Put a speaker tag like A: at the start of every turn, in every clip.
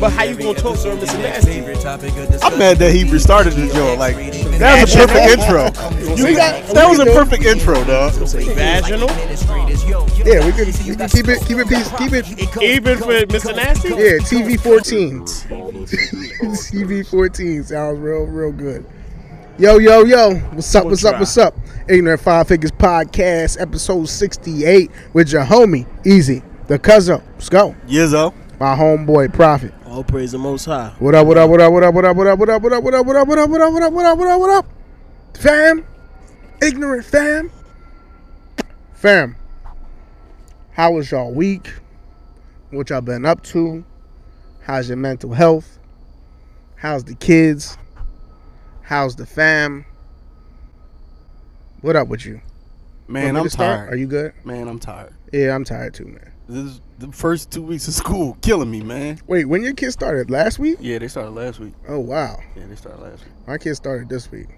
A: But how you gonna talk to him? It's a nasty.
B: I'm mad that he restarted the joint. Like that was a perfect intro.
C: You got-
B: that was
C: we
B: a
C: can-
B: perfect intro, dog.
A: Vaginal,
C: Yeah, we can, we can keep it keep it peace keep it
A: even for Mr. Nasty.
C: yeah TV fourteen. TV fourteen sounds real real good. Yo yo yo, what's up? What's up? What's up? Ignorant Five Figures Podcast, episode sixty eight with your homie Easy the Cuzzo. Let's go,
B: Yizzo.
C: my homeboy Prophet.
A: All praise the Most High.
C: What up? What up? What up? What up? What up? What up? What up? What up? What up? What up? What up? What up? What up? What up? What up? What up? Fam, ignorant fam, fam. How was y'all week? What y'all been up to? How's your mental health? How's the kids? How's the fam? What up with you?
D: Man,
C: Want me
D: I'm
C: to start?
D: tired.
C: Are you good?
D: Man, I'm tired.
C: Yeah, I'm tired too, man.
D: This is the first two weeks of school killing me, man.
C: Wait, when your kids started last week?
D: Yeah, they started last week.
C: Oh wow,
D: Yeah, they started last week.
C: my kids started this week.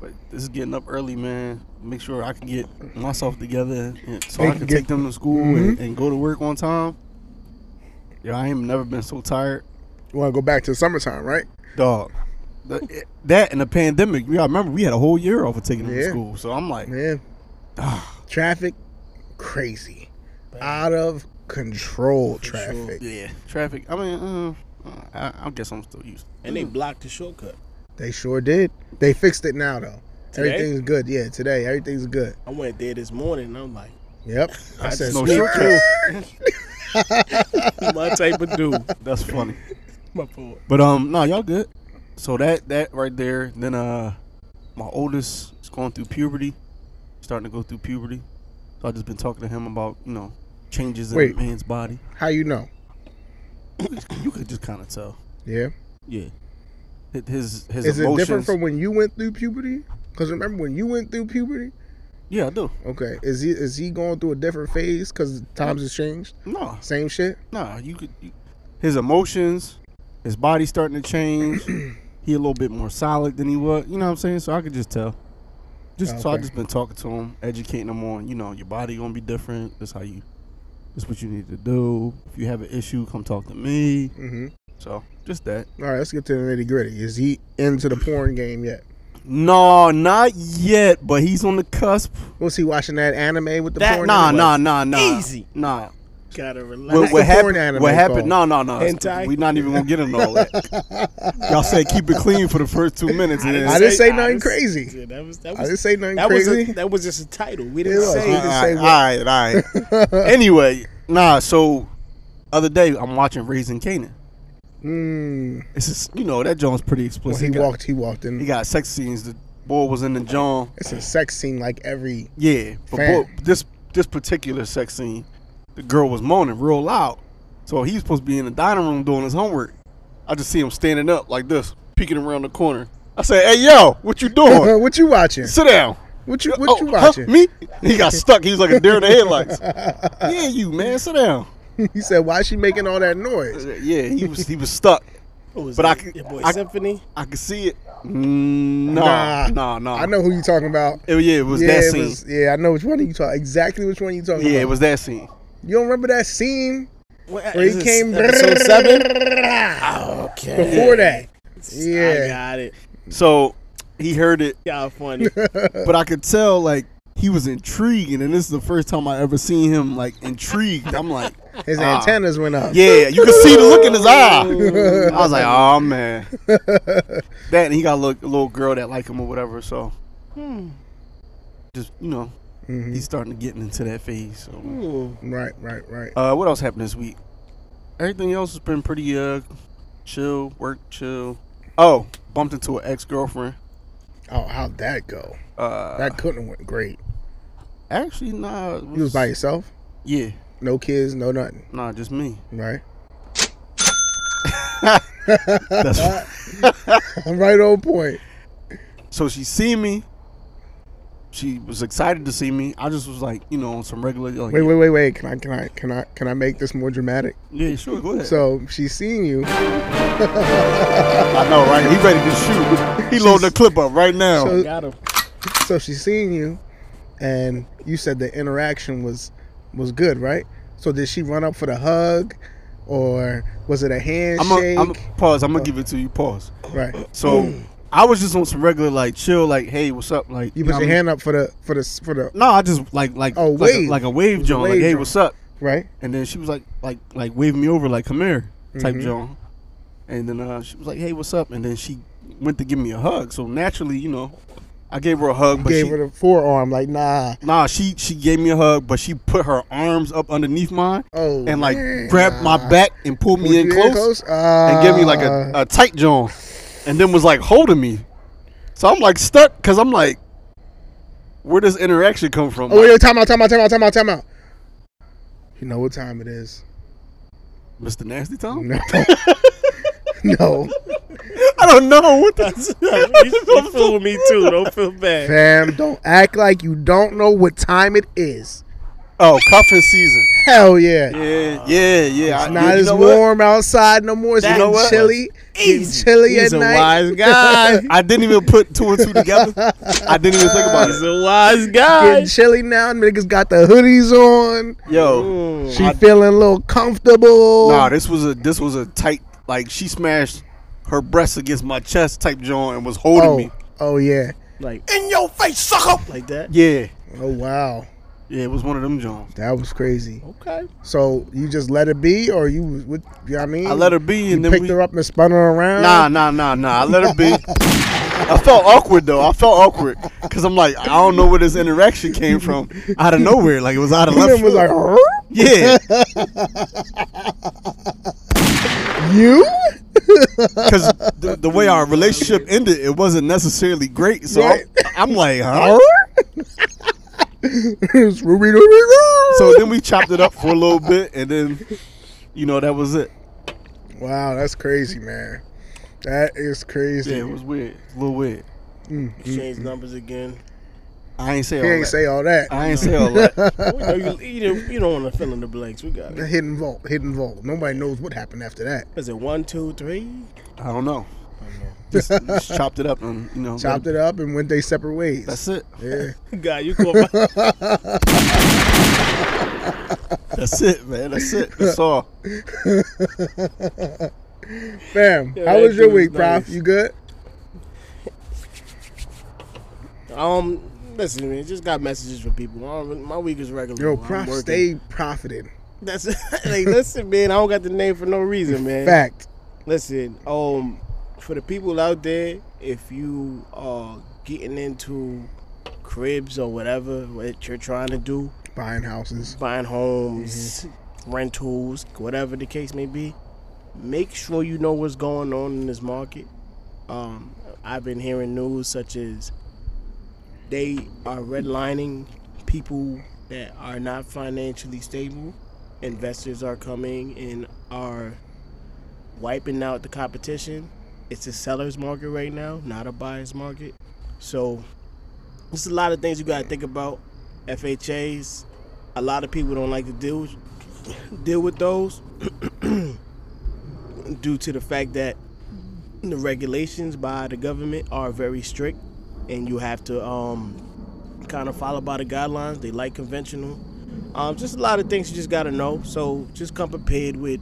D: But this is getting up early, man. Make sure I can get myself together and- so
C: They
D: I
C: can
D: can
C: get- Mm-hmm.
D: take them to school and, and go to work on time. Yo, I ain't never been so tired,
C: You want to go back to summertime, right?
D: dog. The- That and the pandemic. Yeah, I remember we had a whole year off of taking them
C: Yeah.
D: to school. So I'm like,
C: Yeah. traffic, crazy. Out of control traffic.
D: yeah, traffic. I mean, uh, uh, I, I guess I'm still used.
A: And they blocked the shortcut.
C: They sure did. They fixed it now, though.
A: Today?
C: Everything's good. Yeah, today. Everything's good.
A: I went there this morning, and I'm like,
C: Yep. I said,
D: no
C: "Sweet
D: shortcut.
A: my type of dude.
D: That's funny.
A: My fault.
D: But um, no, y'all good. So that that right there. Then uh, my oldest is going through puberty, starting to go through puberty. So I just been talking to him about you know changes in
C: Wait.
D: a man's body.
C: How you know?
D: You could just kind of tell.
C: Yeah.
D: Yeah. Hi- His his
C: Is it
D: emotions.
C: different from when you went through puberty? Because remember when you went through puberty?
D: yeah, I do.
C: Okay. Is he is he going through a different phase? Because times has changed.
D: No,
C: Same shit.
D: no. You could. You, his emotions, his body starting to change. he a little bit more solid than he was. You know what I'm saying? So I could just tell. Just so I
C: Okay.
D: just been talking to him, educating him on, you know, your body gonna be different. That's how you. That's what you need to do. If you have an issue, come talk to me.
C: Mm-hmm.
D: So just that.
C: All right. Let's get to the nitty gritty. Is he into the porn game yet?
D: No, not yet. But he's on the cusp.
C: Was he watching that anime with the
A: That-
C: porn? in it?
D: Nah, nah, nah, nah.
A: Easy.
D: Nah.
A: Gotta relax.
D: What, what
C: the porn
D: happened?
C: anime
D: What happened? No,
C: called?
D: no, no.
A: Hentai?
D: We're not even gonna get into all that. Y'all said keep it clean for the first two minutes. And then,
C: I didn't say nothing
A: just-
C: crazy.
A: Yeah, that was, that was,
C: I didn't say nothing
A: that Was
C: crazy.
A: a, that was just a title. We
C: It
A: didn't
C: was.
A: say
C: I-
A: this.
C: I- say
D: all right, all right, all right. anyway, nah. So, other day I'm watching Raising Canaan.
C: Mm.
D: It's just, you know that John's pretty
C: Well,
D: explicit.
C: he
D: got,
C: walked. He walked
D: He
C: in.
D: got sex scenes. The boy was in the John.
C: It's a sex scene like every.
D: Yeah, but
C: Fam.
D: boy, this this particular sex scene, the girl was moaning real loud. So he's supposed to be in the dining room doing his homework. I just see him standing up like this, peeking around the corner. I say, "Hey, yo, what you doing?
C: what you watching?
D: Sit down."
C: What you what
D: Oh,
C: you
D: huh?
C: watching?
D: me? He got stuck. He was like a deer in the headlights. yeah, you man, sit down.
C: he said, "Why she making all that noise?"
D: Yeah, he was he was stuck.
A: What was
D: But
A: that?
D: I can-
A: Your boy
D: I-
A: Symphony.
D: I could see it. Mm, nah, nah, nah.
C: I know who you talking about.
D: It, yeah, it was
C: yeah,
D: that
C: it
D: scene.
C: was- uh-huh. yeah, I know which one you talk. Exactly which one you talking
D: yeah,
C: about.
D: it was that scene.
C: You don't remember that scene
A: Where
C: where he came
A: Episode seven. Okay.
C: before that?
A: I
C: Yeah,
A: got it.
D: So he heard it,
A: Y'all funny.
D: but I could tell like he was intrigued, and this is the first time I ever seen him like intrigued. I'm like,
C: his
D: Ah.
C: antennas went up.
D: yeah, you could see the look in his eye. I was like, oh man. That and he got a little, a little girl that like him or whatever. So just you know,
C: Mhm.
D: he's starting to get into that phase. So.
A: Ooh.
C: Right, right, right.
D: Uh, what else happened this week? Everything else has been pretty uh, chill, work chill. Oh, bumped into an ex girlfriend.
C: Oh, how'd that go?
D: Uh,
C: That couldn't have went great.
D: actually, nah. it
C: You was by yourself,
D: Yeah,
C: no kids, no nothing,
D: nah, just me.
C: right?
D: That's
C: right on point.
D: so she seen me. She was excited to see me. I just was like, you know, on some regular. Like,
C: Wait, wait, wait, wait. Can I, can I, can I, can I make this more dramatic?
D: Yeah, sure, go ahead.
C: So she's seeing you.
D: I know, right? He ready to shoot. He loading the clip up right now.
C: So,
A: Got him.
C: so she's seeing you, and you said the interaction was was good, right? So did she run up for the hug, or was it a
D: I'm gonna
C: handshake?
D: I'm gonna- pause. I'm gonna give it to you. Pause.
C: right.
D: So I was just on some regular like chill, like hey, what's up? Like
C: You put
D: know what I
C: your
D: mean?
C: hand up for the for the for the
D: No, I just like like
C: Oh,
D: like,
C: wave.
D: A, like a
C: It
D: wave
C: was a
D: John.
C: wave
D: like hey,
C: joint.
D: what's up?
C: right.
D: And then she was like like like waving me over like come here type
C: Mm-hmm.
D: John. And then uh, she was like hey, what's up? And then she went to give me a hug. So naturally, you know, I gave her a hug, but
C: gave
D: she,
C: her the forearm like nah.
D: Nah, she she gave me a hug, but she put her arms up underneath mine
C: Oh,
D: and like
C: man.
D: grabbed my back and pulled me
C: Would
D: in
C: you
D: close, and gave me like a,
C: Ah.
D: a tight joint, and then was like holding me. So I'm like stuck because I'm like, where does interaction come from?
C: Oh
D: Like,
C: wait, time out, time out, time out, time out, time out. You know what time it is?
D: Mr. Nasty Tom?
C: No, no,
D: I don't know what the
A: you, you fooled me too. Don't feel bad.
C: fam, don't act like you don't know what time it is.
D: oh cuffing season.
C: Hell yeah!
D: Yeah, yeah, yeah. I-
C: It's
D: you
C: not as
D: know what?
C: warm outside no more. It's
D: You know
C: getting
D: what?
C: chilly. It's chilly
A: He's
C: at
A: a
C: night.
A: wise guy.
D: I didn't even put two and two together. I didn't even think about
A: He's
D: it.
A: a wise
C: Getting
A: guy.
C: chilly now. Niggas got the hoodies on.
D: Yo,
A: Ooh.
C: She feeling a little comfortable.
D: Nah, this was a this was a tight like she smashed her breast against my chest type joint and was holding
C: oh,
D: me.
C: oh yeah.
A: Like
D: In your face, sucker.
A: like that.
D: Yeah,
C: Oh wow,
D: yeah, it was one of them joints.
C: that was crazy.
A: Okay.
C: So you just let it be, or you was with you know what I mean?
D: I let her be,
C: You
D: and then
C: picked
D: we.
C: her up and spun her around.
D: Nah, nah, nah, nah. I let her be. I felt awkward though. I felt awkward because I'm like, I don't know where this interaction came from, out of nowhere. Like it was out of
C: And
D: left.
C: then was
D: field.
C: like, "Huh?
D: yeah,
C: you?
D: because the, the way our relationship ended, it wasn't necessarily great. So
C: Right.
D: I'm, I'm like, huh?
C: It's Ruby Ruby Ruby.
D: So then we chopped it up for a little bit, and then, you know, that was it.
C: Wow, that's crazy, man. That is crazy.
D: Yeah, it was weird. It's A little weird.
A: Change numbers again.
D: I ain't say all
C: he ain't
D: that.
C: say all that.
D: I ain't say all that.
A: We know you, you, don't- you don't want to fill in the blanks. We got
C: The
A: it.
C: hidden vault, hidden vault. Nobody knows what happened after that.
A: Is it one, two, three?
D: I don't know. Just, just chopped it up and you know.
C: Chopped it up and went their separate ways.
D: That's it.
C: yeah.
A: God, you caught my.
D: That's it, man. That's it. That's all.
C: Fam,
A: Yeah,
C: how
A: that
C: was your
A: dude was
C: week, Prof?
A: nice.
C: You good?
A: Um, listen, man, just got messages from people. I don't really- my week is regular.
C: Yo,
A: I'm
C: Prof,
A: working.
C: stay profiting.
A: That's like, listen, man. I don't got the name for no reason, man.
C: Fact.
A: Listen, um, for the people out there, if you are getting into cribs or whatever what you're trying to do,
C: Buying houses.
A: buying homes, rentals, whatever the case may be, make sure you know what's going on in this market. Um, I've been hearing news such as they are redlining people that are not financially stable. Investors are coming and are wiping out the competition. It's a seller's market right now, not a buyer's market. So, there's a lot of things you got to think about. FHAs, a lot of people don't like to deal with, deal with those due to the fact that the regulations by the government are very strict and you have to um, kind of follow by the guidelines they like conventional um, just a lot of things you just got to know so just come prepared with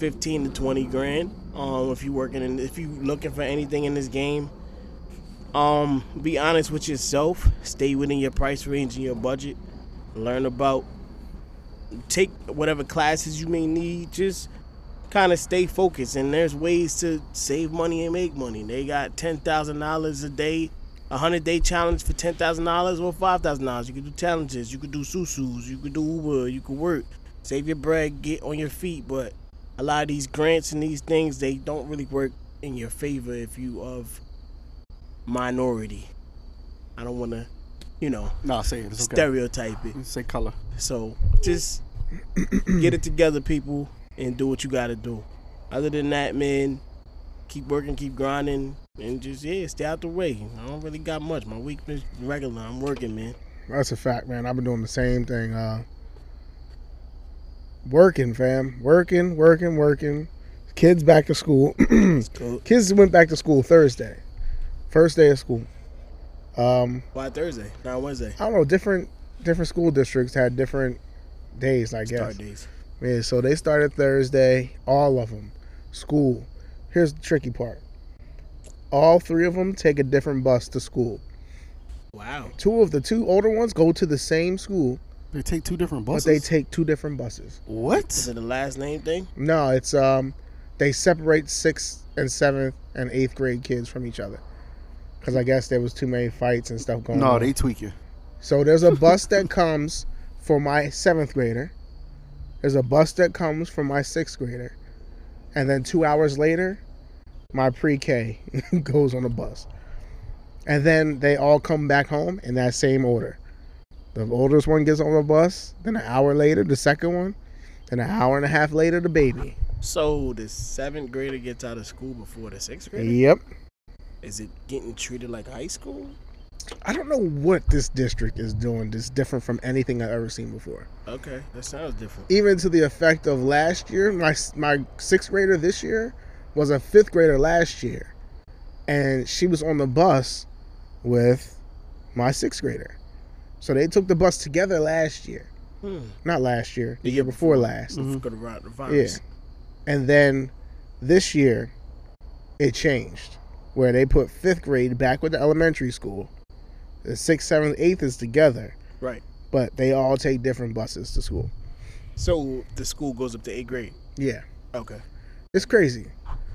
A: 15 to 20 grand um, if you working in if you looking for anything in this game um, be honest with yourself stay within your price range and your budget learn about take whatever classes you may need just kind of stay focused and there's ways to save money and make money they got $10000 a day a 100 day challenge for $10000 or $5000 you can do challenges you can do susus you can do uber you can work save your bread get on your feet but a lot of these grants and these things they don't really work in your favor if you of minority i don't want to you know
D: Nah, say it. It's okay.
A: stereotype it
D: Say color.
A: so just get it together, people, and do what you got to do. Other than that, man, keep working, keep grinding, and just yeah, stay out the way. I don't really got much. My week is regular. I'm working, man.
C: That's a fact, man. I've been doing the same thing. Uh, working, fam. Working, working, working. Kids back to school.
A: Cool.
C: Kids went back to school Thursday. First day of school. Um,
A: Why Thursday? Not Wednesday.
C: I don't know. Different different school districts had different days, I guess.
A: Start days.
C: Yeah, so they started Thursday, all of them. School. Here's the tricky part. All three of them take a different bus to school.
A: Wow.
C: Two of the two older ones go to the same school,
D: They take two different
C: but
D: buses.
C: they take two different buses.
A: Is
D: what?
A: it a last name thing?
C: No, it's um, they separate sixth and seventh and eighth grade kids from each other, because I guess there was too many fights and stuff going
D: No,
C: on.
D: they tweaking.
C: So there's a bus that comes for my seventh grader. There's a bus that comes for my sixth grader, and then two hours later, my pre-K goes on a bus, and then they all come back home in that same order. The oldest one gets on the bus, then an hour later the second one, then an hour and a half later the baby.
A: So the seventh grader gets out of school before the sixth grader.
C: Yep.
A: Is it getting treated like high school?
C: I don't know what this district is doing that's different from anything I've ever seen before.
A: Okay, that sounds different.
C: Even to the effect of last year, my my sixth grader this year was a fifth grader last year, and she was on the bus with my sixth grader. So they took the bus together last year,
A: Hmm.
C: not last year, the year before last.
A: Go to ride the
C: Yeah.
A: virus.
C: And then this year, it changed where they put fifth grade back with the elementary school. The sixth, seventh, eighth is together,
A: Right.
C: but they all take different buses to school.
A: So the school goes up to eighth grade.
C: Yeah.
A: Okay.
C: It's crazy.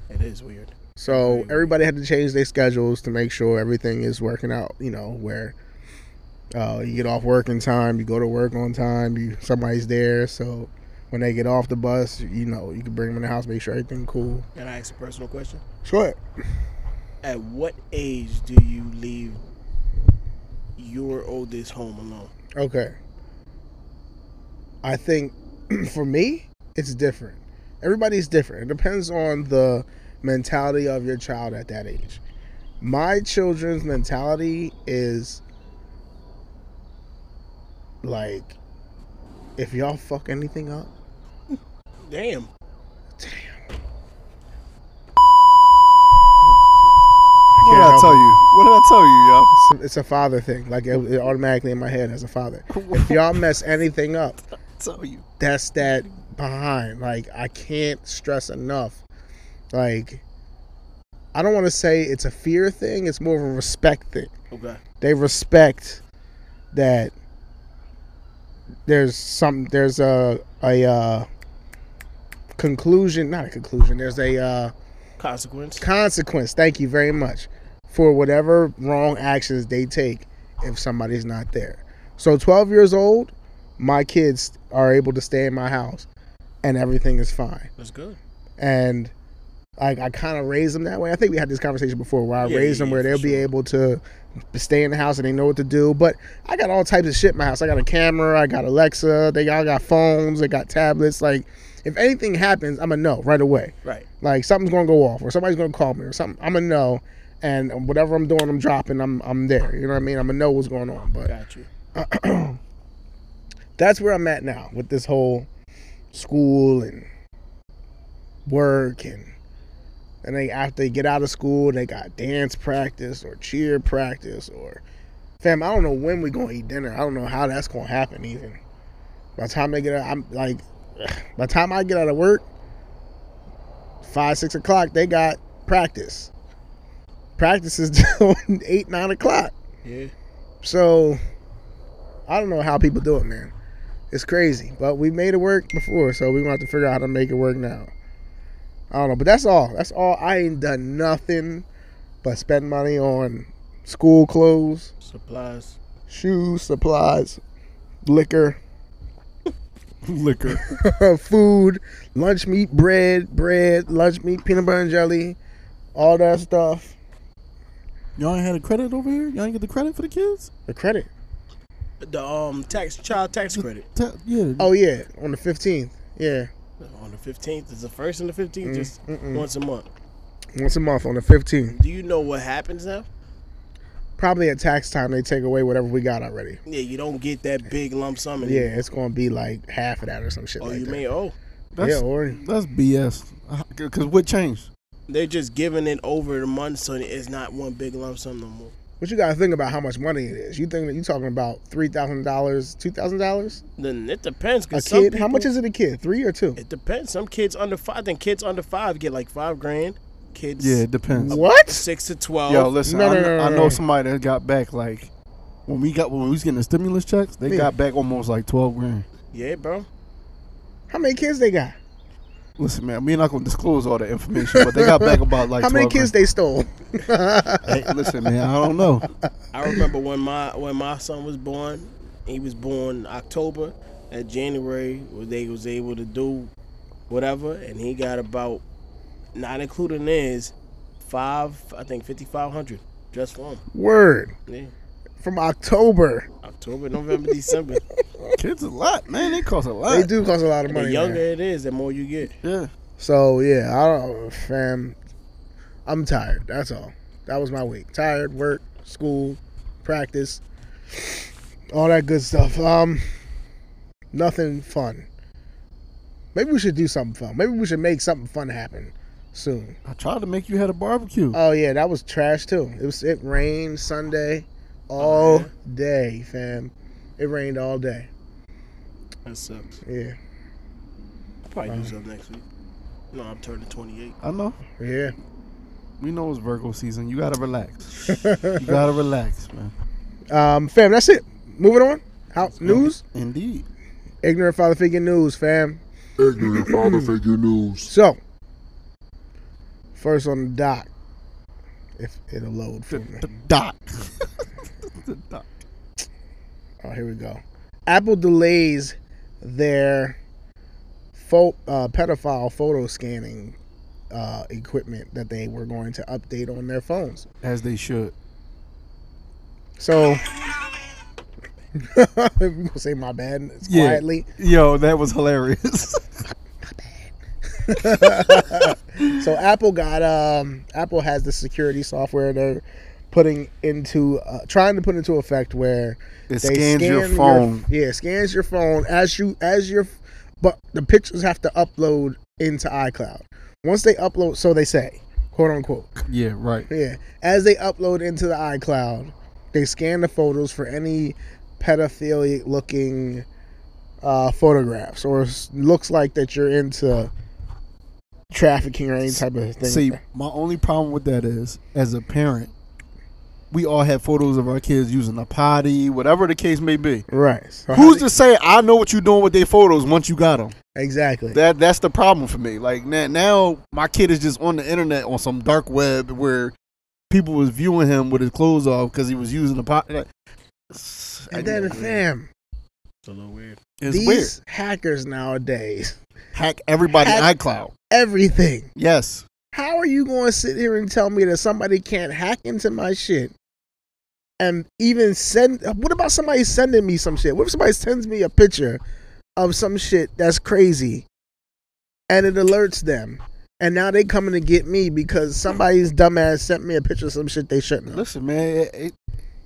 A: It is weird.
C: So everybody had to change their schedules to make sure everything is working out, you know, where uh, you get off work in time, you go to work on time, you somebody's there, so when they get off the bus, you know, you can bring them in the house, make sure everything cool.
A: Can I ask a personal question?
C: Sure.
A: At what age do you leave your oldest home alone?
C: Okay. I think for me, it's different. Everybody's different. It depends on the mentality of your child at that age. My children's mentality is like, if y'all fuck anything up,
A: Damn.
D: What did I tell you? What did I tell you, yo?
C: it's a, it's a father thing. Like, it, it automatically in my head as a father. If y'all mess anything up,
D: tell you.
C: that's that behind. Like I can't stress enough. Like I don't want to say it's a fear thing. It's more of a respect thing.
A: Okay.
C: They respect that there's some there's a a uh, conclusion, not a conclusion. There's a uh,
A: Consequence.
C: consequence. Thank you very much for whatever wrong actions they take if somebody's not there. So 12 years old, my kids are able to stay in my house and everything is fine.
A: That's good.
C: And I, I kind of raised them that way. I think we had this conversation before where I
A: Yeah,
C: raised
A: yeah,
C: them
A: yeah,
C: where
A: for
C: they'll be
A: sure.
C: able to stay in the house and they know what to do. But I got all types of shit in my house. I got a camera, I got Alexa, they all got phones, they got tablets. Like, if anything happens, I'm going to know right away.
A: Right.
C: Like something's gonna go off, or somebody's gonna call me, or something. I'm gonna know, and whatever I'm doing, I'm dropping. I'm I'm there. You know what I mean? I'm gonna know what's going on. But
A: Got you.
C: that's where I'm at now with this whole school and work, and and they after they get out of school, they got dance practice or cheer practice or, fam. I don't know when we gonna eat dinner. I don't know how that's gonna happen even. By the time they get out, I'm like, by the time I get out of work, five, six o'clock, they got practice. Practice is till eight, nine o'clock.
A: Yeah.
C: So I don't know how people do it, man. It's crazy. But we made it work before, so we're gonna have to figure out how to make it work now. I don't know, but that's all. That's all. I ain't done nothing but spend money on school clothes,
A: Supplies.
C: shoes, supplies, liquor,
D: Liquor.
C: food, lunch meat, bread, bread, lunch meat, peanut butter and jelly, all that stuff.
D: Y'all ain't had a credit over here? Y'all ain't get the credit for the kids?
C: The credit.
A: The um tax child tax credit
D: Ta- yeah.
C: Oh yeah, on the fifteenth. Yeah,
A: on the fifteenth is the first and the 15th just once a month.
C: once a month on the fifteenth.
A: Do you know what happens now?
C: Probably at tax time they take away whatever we got already.
A: Yeah, you don't get that big lump sum. Anymore.
C: Yeah, it's gonna be like half of that or some shit
A: Oh,
C: like
A: you
C: that.
A: may oh.
C: yeah,
D: That's,
C: or
D: that's BS. Because what changed?
A: They're just giving it over the month, so it's not one big lump sum no more.
C: But you gotta think about how much money it is. You think that you talking about three thousand dollars, two thousand dollars
A: Then it depends.
C: a
A: 'cause some
C: kid? How
A: people-
C: much is it a kid? Three or two?
A: It depends. Some kids under five. Then kids under five get like five grand. Kids.
D: Yeah, it depends.
C: What?
A: Six to twelve.
D: Yo, listen,
C: No,
D: I,
C: no,
D: kn-
C: no, no,
D: I
C: no,
D: know
C: no.
D: somebody that got back like when we got when we was getting the stimulus checks, they
C: Yeah.
D: got back almost like twelve grand.
A: yeah, bro.
C: How many kids they got?
D: Listen, man, we're not gonna disclose all that information, but they got back about like
C: How many
D: 12
C: kids they stole?
D: grand. Hey, listen, man, I don't know.
A: I remember when my when my son was born. He was born October. At January, where they was able to do whatever, and he got about not including his five. I think fifty five hundred just for him.
C: Word
A: Yeah.
C: from October.
A: October, November, December.
D: Kids a lot, man. They cost a lot.
C: They do cost a lot of
A: The
C: money.
A: younger
C: man.
A: it is, the more you get.
D: Yeah.
C: So yeah, I don't, fam. I'm tired. That's all. That was my week. Tired, work, school, practice, all that good stuff. Um, nothing fun. Maybe we should do something fun. Maybe we should make something fun happen soon.
D: I tried to make you had a barbecue.
C: Oh yeah, that was trash too. It was it rained Sunday all day, fam. It rained all day.
A: That sucks.
C: Yeah,
A: I'll probably do something next week. No, I'm turning 28.
D: I know.
C: yeah.
D: We know it's Virgo season. You gotta relax. you gotta relax, man.
C: Um, fam, that's it. Moving on. How news?
D: Indeed.
C: Ignorant father figure news, fam.
E: Ignorant father figure news.
C: So, first on the dock, if it'll load for me.
D: The doc. the doc.
C: Oh, here we go. Apple delays their pho- uh, pedophile photo scanning uh, equipment that they were going to update on their phones.
D: As they should.
C: So, we gonna say my bad quietly.
D: Yo, that was hilarious.
C: So Apple got um Apple has the security software they're putting into uh, trying to put into effect where
D: It scans your phone.
C: yeah, scans your phone as you as your but the pictures have to upload into iCloud. Once they upload, so they say, quote unquote.
D: yeah, right.
C: Yeah, as they upload into the iCloud, they scan the photos for any pedophilic looking uh, photographs or s- looks like that you're into trafficking or any type of thing.
D: See, my only problem with that is, as a parent, we all have photos of our kids using a potty, whatever the case may be.
C: right? So how
D: Who's
C: do-
D: to say I know what you're doing with their photos once you got them?
C: exactly?
D: That that's the problem for me. Like now, now my kid is just on the internet on some dark web where people was viewing him with his clothes off because he was using a pot. Like, it's-
C: and then, fam,
A: It's a little weird.
D: it's
C: these
D: weird.
C: hackers nowadays,
D: Hack everybody
C: hack-
D: iCloud.
C: everything.
D: Yes,
C: How are you going to sit here and tell me that somebody can't hack into my shit? And even send. What about somebody sending me some shit? What if somebody sends me a picture of some shit that's crazy, and it alerts them, and now they coming to get me because somebody's dumbass sent me a picture of some shit they shouldn't. Have.
D: listen, man, it it,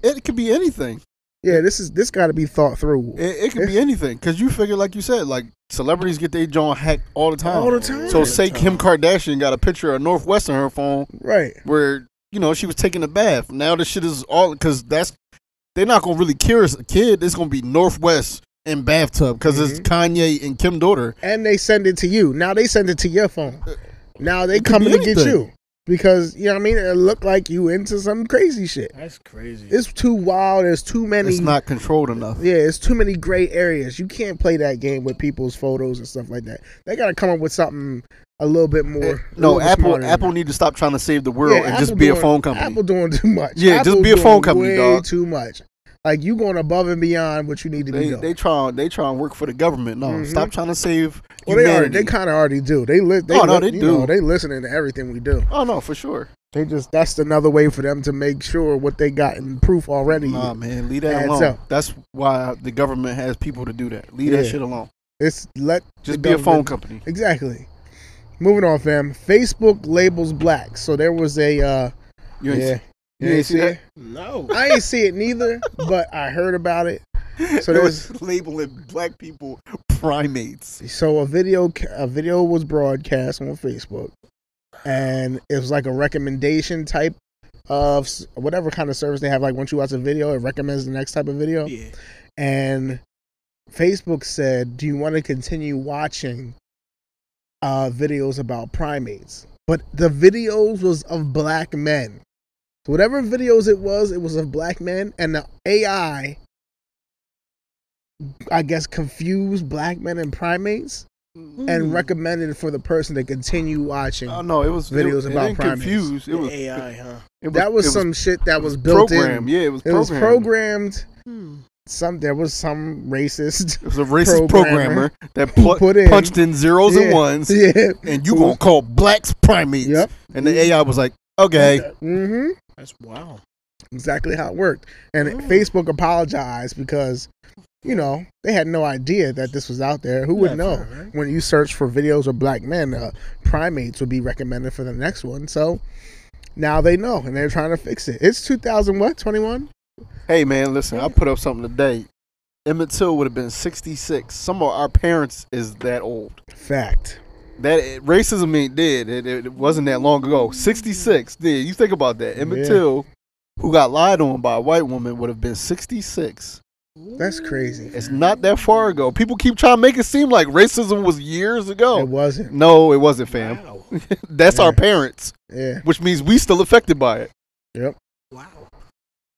D: it could be anything.
C: Yeah, this is this got to be thought through.
D: It, it could be anything because you figure, like you said, like celebrities get their John hacked all the time.
C: All the time.
D: So say Kim Kardashian got a picture of Northwestern on her phone
C: right.
D: where you know she was taking a bath. Now this shit is all because that's they're not gonna really cure a kid. It's gonna be Northwest and bathtub because it's
C: Mm-hmm.
D: Kanye and Kim daughter.
C: and they send it to you. Now they send it to your phone. Now they coming
D: be
C: to get
D: anything.
C: you because you know what I mean. It look like you into some crazy shit.
A: That's crazy.
C: It's too wild. There's too many.
D: It's not controlled enough.
C: yeah, it's too many gray areas. You can't play that game with people's photos and stuff like that. They gotta come up with something a little bit more. a little
D: Eh, No,
C: bit smarter
D: Apple.
C: than
D: Apple
C: that.
D: need to stop trying to save the world
C: Yeah,
D: and
C: Apple
D: just be a
C: doing-
D: phone company.
C: Apple doing too much.
D: Yeah, just
C: Apple
D: be a phone
C: doing
D: company,
C: way
D: dog.
C: Too much. Like you going above and beyond what you need to be
D: They
C: doing.
D: they try they try and work for the government. No,
C: Mhm.
D: stop trying to save.
C: well, they already,
D: humanity.
C: they kind of already do. They li- they,
D: Oh, no,
C: li-
D: they
C: you know,
D: do.
C: they listening to everything we do.
D: Oh no, for sure.
C: They just that's another way for them to make sure what they got in proof already.
D: Nah, man, leave
C: Yeah,
D: that
C: it's
D: alone.
C: up.
D: That's why the government has people to do that. Leave that
C: Yeah.
D: shit alone.
C: It's let
D: Just
C: the
D: be a phone
C: government-
D: company.
C: Exactly. Moving on, fam. Facebook labels black. So there was a uh
D: You ain't
C: yeah.
D: you ain't see that?
A: no.
C: I ain't see it neither, but I heard about it. So
D: They
C: there's
D: was labeling black people primates.
C: so a video ca- a video was broadcast on Facebook, and it was like a recommendation type of s- whatever kind of service they have. Like once you watch a video, it recommends the next type of video.
A: Yeah.
C: And Facebook said, "Do you want to continue watching uh, videos about primates?" But the videos was of black men. So whatever videos it was, it was of black men, and the AI, I guess, confused black men and primates, and recommended for the person to continue watching.
D: Oh Mm. no, it was it,
C: Videos
D: it
C: about
D: ain't
C: primates.
D: confused. It
A: The
D: was, it
A: AI, huh?
D: was
C: that was,
D: it
C: some shit that was built
D: program.
C: in.
D: Yeah, it was
C: It was
D: programmed.
C: programmed.
A: Hmm.
C: Some there was some racist
D: It was a racist
C: Programmer.
D: programmer, that pl-
C: put in-
D: punched in zeros
C: Yeah,
D: and ones,
C: Yeah.
D: and you gonna call blacks primates?
C: Yep.
D: And the AI was like, okay,
C: Mm-hmm.
A: That's wow.
C: Exactly how it worked. And
D: Oh.
C: Facebook apologized because, you know, they had no idea that this was out there. Who would
A: Yeah,
C: know?
A: fair, right?
C: When you search for videos of black men, uh, primates would be recommended for the next one. So now they know, and they're trying to fix it. It's 2000 what? 21?
D: hey man, listen, I put up something today. Emmett Till would have been sixty six. Some of our parents is that old.
C: Fact.
D: That it, racism ain't dead. It, it, it wasn't that long ago. Sixty six. Yeah, you think about that. Emmett
C: Yeah.
D: Till, who got lied on by a white woman, would have been sixty six.
C: That's crazy.
D: It's not that far ago. People keep trying to make it seem like racism was years ago.
C: It wasn't.
D: no, it wasn't, fam.
A: Wow.
D: That's
C: Yeah.
D: our parents,
C: Yeah.
D: which means we still affected by it.
A: Wow.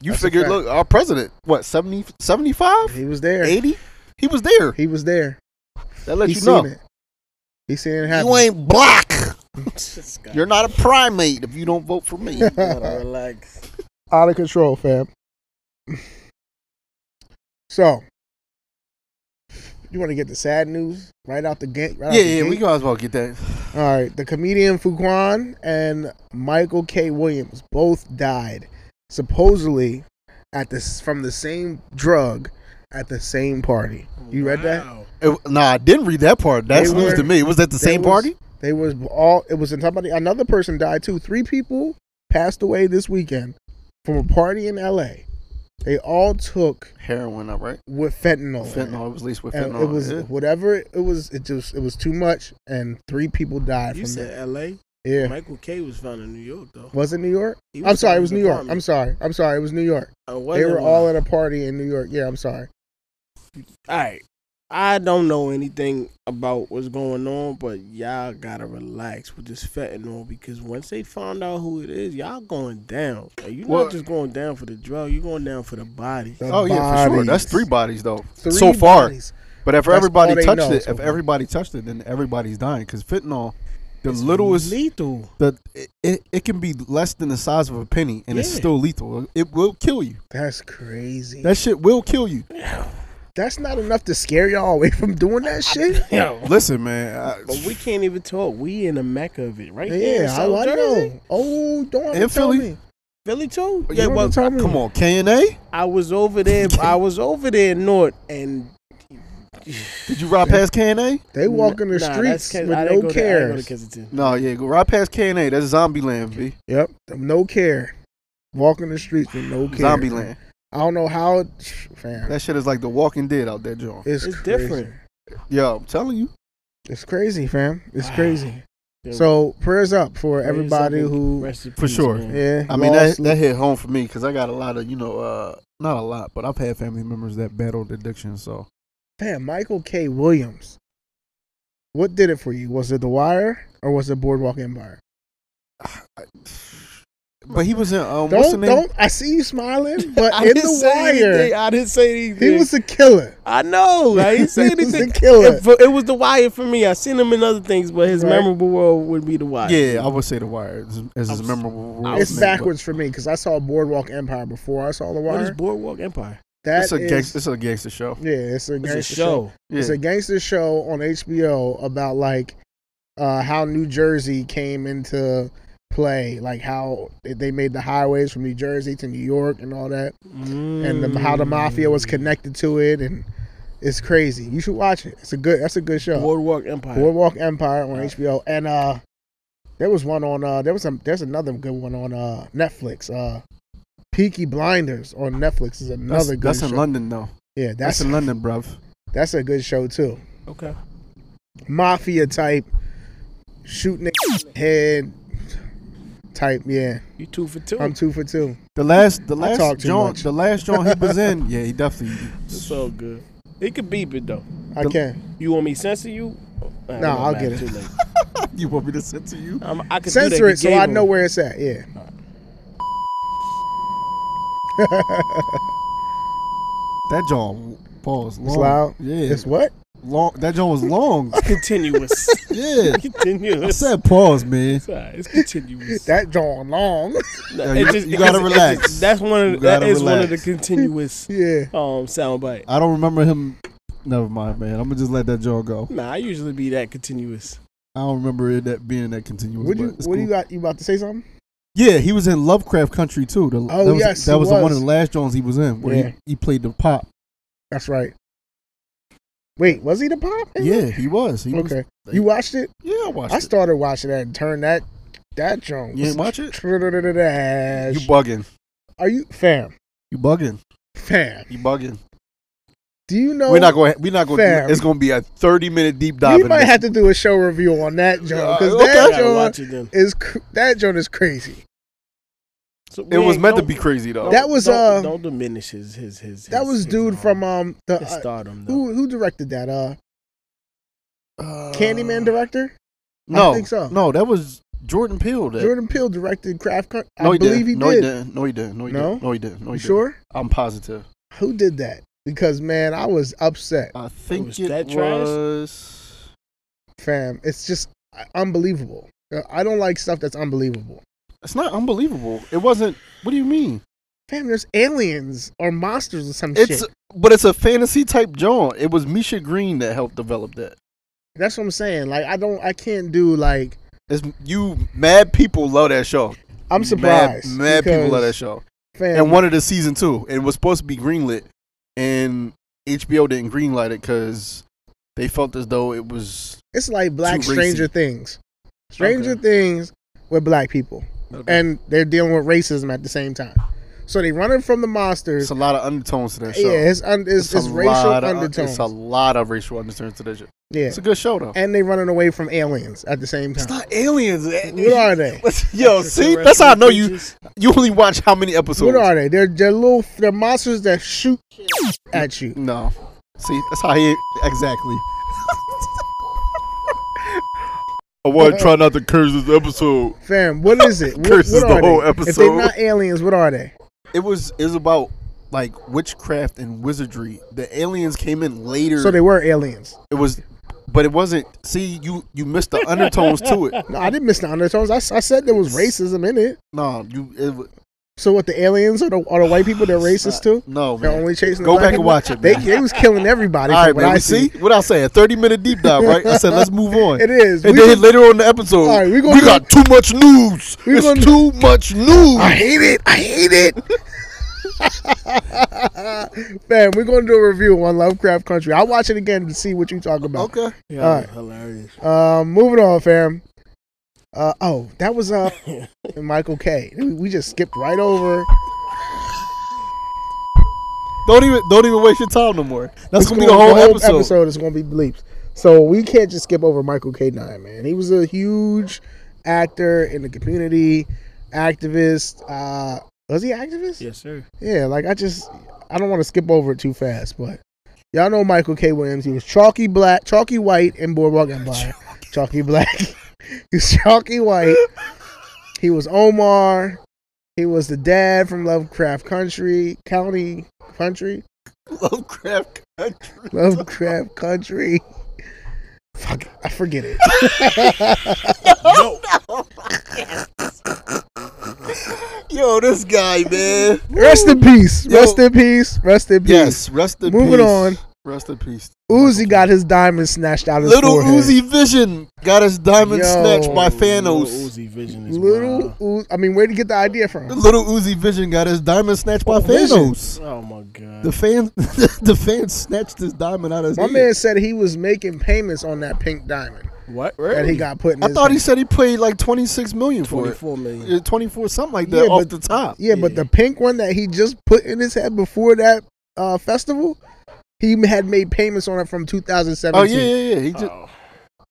D: You
C: That's a
D: figured,
C: fact.
D: look, our president, what, 70, 75?
C: He was there.
D: 80? He was there.
C: He was there.
D: That lets
C: He
D: you
C: seen
D: know.
C: it. He seen it happen.
D: You ain't black.
A: This guy.
D: You're not a primate if you don't vote for me.
A: Gotta relax.
C: out of control, fam. So, you want to get the sad news right out the gate? Right out
D: yeah,
C: the
D: yeah,
C: gate?
D: we might as well get that.
C: All right, the comedian Fuquan and Michael K. Williams both died, supposedly at this from the same drug at the same party. You read that?
A: Wow.
D: It- nah, I didn't read that part. That's
C: They
D: news
C: were-
D: to me. Was that the
C: They
D: same
C: was-
D: party?
C: They was all. It was in somebody. Another person died too. Three people passed away this weekend from a party in L.A. They all took
D: Heroin, up, right?
C: with fentanyl.
D: Fentanyl. It was at least with
C: And
D: fentanyl.
C: it was
D: yeah.
C: whatever it was. It just it was too much, and three people died
A: You
C: from
A: said
C: that.
A: L.A.
C: Yeah,
A: Michael K was found in New York though.
C: was it New York?
A: He
C: I'm sorry,
A: found
C: it was
A: in
C: New
A: his
C: York. I'm
A: apartment.
C: sorry. I'm sorry, it was New York.
A: Uh,
C: They
A: wasn't
C: were
A: one.
C: all at a party in New York. Yeah, I'm sorry.
A: All right. I don't know anything about what's going on, but y'all gotta relax with this fentanyl because once they find out who it is, y'all going down. Like, You're
D: Well-
A: not just going down for the drug; you're going down for the body.
C: The
D: Oh yeah, for sure. That's
C: bodies.
D: three bodies though,
C: Three
D: so far.
C: bodies.
D: But if
C: That's all
D: everybody
C: they
D: touched
C: know
D: it,
C: so
D: if
C: far.
D: everybody touched it, then everybody's dying because fentanyl, the littlest,
A: lethal.
D: the it, it, it can be less than the size of a penny, and it's
A: Yeah.
D: still lethal. It will kill you.
C: That's crazy.
D: That shit will kill you.
C: That's not enough to scare y'all away from doing that shit.
A: Yo,
D: Listen, man.
A: but we can't even talk. We in the mecca of it, right? here in
C: yeah, I,
A: South
C: I
A: Jersey.
C: know. Oh, don't
D: And
C: tell
D: Philly.
C: me.
A: Philly too.
D: You
A: Yeah,
C: don't
A: well,
C: tell me.
D: come on, K and A.
A: I was over there. I was over there in North, and
D: Did you ride past K and A?
C: They walk in the
A: Nah, that's
C: streets
A: Kes-
C: with
A: I didn't
C: no
A: go to- I didn't go to
C: cares.
A: Kensington.
D: No, yeah, go ride past K and A. That's Zombie Land, b.
C: Yep, no care. Walking the streets with no care.
D: Zombie Land.
C: I don't know how, it, fam.
D: That shit is like The Walking Dead out there, John.
C: It's,
A: It's
C: crazy.
A: different.
D: Yo, I'm telling you.
C: It's crazy, fam. It's
A: Wow.
C: crazy.
A: Ah. Yeah.
C: So Ah, prayers up for
A: Praise
C: everybody
A: up and
C: who,
A: rest in
D: For
A: peace,
D: sure.
A: man.
C: yeah.
D: I mean, that,
C: lost-
D: that hit home for me because I got a lot of, you know, uh, not a lot, but I've had family members that battled addiction. So
C: fam, Michael K. Williams. What did it for you? Was it The Wire or was it Boardwalk Empire?
D: But he was in. Um, what's the
C: Don't,
D: name?
C: don't. I see you smiling, but
A: I
C: in
A: didn't
C: The
A: say anything.
C: Wire,
A: I didn't say anything.
C: he was a killer.
A: I know. I didn't say
C: He was a
A: anything.
C: killer.
A: It, for- it was the wire for me. I seen him in other things, but his
C: Right.
A: memorable role would be the wire.
D: Yeah, I would say The Wire is, is
A: I was-
D: his memorable. role
A: was-
C: It's
D: name,
C: backwards for me because I saw Boardwalk Empire before I saw The
A: What is
C: Wire.
A: Boardwalk Empire?
D: but
C: That
D: It's a
C: is-
D: gangster. It's a gangster show.
C: Yeah, it's a gangster
A: It's a
C: show.
A: show.
D: Yeah.
C: It's a gangster show on HBO about like uh, how New Jersey came into play, like how they made the highways from New Jersey to New York and all that, and the, how the mafia
D: Mm.
C: was connected to it, and it's crazy. You should watch it. It's a good. That's a good show.
A: Mm. Boardwalk Empire.
C: Boardwalk Empire on HBO, and uh, there was one on uh, there was some there's another good one on uh Netflix. Uh, Peaky Blinders on Netflix is
D: that's,
C: another good
D: that's
C: show.
D: in London though.
C: Yeah,
D: That's,
C: that's
D: in London, bruv.
C: that's a good show too.
A: Okay.
C: mafia type shooting their head type. Yeah,
A: You two for 2
C: I'm two for two.
B: The last, the
C: talk
B: last
C: too
B: joint,
C: much.
B: the last joint he was in. Yeah, he definitely.
A: it's all good. It could beep it though.
C: I can.
A: You want me to censor you? Nah,
C: Nah, I'll
A: matter,
C: get it.
A: too late.
B: You want me to send to you?
A: I'm, I could
C: Censor it so I know
A: where.
C: where it's at. Yeah.
B: That joint pause long.
C: It's loud.
B: Yeah,
C: It's what?
B: long. That joint was long.
A: Continuous.
B: yeah,
A: continuous.
B: I said pause, man.
A: It's all right, it's continuous.
C: That drawn long.
A: No,
B: Yeah,
A: it
B: you-
A: just-
B: you gotta
A: it's- it's
B: relax.
A: just- that's one of
B: You
A: the, that
B: gotta
A: is one of the
B: relax.
A: continuous
C: yeah.
A: um soundbite.
B: I don't remember him. Never mind, man. I'm gonna just let that joint go.
A: Nah, I usually be that continuous.
B: I don't remember it that being that continuous.
C: What you
B: but
C: What
B: it's
C: do you
B: cool.
C: got? You about to say something?
B: Yeah, he was in Lovecraft Country too. The,
C: Oh,
B: that was,
C: yes,
B: that
C: he
B: was, the one of
C: was.
B: the last Jones he was in where
C: Yeah.
B: he, he played the pop.
C: That's right. Wait, was he the pop?
B: Yeah, he was. He was-
C: Okay. You watched it?
B: yeah, I watched.
C: I started watching that and turned that that joint.
B: it. You didn't watch it?
D: You
C: Trash.
D: bugging.
C: Are you fam?
B: You bugging?
C: Fam.
D: You bugging.
C: Do you know
D: We're not going. We're not going.
C: Fam.
D: to It's going to be a thirty-minute deep dive.
C: we
D: into
C: might
D: this.
C: have to do a show review on that joint because
D: okay.
A: I
C: that
A: gotta watch
C: joint
A: it then.
C: is cr- that joint is crazy.
A: So
D: It
A: we
D: was
A: ain't-
D: meant to
A: don't-
D: be crazy though.
C: That was,
A: don't,
C: uh,
A: Don't diminish his his his.
C: That
A: his-
C: was
A: his,
C: dude
A: um,
C: from um the
A: his
C: uh,
A: stardom. Though.
C: who who directed that uh
B: Uh,
C: Candyman director
B: No,
C: think so.
B: No, that was Jordan Peele. That.
C: Jordan Peele directed Craft. Con- I
D: no, he
C: believe
D: didn't.
C: he
D: no,
C: did.
D: he didn't. No, he didn't. No, he
C: No?
D: didn't. No, he didn't. No, he didn't.
C: You sure?
D: I'm positive.
C: Who did that? Because man, I was upset,
D: Uh,
B: I think
A: was
B: it
A: Oh, that trash?
B: was.
C: fam. It's just uh, unbelievable. Uh, I don't like stuff that's unbelievable.
D: It's not unbelievable. It wasn't. What do you mean?
C: Fam, there's aliens or monsters or some
D: It's
C: shit.
D: but it's a fantasy type John. It was Misha Green that helped develop that.
C: That's what I'm saying. Like I don't, I can't do like.
D: It's you mad people love that show.
C: I'm surprised.
D: Mad, mad people love that
C: because,
D: show.
C: Fam,
D: And one of the season two. It was supposed to be greenlit, and HBO didn't greenlight it because they felt as though it was.
C: It's like Black
D: Too racy.
C: Stranger Things. Stranger
D: Okay.
C: Things with black people,
D: Okay.
C: and they're dealing with racism at the same time. So they running from the monsters.
D: It's a lot of undertones to that show.
C: yeah, it's, un- it's, it's,
D: a
C: racial
D: lot of- uh,
C: undertones.
D: It's a lot of racial undertones to that shit.
C: yeah,
D: It's a good show though.
C: and they running away from aliens at the same time.
D: not aliens.
C: What are they?
D: Yo, see, that's how I know you. You only watch how many episodes?
C: What are they? They're they're little they're monsters that shoot at you.
D: No. See, that's how he
B: Exactly.
D: I want to try not to curse this episode.
C: Fam, what is it? What,
D: Curses
C: what are
D: the whole
C: they? If
D: episode.
C: they're not aliens, what are they?
D: It was it was about like witchcraft and wizardry. The aliens came in later.
C: So they were aliens.
D: it was, but it wasn't. See, you you missed the undertones to it.
C: No, I didn't miss the undertones. I, s- I said there was racism in it.
D: No, you it, w-
C: So what? The aliens or the, or the white people? They're racist too.
D: no
C: They're
D: man.
C: only chasing.
D: Go
C: the black
D: back and
C: people?
D: watch it.
C: They
D: man.
C: they was killing everybody.
D: All right,
C: from what
D: man.
C: I
D: We see what I say. A thirty minute deep dive, right? I said let's move on.
C: It is.
D: And
C: We-
D: then later on in the episode,
C: All right, we
D: we,
C: gonna do-
D: got too much news.
C: We
D: It's
C: gonna-
D: too much news.
C: I hate it. I hate it. Man, we're gonna do a review on Lovecraft Country. I'll watch it again to see what you talk about.
D: Okay.
A: Yeah,
C: All right.
A: hilarious.
C: Um, moving on, fam. Uh, oh, that was uh Michael K. We, we just skipped right over.
D: Don't even don't even waste your time no more. That's
C: It's
D: gonna be the whole, episode.
C: is gonna be bleeps. So we can't just skip over Michael K. Nine, man. He was a huge actor in the community, activist. Uh, was he activist?
A: Yes, sir.
C: Yeah, like I just I don't want to skip over it too fast, but y'all know Michael K. Williams. He was chalky black, chalky white, and Boardwalk Empire. chalky black. he was chalky white. He was Omar. He was the dad from Lovecraft Country, County Country,
D: Lovecraft Country.
C: Lovecraft Country. Fuck, it, I forget it.
D: Yo, this guy, man.
C: Rest in peace.
D: Yo.
C: Rest in peace. Rest in peace.
D: Yes, rest in peace.
C: Moving on.
D: Rest in peace.
C: Uzi got his diamond snatched out of his
D: Little
C: forehead.
D: Uzi Vision got his diamond
C: Yo.
D: snatched by
A: Oh, Lil
D: Thanos.
A: Uzi Vision is
C: Little
A: wild.
C: Uzi. I mean, where'd he get the idea from?
D: Little Uzi Vision got his diamond snatched by
C: Vision.
D: Thanos.
A: Oh my god.
B: The fans, the fans snatched his diamond out of his.
C: My
B: hand.
C: man said he was making payments on that pink diamond
A: what?
C: that he got put in.
D: I
C: his
D: thought he
C: hand.
D: said he paid like twenty six million for it.
A: Twenty-four million.
D: Yeah, Twenty four, something like that,
C: Yeah,
D: off
C: but-
D: the top.
C: Yeah, but the pink one that he just put in his head before that uh, festival, he had made payments on it from
D: Oh
C: 2017.
D: yeah, yeah, yeah. He just
A: Oh.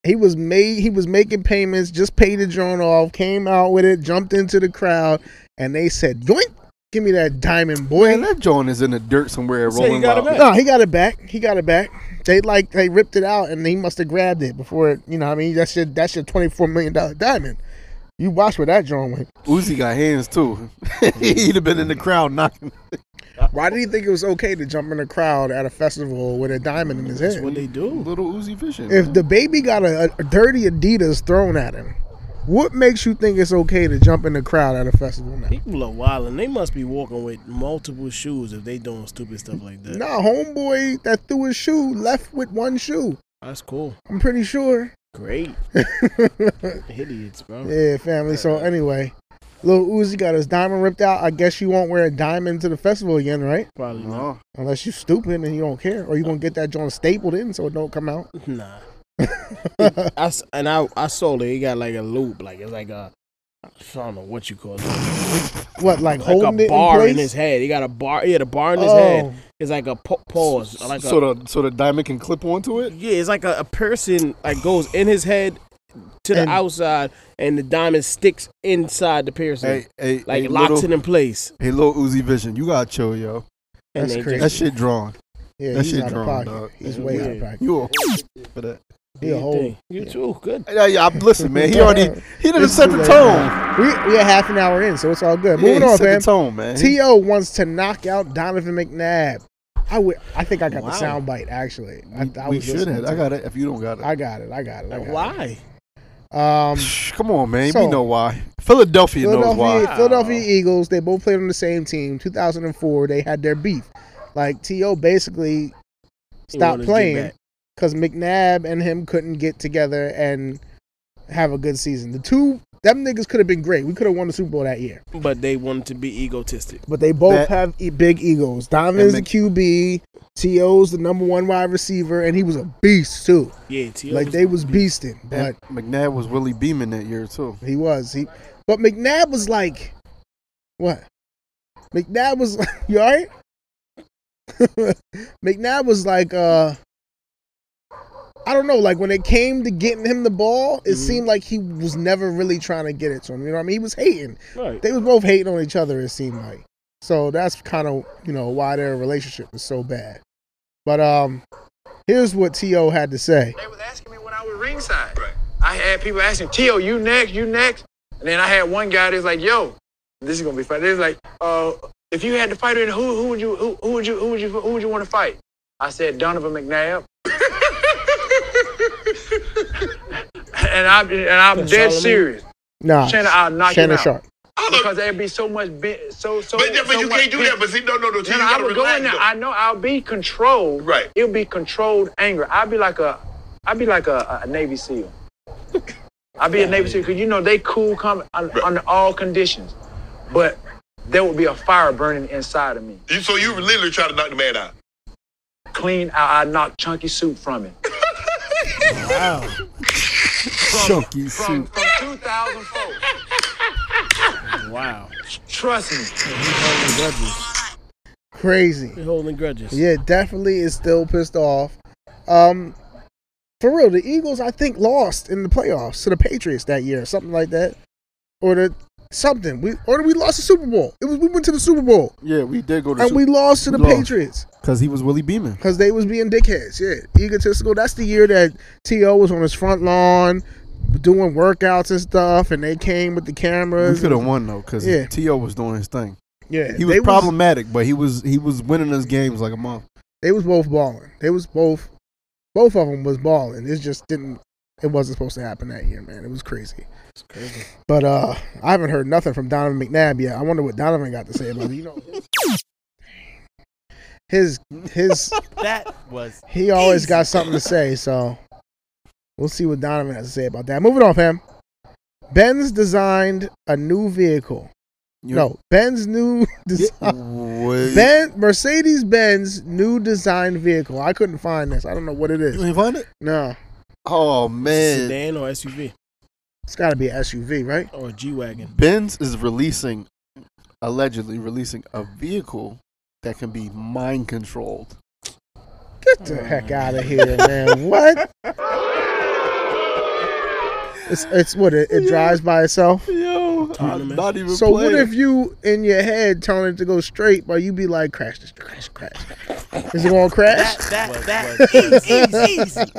C: He was made. He was making payments. Just paid the joint off. Came out with it. Jumped into the crowd, and they said, "Joint, give me that diamond, boy."
D: Man, that joint is in the dirt somewhere.
A: Say you
D: Rolling
A: got it
D: Loud.
A: back.
C: No, he got it back. He got it back. They like they ripped it out, and he must have grabbed it before it. You know, what I mean, that's your that's your twenty four million dollar diamond. You watch where that joint went.
D: Uzi got hands too. He'd have been in the crowd knocking.
C: Why did he think it was okay to jump in a crowd at a festival with a diamond in his
A: That's
C: head?
A: what they do.
D: Little Uzi fishing.
C: If the baby got a, a dirty Adidas thrown at him, what makes you think it's okay to jump in the crowd at a festival now?
A: People are wild and they must be walking with multiple shoes if they doing stupid stuff like that.
C: Nah, homeboy that threw his shoe left with one shoe.
A: That's cool.
C: I'm pretty sure.
A: Great. Idiots, bro.
C: Yeah, family. So anyway, Lil Uzi got his diamond ripped out. I guess you won't wear a diamond to the festival again, right?
A: Probably not.
D: No.
C: Unless you stupid and you don't care, or you gonna get that joint stapled in so it don't come out.
A: Nah. I s and I, I saw that it got like a loop, like it's like a I don't know what you call it, like
C: What, like, holding
A: a
C: it
A: bar in,
C: in place?
A: his head. He got a bar, yeah, the bar in his
C: Oh.
A: head. It's like a pa- pause, like a,
D: so the so the diamond can clip onto it.
A: yeah, it's like a, a person like goes in his head to the
C: And-
A: outside, and the diamond sticks inside the piercing,
D: Hey, hey,
A: like
D: hey,
A: locks
D: little,
A: it in place.
D: Hey, little Uzi Vision, you gotta chill, yo.
A: And
C: That's
A: they just-
C: crazy.
D: That shit drawn.
C: Yeah,
D: That
C: he's
D: shit
C: out of
D: drawn,
C: pocket.
D: dog.
C: He's
A: That's
C: way out of
A: weird.
C: pocket.
D: You a for that?
C: He a
A: you
C: whole.
A: think- you too good.
D: Yeah, yeah. I'm, listen, man. He already he didn't set the tone.
C: We we are half an hour in, so it's all good. Moving
D: yeah, he
C: on,
D: set
C: fam.
D: the tone, man.
C: To wants to knock out Donovan McNabb. I would. I think I got the
A: Wow.
C: sound bite actually. I, I
D: we
C: was
D: should
C: listening
D: have.
C: to
D: I
C: it.
D: got it. If you don't got it,
C: I got it. I got it. I
A: Like,
C: got
A: why?
C: It. Um,
D: Shh, come on, man.
C: So-
D: we know why. Philadelphia, knows
C: Philadelphia,
D: why.
C: Philadelphia Eagles. They both played on the same team. 2004. They had their beef. Like To basically
A: He
C: stopped
A: wanted to get
C: playing
A: back.
C: because McNabb and him couldn't get together and have a good season. The two them niggas could have been great. We could have won the Super Bowl that year.
A: but they wanted to be egotistic.
C: But they both
D: That-
C: have e- big egos. Donovan's
D: And
C: the QB. T.O.'s the number one wide receiver, and he was a beast too.
A: Yeah, T.O.
C: Like they was beasting, but
D: And McNabb was Willie Beeman that year too.
C: he was he. But McNabb was like, what? McNabb was you all right? McNabb was like, uh, I don't know. Like when it came to getting him the ball, it seemed like he was never really trying to get it to him. You know what I mean? He was hating.
A: right.
C: they was both hating on each other. It seemed like so that's kind of you know why their relationship is so bad. But um, here's what To had to say.
F: They was asking me when I was ringside. I had people asking, Tio, you next, you next. And then I had one guy that's like, yo, this is gonna be fun. They was like, uh, if you had to fight in who who would you who, who would you who would you who would you want to fight? I said Donovan McNabb. and I'm and I'm dead
A: Solomon?
F: serious.
C: Nah,
F: Shannon, I'll knock
C: Shannon
F: him out.
C: Sharp.
F: Because there'd be so much ben- so so
G: But, yeah, but
F: so
G: you
F: much
G: can't do
F: ben-
G: that. But see, no, no, no. See,
F: no,
G: you
F: no, I
G: gotta
F: would go
G: relax,
F: in there.
G: though.
F: I know I'll be controlled.
G: Right.
F: It'll be controlled anger. I'll be like a, I'll be like a, a Navy SEAL. I'll be a Navy SEAL because you know they cool come un, under all conditions, but there would be a fire burning inside of me.
G: You, so you literally try to knock the man out.
F: Clean out. I knock chunky soup from it.
D: Chunky
F: From,
D: suit.
F: from 2004.
A: Wow.
F: Trust me.
A: Holding grudges.
C: Crazy.
A: They're holding grudges.
C: Yeah, definitely is still pissed off. Um, for real, the Eagles I think lost in the playoffs to the Patriots that year, something like that, or the something. We or we lost the Super Bowl. It was we went to the Super Bowl
D: Yeah, we did go to
C: and we lost to the
D: we lost.
C: Patriots.
D: because he was Willie Beeman.
C: Because they was being dickheads, yeah, egotistical. That's the year that T.O. was on his front lawn doing workouts and stuff, and they came with the
D: We
C: cameras.
D: could have won though because
C: Yeah.
D: To was doing his thing.
C: Yeah,
D: He was
C: they
D: problematic, but he was he was winning his games like a month.
C: They was both balling. They was both, both of them was balling. It just didn't. It wasn't supposed to happen that year, man. It was crazy.
A: It's crazy.
C: But uh, I haven't heard nothing from Donovan McNabb yet. I wonder what Donovan got to say about it. You know, his his
H: That was
C: he always got something to say. So we'll see what Donovan has to say about that. Moving on, fam. Benz designed a new vehicle.
D: You-
C: No, Ben's new design.
D: Wait.
C: Ben Mercedes Benz new design vehicle. I couldn't find this. I don't know what it
D: You
C: is.
D: ain't find it?
C: No,
D: Oh man,
A: Sedan or SUV
C: it's got to be an SUV, right?
A: or a G wagon.
D: Benz is releasing, allegedly releasing a vehicle that can be mind controlled.
C: Get the heck out of here, man! What? It's it's what it, it drives by itself.
D: Yo, I'm
A: Tournament.
D: not even
C: So what
D: playing.
C: if you in your head telling it to go straight, but you be like crash this crash crash? Is it gonna crash?
A: That, that, easy, easy, easy.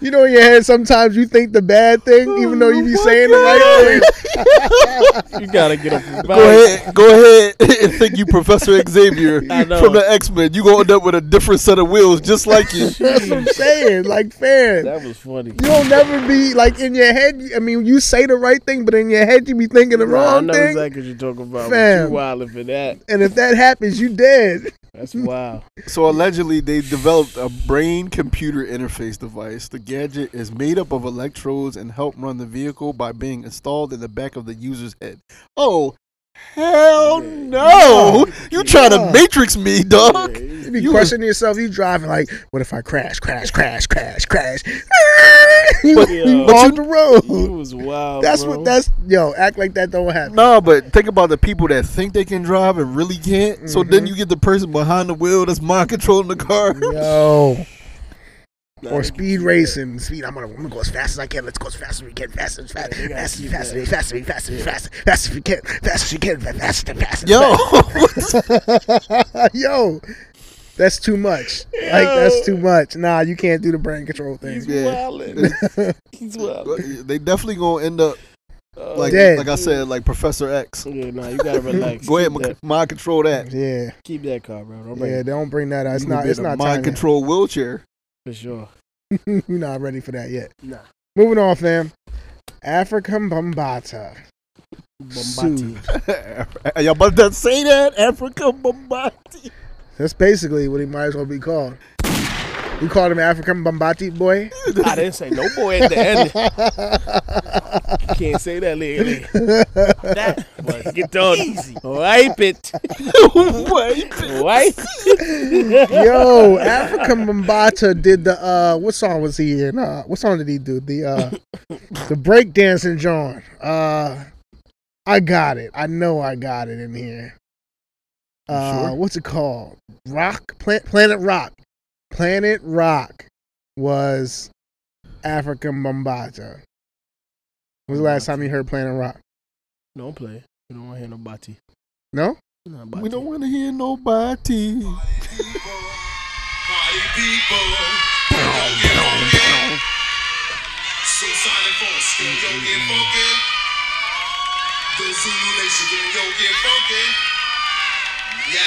C: You know in your head sometimes you think the bad thing,
D: Oh
C: even though you be saying the right thing.
A: You gotta get up. and
D: Go ahead, go ahead and think you Professor Xavier
A: I know.
D: from the X Men. You gonna end up with a different set of wheels, just like you.
C: That's what I'm saying. Like fam.
A: That was funny.
C: You'll never be like in your head. I mean, you say the right thing, but in your head you be thinking the
A: Nah, I
C: wrong
A: know
C: thing.
A: exactly what you're talking about.
C: Fam.
A: But you wilding for that.
C: And if that happens, you dead.
A: That's wild.
D: So allegedly, they developed a brain-computer interface device. The gadget is made up of electrodes and help run the vehicle by being installed in the back of the user's head. Oh, hell no! You trying to matrix me, dog?
C: You be
D: You-
C: questioning yourself. You driving like, what if I crash, crash, crash, crash, crash? you
A: But-
C: you
A: but
C: off
D: you-
C: the road.
A: You was wild.
C: that's
A: bro.
C: what. That's yo. Act like that don't happen.
D: No, but think about the people that think they can drive and really can't. So then you get the person behind the wheel that's mind controlling the car.
C: Yo.
A: Nah,
C: Or
A: they-
C: speed racing, speed. I'm gonna, I'm gonna go as fast as I can. Let's go as fast as we can, fast as fast,
A: they gotta
C: fast as
A: keep
C: fast,
A: that.
C: as fast, as fast, as fast, fast as we can, fast as we can, fast as fast. as
D: Yo,
C: yo, that's too much. Like that's too much. Nah, you can't do the brain control thing.
A: He's
D: Yeah.
A: wildin'. He's wildin'.
D: they definitely gonna end up
A: Oh,
D: like,
C: Dead.
D: like I said, like Professor X.
A: yeah, nah, you gotta relax.
D: Go ahead,
A: Keep
D: m-
A: that,
D: mind control that.
C: Yeah,
A: keep that car, bro. Don't bring
C: yeah.
A: it
C: Don't bring that up. It's
D: You gonna
C: not.
D: be
C: It's
D: in a
C: not
D: mind
C: time. yet.
D: control wheelchair.
A: for sure.
C: You're not ready for that yet.
A: Nah.
C: Moving on, fam. African Bombata.
A: Bombati.
D: Y'all about to say that Africa Bombati.
C: That's basically what he might as well be called. We called him African Bombati boy.
A: I didn't say no boy at the end. Can't say that legally. That was get done. Easy. Wipe it. Wipe.
C: Yo, African Bombata did the uh what song was he in? Uh what song did he do? The uh the breakdancing John. Uh I got it. I know I got it in here. Uh what's it called? Rock Planet Planet Rock. Planet Rock was African Bombata. When was the last time you heard Planet Rock?
A: Don't play. We don't want to hear no bati.
C: No?
A: Nah,
D: We don't
A: bati.
D: want to hear nobody.
G: Party people. Don't get on it. Suicide force. Yo, get funky. The Zulu Nation. Yo, get funky. Yeah,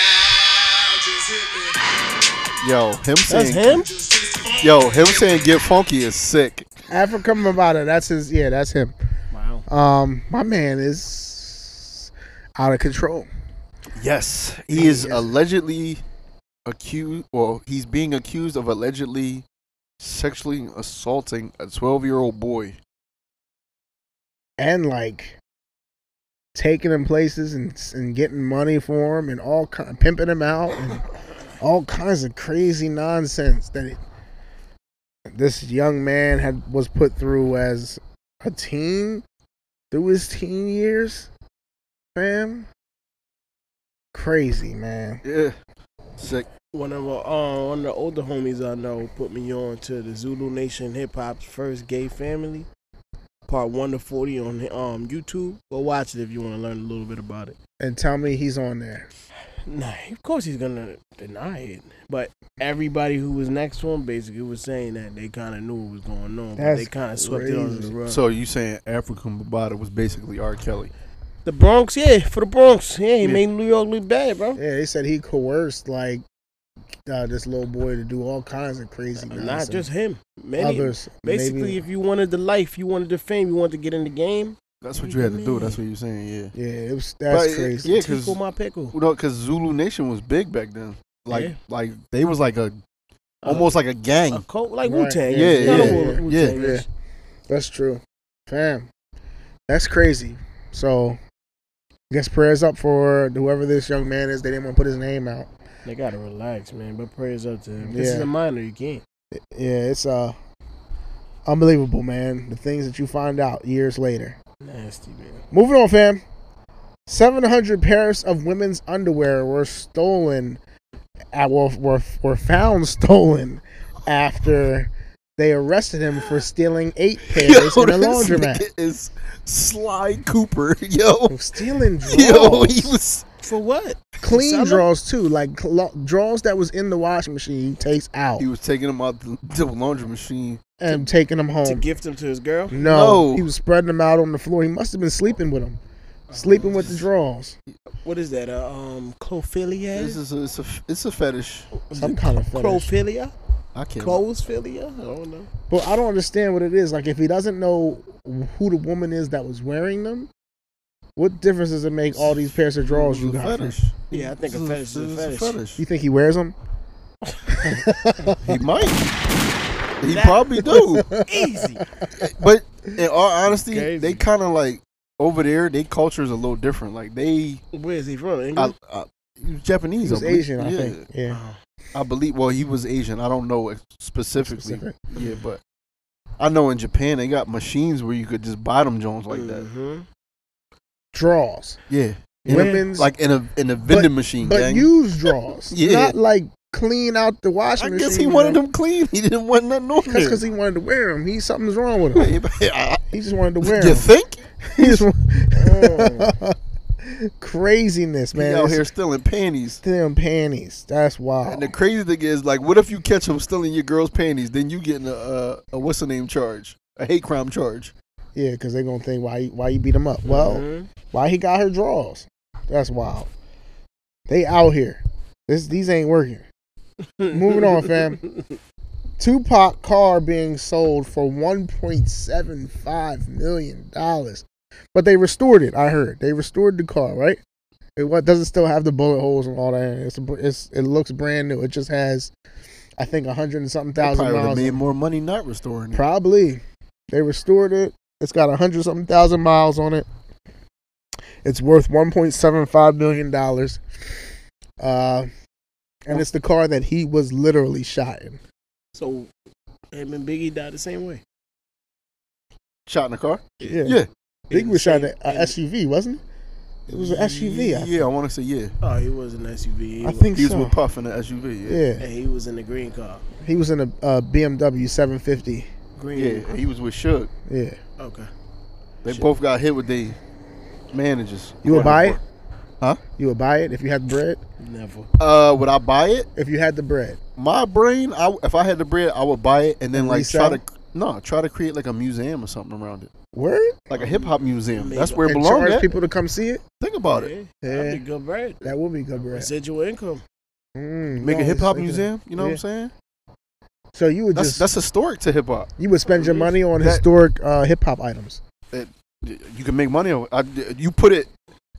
G: just hit me.
D: Yo, him
A: That's
D: saying
A: him.
G: Just hit the phone.
D: yo, him saying get funky is sick.
C: African Bombata, that's his yeah, that's him.
A: Wow.
C: Um, my man is out of control.
D: Yes, he is allegedly accused. Well, he's being accused of allegedly sexually assaulting a 12-year-old boy.
C: and like taking him places and and getting money for him and all kind, pimping him out and all kinds of crazy nonsense that it, this young man had was put through as a teen through his teen years, fam. Crazy man.
D: Yeah, sick.
A: One of our, uh, one of the older homies I know put me on to the Zulu Nation Hip Hop's first gay family, part one to forty on um YouTube. Go watch it if you want to learn a little bit about it.
C: And tell me he's on there.
A: Nah, of course he's gonna deny it, but everybody who was next to him basically was saying that they kind of knew what was going on, but
C: That's
A: they kind of swept it under
C: crazy.
A: the rug.
D: So you saying African Bobata was basically R. Kelly?
A: the Bronx, yeah, for the Bronx, yeah, he
D: Yeah.
A: made New York look bad, bro.
C: Yeah, they said he coerced like uh, this little boy to do all kinds of crazy.
A: Not
C: nonsense.
A: just him, many.
C: others.
A: Basically,
C: maybe-
A: if you wanted the life, you wanted the fame, you wanted to get in the game,
D: That's what you had to do. That's what you're saying. Yeah.
C: yeah, it was that's
D: But,
C: crazy.
D: Yeah, because
A: tickle my pickle.
D: Well, no, because Zulu Nation was big back then. Like,
A: Yeah.
D: like they was like a
A: Uh,
D: almost like a gang.
A: a cult like
C: Right.
A: Wu Tang.
D: Yeah, yeah, yeah,
C: yeah. That's true, fam. That's crazy. So, I guess prayers up for whoever this young man is. They didn't want to put his name out.
A: They gotta relax, man. But prayers up to him. This is
C: Yeah.
A: a minor. You can't.
C: Yeah, it's uh unbelievable, man. The things that you find out years later.
A: Nasty man.
C: Moving on, fam. 700 pairs of women's underwear were stolen, at, were, were, were found stolen after They arrested him for stealing eight pairs in a
D: this
C: laundromat.
D: nigga is Sly Cooper, yo,
C: He was Stealing drawers,
D: yo, he was
A: For what?
C: clean
A: Sell 'em?
C: draws too, like cl- draws that was in the washing machine. He takes out
D: he was taking him out the, the laundry machine.
C: and taking them
A: To
C: home.
A: gift them to his girl?
C: No,
D: No.
C: he was spreading them out on the floor. He must have been sleeping with them, sleeping with the draws.
A: What is that? Uh, um,
D: This
A: clophilia?
D: is a, it's a it's a fetish.
C: Some kind of fetish.
A: Clophilia?
D: I can't.
A: Clothesphilia? I don't know.
C: But I don't understand what it is. Like, if he doesn't know who the woman is that was wearing them, what difference does it make? All these pairs of drawers
D: This is
C: you
D: a
C: got. from-
D: fetish.
A: Yeah, I think a fetish is a
D: This
A: fetish.
C: You think he wears them?
D: He might. He probably do.
A: Easy.
D: But in all honesty,
A: Crazy.
D: they kind of like over there. Their culture is a little different. Like they,
A: Where is he from?
D: I,
A: England?
D: I, he was Japanese.
C: He was
D: I believe.
C: Asian, I
D: Yeah.
C: think. Yeah.
D: I believe. Well, he was Asian. I don't know specifically.
C: Specific.
D: Yeah, but I know in Japan they got machines where you could just buy them Jones like that.
A: hmm
C: Draws.
D: Yeah, In a-
C: Women's.
D: like in a in a vending machine.
C: but
D: gang.
C: used draws.
D: Yeah.
C: Not like clean out the
D: I
C: washing machine.
D: guess he wanted them clean. He didn't want nothing on
C: That's
D: there.
C: because he wanted to wear them. He something's wrong with him.
D: I-
C: He just wanted to wear
D: you
C: them.
D: think
C: He just wa- Craziness, man.
D: he out
C: It's
D: here stealing panties?
C: Them panties. That's wild.
D: And the crazy thing is, like, what if you catch him stealing your girl's panties? Then you getting a a, a what's the name charge, a hate crime charge.
C: Yeah, because they're gonna think why why you beat him up. Well, why he got her draws? That's wild. They out here. This these ain't working. Moving on, fam. Tupac car being sold for one point seven five million dollars, but they restored it. I heard they restored the car, right? It what doesn't still have the bullet holes and all that. in it. It's, a, br- it's it looks brand new. It just has, I think, a hundred and something thousand
D: Probably would have
C: miles.
D: made more money not restoring it.
C: Probably. They restored it. It's got a hundred something thousand miles on it. It's worth one point seven five million dollars. Uh and it's the car that he was literally shot in.
A: So, him and Biggie died the same way.
D: Shot in the car.
C: Yeah.
D: Yeah.
C: Big
A: In
C: was
A: the
C: shot in
A: same-
C: a SUV, wasn't it? It was an SUV. I,
D: Yeah, I want to say yeah.
A: Oh, he was an SUV.
C: I think
D: He was
C: so.
D: with Puff in the SUV. Yeah.
C: yeah.
A: And he was in the green car.
C: He was in a uh, BMW 750.
A: Green.
D: Yeah, and he was with Suge.
C: Yeah.
A: Okay.
D: They both got hit with their managers.
C: You would buy it?
D: Huh?
C: You would buy it if you had the bread?
A: Never.
D: Uh, would I buy it?
C: If you had the bread.
D: My brain, I w- if I had the bread, I would buy it and then
C: And
D: like
C: resell?
D: try to no try to create like a museum or something around it,
C: Word?
D: like a hip hop museum.
A: Maybe.
D: That's where it
C: and
D: belongs.
C: charge
D: at.
C: people to come see it?
D: Think about it.
A: Yeah. That'd be good bread.
C: That would be good bread.
A: Residual income.
C: Mm,
D: Make
C: no,
D: a hip hop
C: it's-
D: museum. You know what
C: Yeah.
D: I'm saying?
C: So you would
D: That's
C: just
D: that's historic to hip hop.
C: you would spend your money on
D: That-
C: historic uh, hip hop items.
D: You can make money. On, I, you put it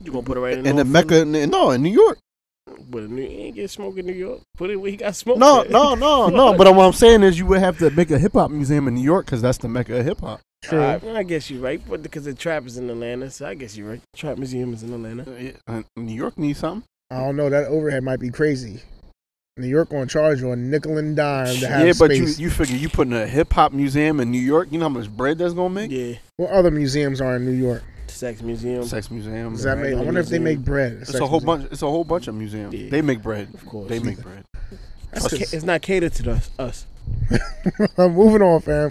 A: You gonna put it right in,
D: in the
A: North
D: Mecca. in- no, in New York.
A: Philly? Put it in New, he ain't get smoke in New York. Put it where he got smoke.
D: No,
A: at.
D: no, no, no. But what I'm saying is, you would have to make a hip hop museum in New York because that's the Mecca of hip hop.
A: All right, well, I guess you're right, but because the trap is in Atlanta, so I guess you're right. Trap museum is in Atlanta.
D: Uh, New York needs something.
C: I don't know. That overhead might be crazy. New York gonna charge you a nickel and dime to have
D: Yeah, but you,
C: space.
D: you figure you putting a hip hop museum in New York, you know how much bread that's gonna make?
A: Yeah,
C: what other museums are in New York?
A: sex museum,
D: Sex museum.
C: Does that
A: Right,
C: make, I
A: like
C: wonder if they
A: museum.
C: make bread.
D: it's a whole bunch. It's a whole bunch of museums.
A: Yeah.
D: They make bread.
A: of course.
D: They make bread.
A: That's ca- it's not catered to us. us.
C: bunch. I'm moving on, fam.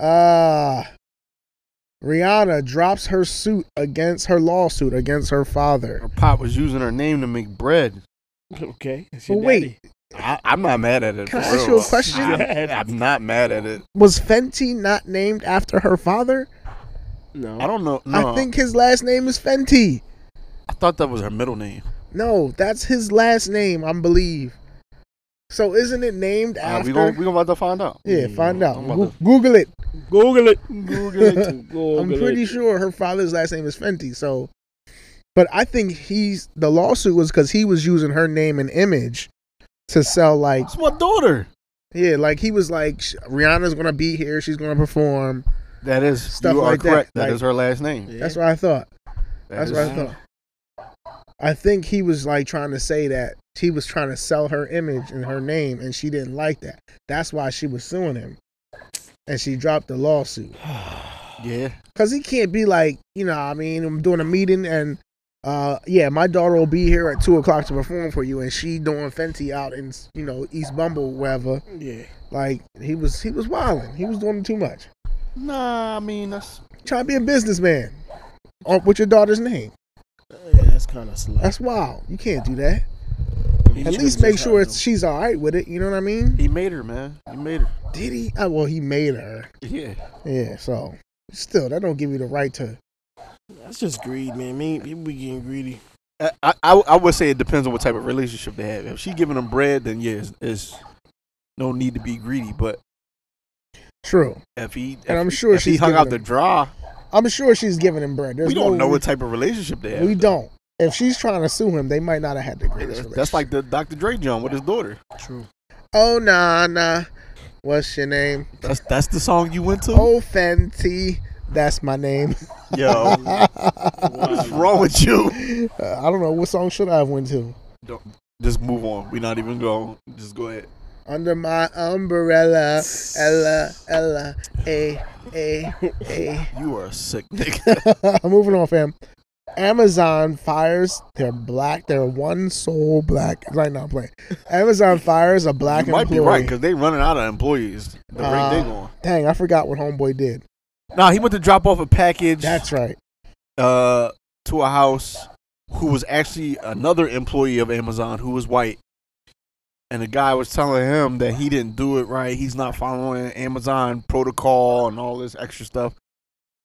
C: Ah, Rihanna drops her suit against her lawsuit against her father.
D: Her pop was using her name to make bread.
A: Okay. It's
C: But
A: your
C: wait,
A: daddy.
D: I, I'm not mad at it.
C: Can I
D: for
C: ask
D: real.
C: you a question?
D: I'm, I'm not mad at it.
C: Was Fenty not named after her father?
A: No.
D: I don't know. No,
C: I think his last name is Fenty.
D: I thought that was her middle name.
C: No, that's his last name, I believe. So isn't it named
D: Uh,
C: after?
D: we gonna we gonna about to find out.
C: yeah, find out.
D: I'm about
C: Goo-
D: to-
C: Google it.
A: Google it. Google it. Google
C: I'm pretty
A: it.
C: sure her father's last name is Fenty. So, but I think he's the lawsuit was because he was using her name and image to sell like
D: It's my daughter.
C: yeah, like he was like "Sh- Rihanna's gonna be here, she's gonna perform.
D: That is
C: Stuff
D: you are
C: like that,
D: correct. That is
C: like-
D: her last name.
A: Yeah.
C: That's what I thought.
D: That
C: That's
D: is-
C: what I thought. I think he was like trying to say that he was trying to sell her image and her name, and she didn't like that. That's why she was suing him, and she dropped the lawsuit
D: Yeah.
C: because he can't be like, you know, I mean, I'm doing a meeting and Uh, yeah, my daughter will be here at two o'clock to perform for you, and she doing Fenty out in you know East Bumble wherever.
A: Yeah.
C: Like he was, he was wilding. He was doing too much.
D: Nah, I mean that's
C: Trying to be a businessman, uh, with your daughter's name.
A: Yeah, that's kind of slow.
C: That's wild. You can't do that. At least make sure it's, she's all right with it. You know what I mean?
D: he made her, man. He made her.
C: Did he? Oh, well, he made her.
D: Yeah.
C: Yeah. So still, that don't give you the right to.
A: That's just greed, man. Me, people be getting greedy.
D: I, Uh, I, I would say it depends on what type of relationship they have. If she giving them bread, then yeah, it's, it's no need to be greedy. But
C: True.
D: if he, if
C: And I'm
D: he-
C: sure
D: if he
C: she's
D: hung
C: giving
D: out the
C: them-
D: draw,
C: I'm sure she's giving him bread. There's
D: we don't
C: no
D: know what type of relationship they have.
C: We don't. If she's trying to sue him, they might not have had the greatest
D: That's-
C: relationship.
D: That's like the Dr. Dre John with his daughter.
C: oh nah nah, what's your name?
D: That's that's the song you went to.
C: Oh Fenty, that's my name.
D: Yo, what's wrong with you?
C: Uh, I don't know what song should I have went to.
D: Just move on. We're not even going. Just go ahead.
C: Under my umbrella, Ella Ella, a a a.
D: You are a sick nigga.
C: I'm moving on, fam. Amazon fires their black, their one sole black. Right now, I'm playing. Amazon fires a black
D: you might
C: employee.
D: be right because they running out of employees. The
C: Uh,
D: rate they going.
C: Dang, I forgot what homeboy did.
D: Nah, he went to drop off a package
C: That's right.
D: uh, to a house who was actually another employee of Amazon who was white. And the guy was telling him that he didn't do it right. He's not following Amazon protocol and all this extra stuff.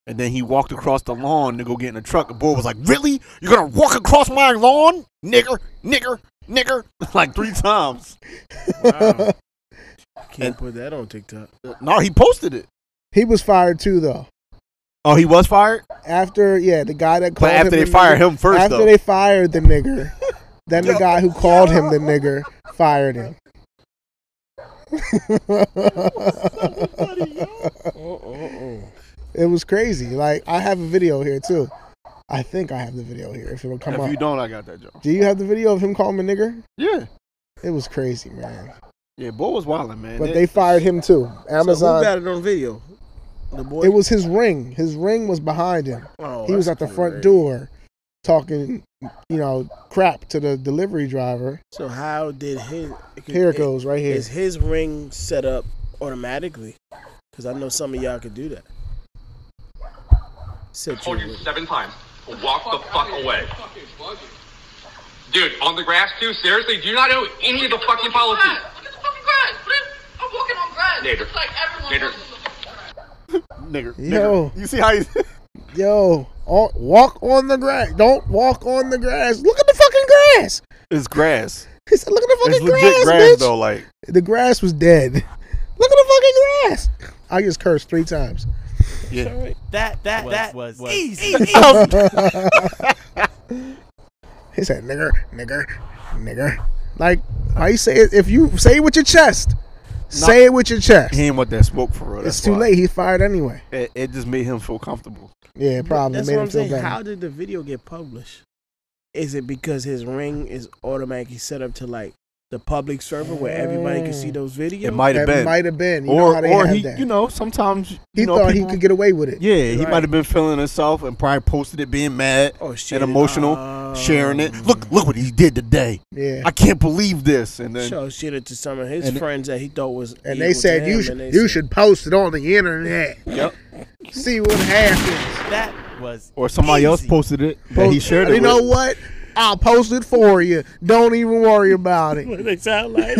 D: And then he walked across the lawn to go get in the truck. The boy was like, Really? You're going to walk across my lawn? Nigger, nigger, nigger. like three times.
A: Wow. Can't
D: And-
A: put that on TikTok.
D: No, he posted it.
C: He was fired too, though.
D: Oh, he was fired?
C: After yeah, the guy that
D: But
C: called him
D: after they
C: the
D: fired
C: nigger-
D: him first,
C: after
D: though.
C: they fired the nigger, then the guy who called him the nigger fired him.
A: Oh, oh,
C: it was crazy. Like I have a video here too. I think I have the video here. If it'll come
D: if
C: up,
D: you don't, I got that job.
C: do you have the video of him calling him a nigger?
D: Yeah.
C: It was crazy, man.
D: Yeah, boy was wilding, man.
C: But
D: That-
C: they fired him too.
A: Who
C: Amazon.
A: got it on video? The boy.
C: It was his ring. His ring was behind him.
A: Oh,
C: he was at
A: that's
C: the front
A: great.
C: door talking, you know, crap to the delivery driver.
A: So how did his?
C: Here it goes, right here.
A: Is his ring set up automatically? Because I know some of y'all could do that. Set your
H: told you seven times. Walk the fuck away. Dude, on the grass too? Seriously? Do you not know any of the fucking policies?
I: Look at the fucking grass. What is- I'm walking on grass.
H: Nader.
I: It's like everyone
H: Nader.
I: walks on the
D: nigger.
C: Yo.
D: nigger. You see how he
C: Yo, all, walk on the grass. Don't walk on the grass. Look at the fucking grass.
D: It's grass.
C: He said, "Look at the
D: It's
C: fucking
D: legit
C: grass,
D: grass
C: bitch."
D: though. Like
C: The grass was dead. Look at the fucking grass. I just cursed three times.
A: That that that
J: was-
A: was,
J: was-
A: easy.
C: He said, "Nigger, nigger, nigger." Like, how you say it? If you say it with your chest, say it with your chest.
D: he ain't want that smoke for real. That's
C: It's too
D: why.
C: late. He fired anyway.
D: It, it just made him feel comfortable.
C: Yeah, probably
A: That's
C: made
A: what
C: him
A: I'm
C: feel
A: saying.
C: better.
A: How did the video get published? Is it because his ring is automatically set up to like the public server where everybody can see
C: Mm.
A: those videos?
D: It might have
C: that
D: been,
C: might have been. You know
D: or
C: how they
D: or
C: have
D: he,
C: that.
D: you know, sometimes you
C: he
D: know,
C: thought
D: people,
C: he could get away with it.
D: Yeah, he
A: Right.
D: might have been feeling himself and probably posted it, being mad
A: Oh shit!
D: and emotional,
A: Oh.
D: sharing it. Look, look what he did today.
C: Yeah.
D: I can't believe this. And then
A: Show shit it to some of his
D: And-
A: friends that he thought was.
C: and
A: equal
C: they
A: to
C: said you
A: him,
C: should
A: and they
C: you
A: said,
C: should post it on the internet.
D: Yep.
C: See what happens.
J: That was
D: or somebody else posted it that he shared it.
C: You know
D: with.
C: what? I'll post it for you. Don't even worry about it.
A: What they sound like?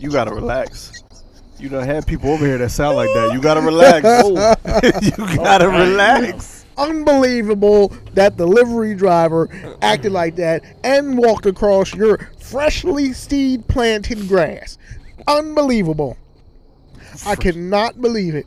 D: You gotta relax. You done had people over here that sound like that. You gotta relax.
C: Oh.
D: you gotta relax.
C: Unbelievable that delivery driver acted like that and walked across your freshly seed planted grass. Unbelievable. I cannot believe it.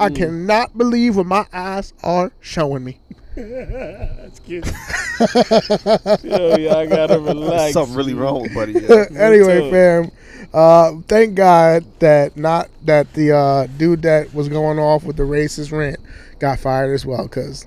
C: I cannot believe what my eyes are showing me.
A: That's cute. Yo, y'all gotta
D: There's
A: relax.
D: something really wrong with Buddy. yeah.
C: anyway,
A: too.
C: fam, uh, thank God that not that the uh, dude that was going off with the racist rant got fired as well, because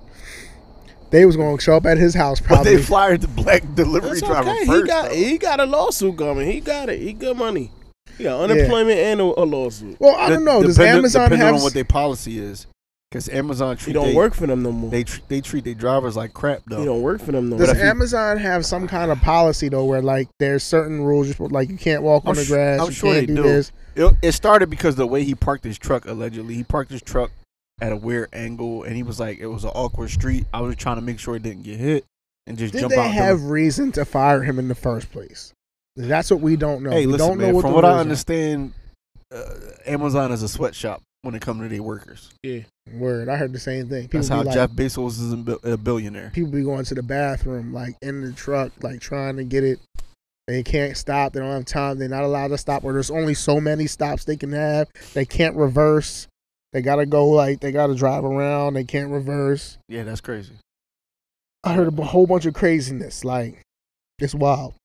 C: they was going to show up at his house
D: But
C: probably.
D: they fired the black delivery
A: That's
D: driver
A: okay.
D: first.
A: he got
D: though.
A: he got a lawsuit coming. He got it. He got money. He got unemployment and a, a lawsuit.
C: well, I don't know. Does
D: Depending-
C: Amazon
D: depending
C: have?
D: on what their policy is? Because Amazon treat
A: You don't
D: they,
A: work for them no more.
D: They tr- they treat their drivers like crap though.
A: You don't work for them no
C: Does
A: more.
C: Amazon have some kind of policy though, where like there's certain rules, you're supposed- like you can't walk on the
D: su-
C: grass, you can't do, this.
D: It, it started because the way he parked his truck allegedly. He parked his truck at a weird angle, and he was like, it was an awkward street. I was trying to make sure it didn't get hit and just
C: Did
D: jump
C: they
D: out. the-
C: have reason to fire him in the first place? That's what we don't know.
D: hey,
C: we
D: listen,
C: don't
D: man.
C: know what
D: from
C: the
D: what I
C: rules are.
D: understand, uh, Amazon is a sweatshop when it comes to their workers.
C: Word, I heard the same thing. People
D: That's how
C: be like,
D: Jeff Bezos is a bil- a billionaire.
C: people be going to the bathroom like in the truck, like trying to get it. They can't stop. They don't have time. They're not allowed to stop. Or there's only so many stops they can have. They can't reverse. They gotta go like they gotta drive around. They can't reverse.
D: Yeah, that's crazy.
C: I heard a b- whole bunch of craziness. Like, it's wild.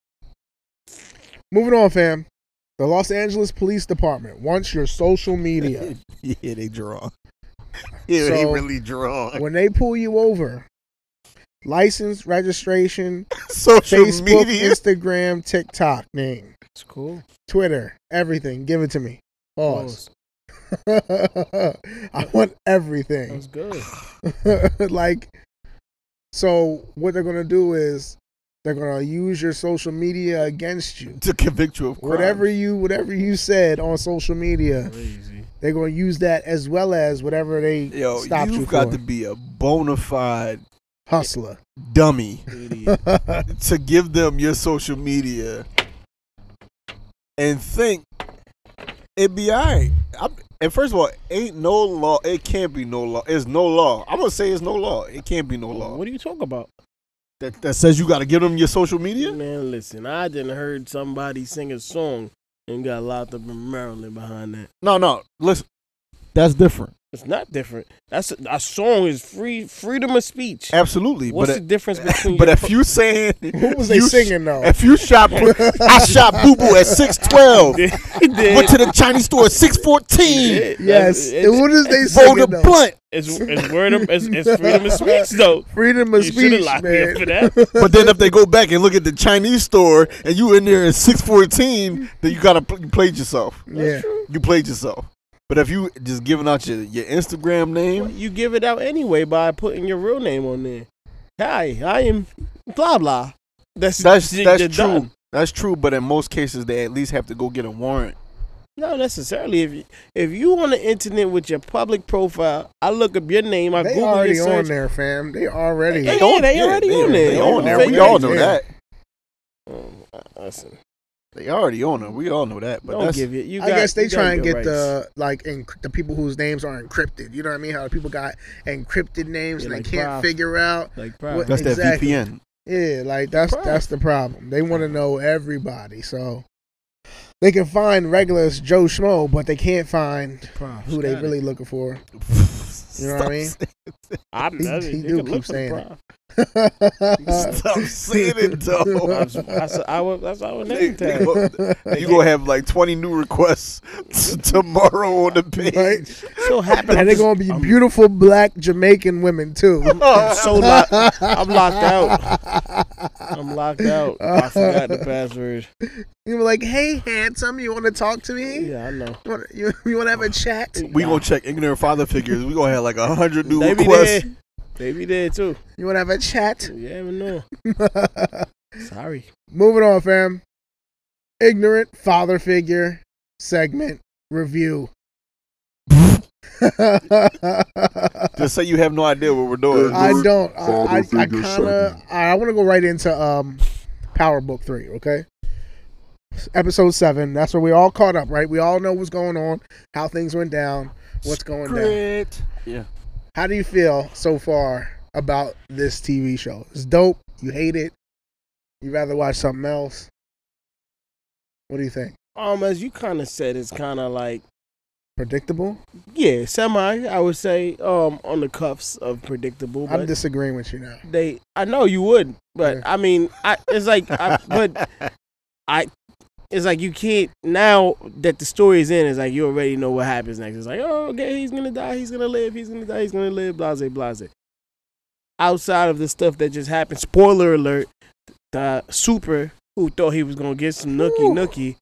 C: Moving on, fam. The Los Angeles Police Department wants your social media.
D: yeah, they draw. Yeah, they
C: So-
D: really draw.
C: when they pull you over, license, registration,
D: Social
C: Facebook,
D: media.
C: Instagram, TikTok name,
A: It's cool.
C: Twitter, everything. Give it to me. Pause. I want everything.
A: That's good.
C: like so what they're gonna do is they're gonna use your social media against you
D: to convict you of crimes.
C: whatever you whatever you said on social media
A: Mm-hmm. Crazy.
C: they're gonna use that as well as whatever they
D: Yo,
C: stop
D: you've
C: you
D: got
C: for.
D: to be a bona fide
C: hustler
D: dummy
A: Idiot.
D: to give them your social media and think it'd be all right. I'm, and first of all, ain't no law. It can't be no law. It's no law. I'm gonna say it's no law. It can't be no law
A: what are you talking about?
D: that, that says you got to give them your social media.
A: Man, listen, I didn't heard somebody sing a song and got locked up in Maryland behind that.
D: No, no. Listen, that's different.
A: It's not different. That's a, a song is free freedom of speech.
D: Absolutely,
A: What's
D: but
A: the difference between
D: but
A: your
D: if you saying
C: who was they
D: you sh-
C: singing though
D: if you shot, I shot Boo Boo at six twelve. Went to the Chinese store at six fourteen.
C: yes
A: It's,
C: what is they
D: Rolled
C: singing
D: a
C: though?
D: blunt.
A: it's, it's word of it's, it's freedom of speech though.
C: freedom
A: You
C: of
A: should have
C: speech
A: locked me up for
C: man
A: that.
D: But then if they go back and look at the Chinese store and you in there at six fourteen, then you gotta pl- you played yourself.
C: yeah
D: You played yourself. But if you just giving out your, your Instagram name,
A: You give it out anyway by putting your real name on there. Hi, I am blah blah. That's
D: that's
A: you're
D: that's true.
A: done.
D: That's true. But in most cases, they at least have to go get a warrant.
A: Not necessarily. If you, if you on the internet with your public profile, I look up your name. I
C: they
A: Google
C: already
A: your
C: on
A: search.
C: there fam they already
A: They on- they already on there.
D: They on there. We
A: Fake
D: all
A: names,
D: know
C: yeah.
D: that.
A: Um, listen,
D: They already on there. We all know that. But
A: don't
D: that's
A: give it. You
C: I
A: got-
C: guess they
A: you got
C: try and
A: your
C: get the like enc- the people whose names are encrypted. You know what I mean? How people got encrypted names
A: Yeah,
C: and
A: like
C: they can't
A: Prof.
C: figure out.
A: rights. like pride.
C: what-
D: that's that
C: Exactly.
D: VPN.
C: Yeah, like that's
A: Prof.
C: that's the problem. They want to know everybody, so they can find regular Joe Schmo, but they can't find who they really looking for. You know what I mean?
A: I'm,
C: He- he
A: I mean, they
C: do
A: can
C: keep
A: look for the
C: saying it.
A: pride. Uh,
D: Stop saying it
A: I
D: though.
A: was- That's I was- that's our name tag.
D: you gonna have like twenty new requests t- tomorrow on the page.
C: right?
A: So happy.
C: And they're gonna be beautiful black Jamaican women too.
D: Oh,
A: I'm so locked. I'm locked out. I'm locked out. I forgot the password.
C: You were like, "Hey, handsome, you want to talk to me?
A: Yeah, I know.
C: You wanna- You, you want to have a chat?"
D: We gonna check ignorant father figures. We gonna have like a hundred new
A: They be there.
D: requests.
A: They be there too.
C: You want to have a chat?
A: You never know. Sorry.
C: Moving on, fam. Ignorant father figure segment review. I
D: Just say you have no idea what we're doing.
E: I-
C: don't. I, I,
E: Father
C: I
E: figure
C: kind of.
E: segment.
C: I want to go right into um, Power Book Three. Okay. Episode seven. That's where we all caught up, right? We all know what's going on, how things went down, what's going down.
D: Yeah.
C: How do you feel so far about this TV show? It's dope. You hate it. You rather watch something else. What do you think?
A: Um, as you kind of said, it's kind of like
C: Predictable?
A: yeah, semi. I would say um on the cuffs of predictable.
C: I'm
A: But
C: disagreeing with you now.
A: they, I know you would, but
C: Yeah.
A: I mean, I it's like, I, but I. It's like you can't now that the story is in. It's like you already know what happens next. It's like, oh, okay, he's gonna die, he's gonna live, he's gonna die, he's gonna live, blase, blase. Outside of the stuff that just happened, spoiler alert: the super who thought he was gonna get some nookie
C: Ooh.
A: nookie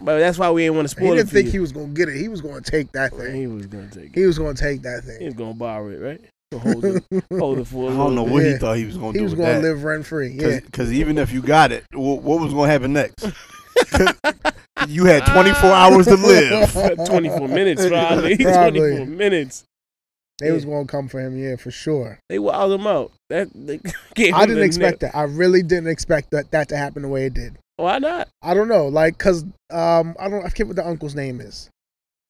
A: But that's why we didn't want to
C: He
A: spoil
C: didn't
A: it.
C: think
A: for
C: he
A: you.
C: was gonna get it. He was gonna take that thing.
A: He was gonna take it.
C: He was gonna take that
A: He
C: thing.
A: was gonna borrow it, right? To hold it, hold it for.
D: I
A: A
D: don't know
A: little
D: what he
C: Yeah.
D: thought he was going to
C: He
D: do
C: was
D: with
C: gonna
D: that.
C: live rent free. Yeah.
D: Because even if you got it, what, what was going to happen next? you had 24
C: Ah.
D: hours to live.
A: bit. Twenty-four minutes, probably.
C: Probably.
A: Twenty-four minutes.
C: They was gonna come for him. Yeah, for sure.
A: They wild him out. That they gave
C: I
A: him
C: didn't
A: the
C: expect
A: nip.
C: that. I really didn't expect that that to happen the way it did.
A: Why not?
C: I don't know, like, cause um, I don't. I forget what the uncle's name is.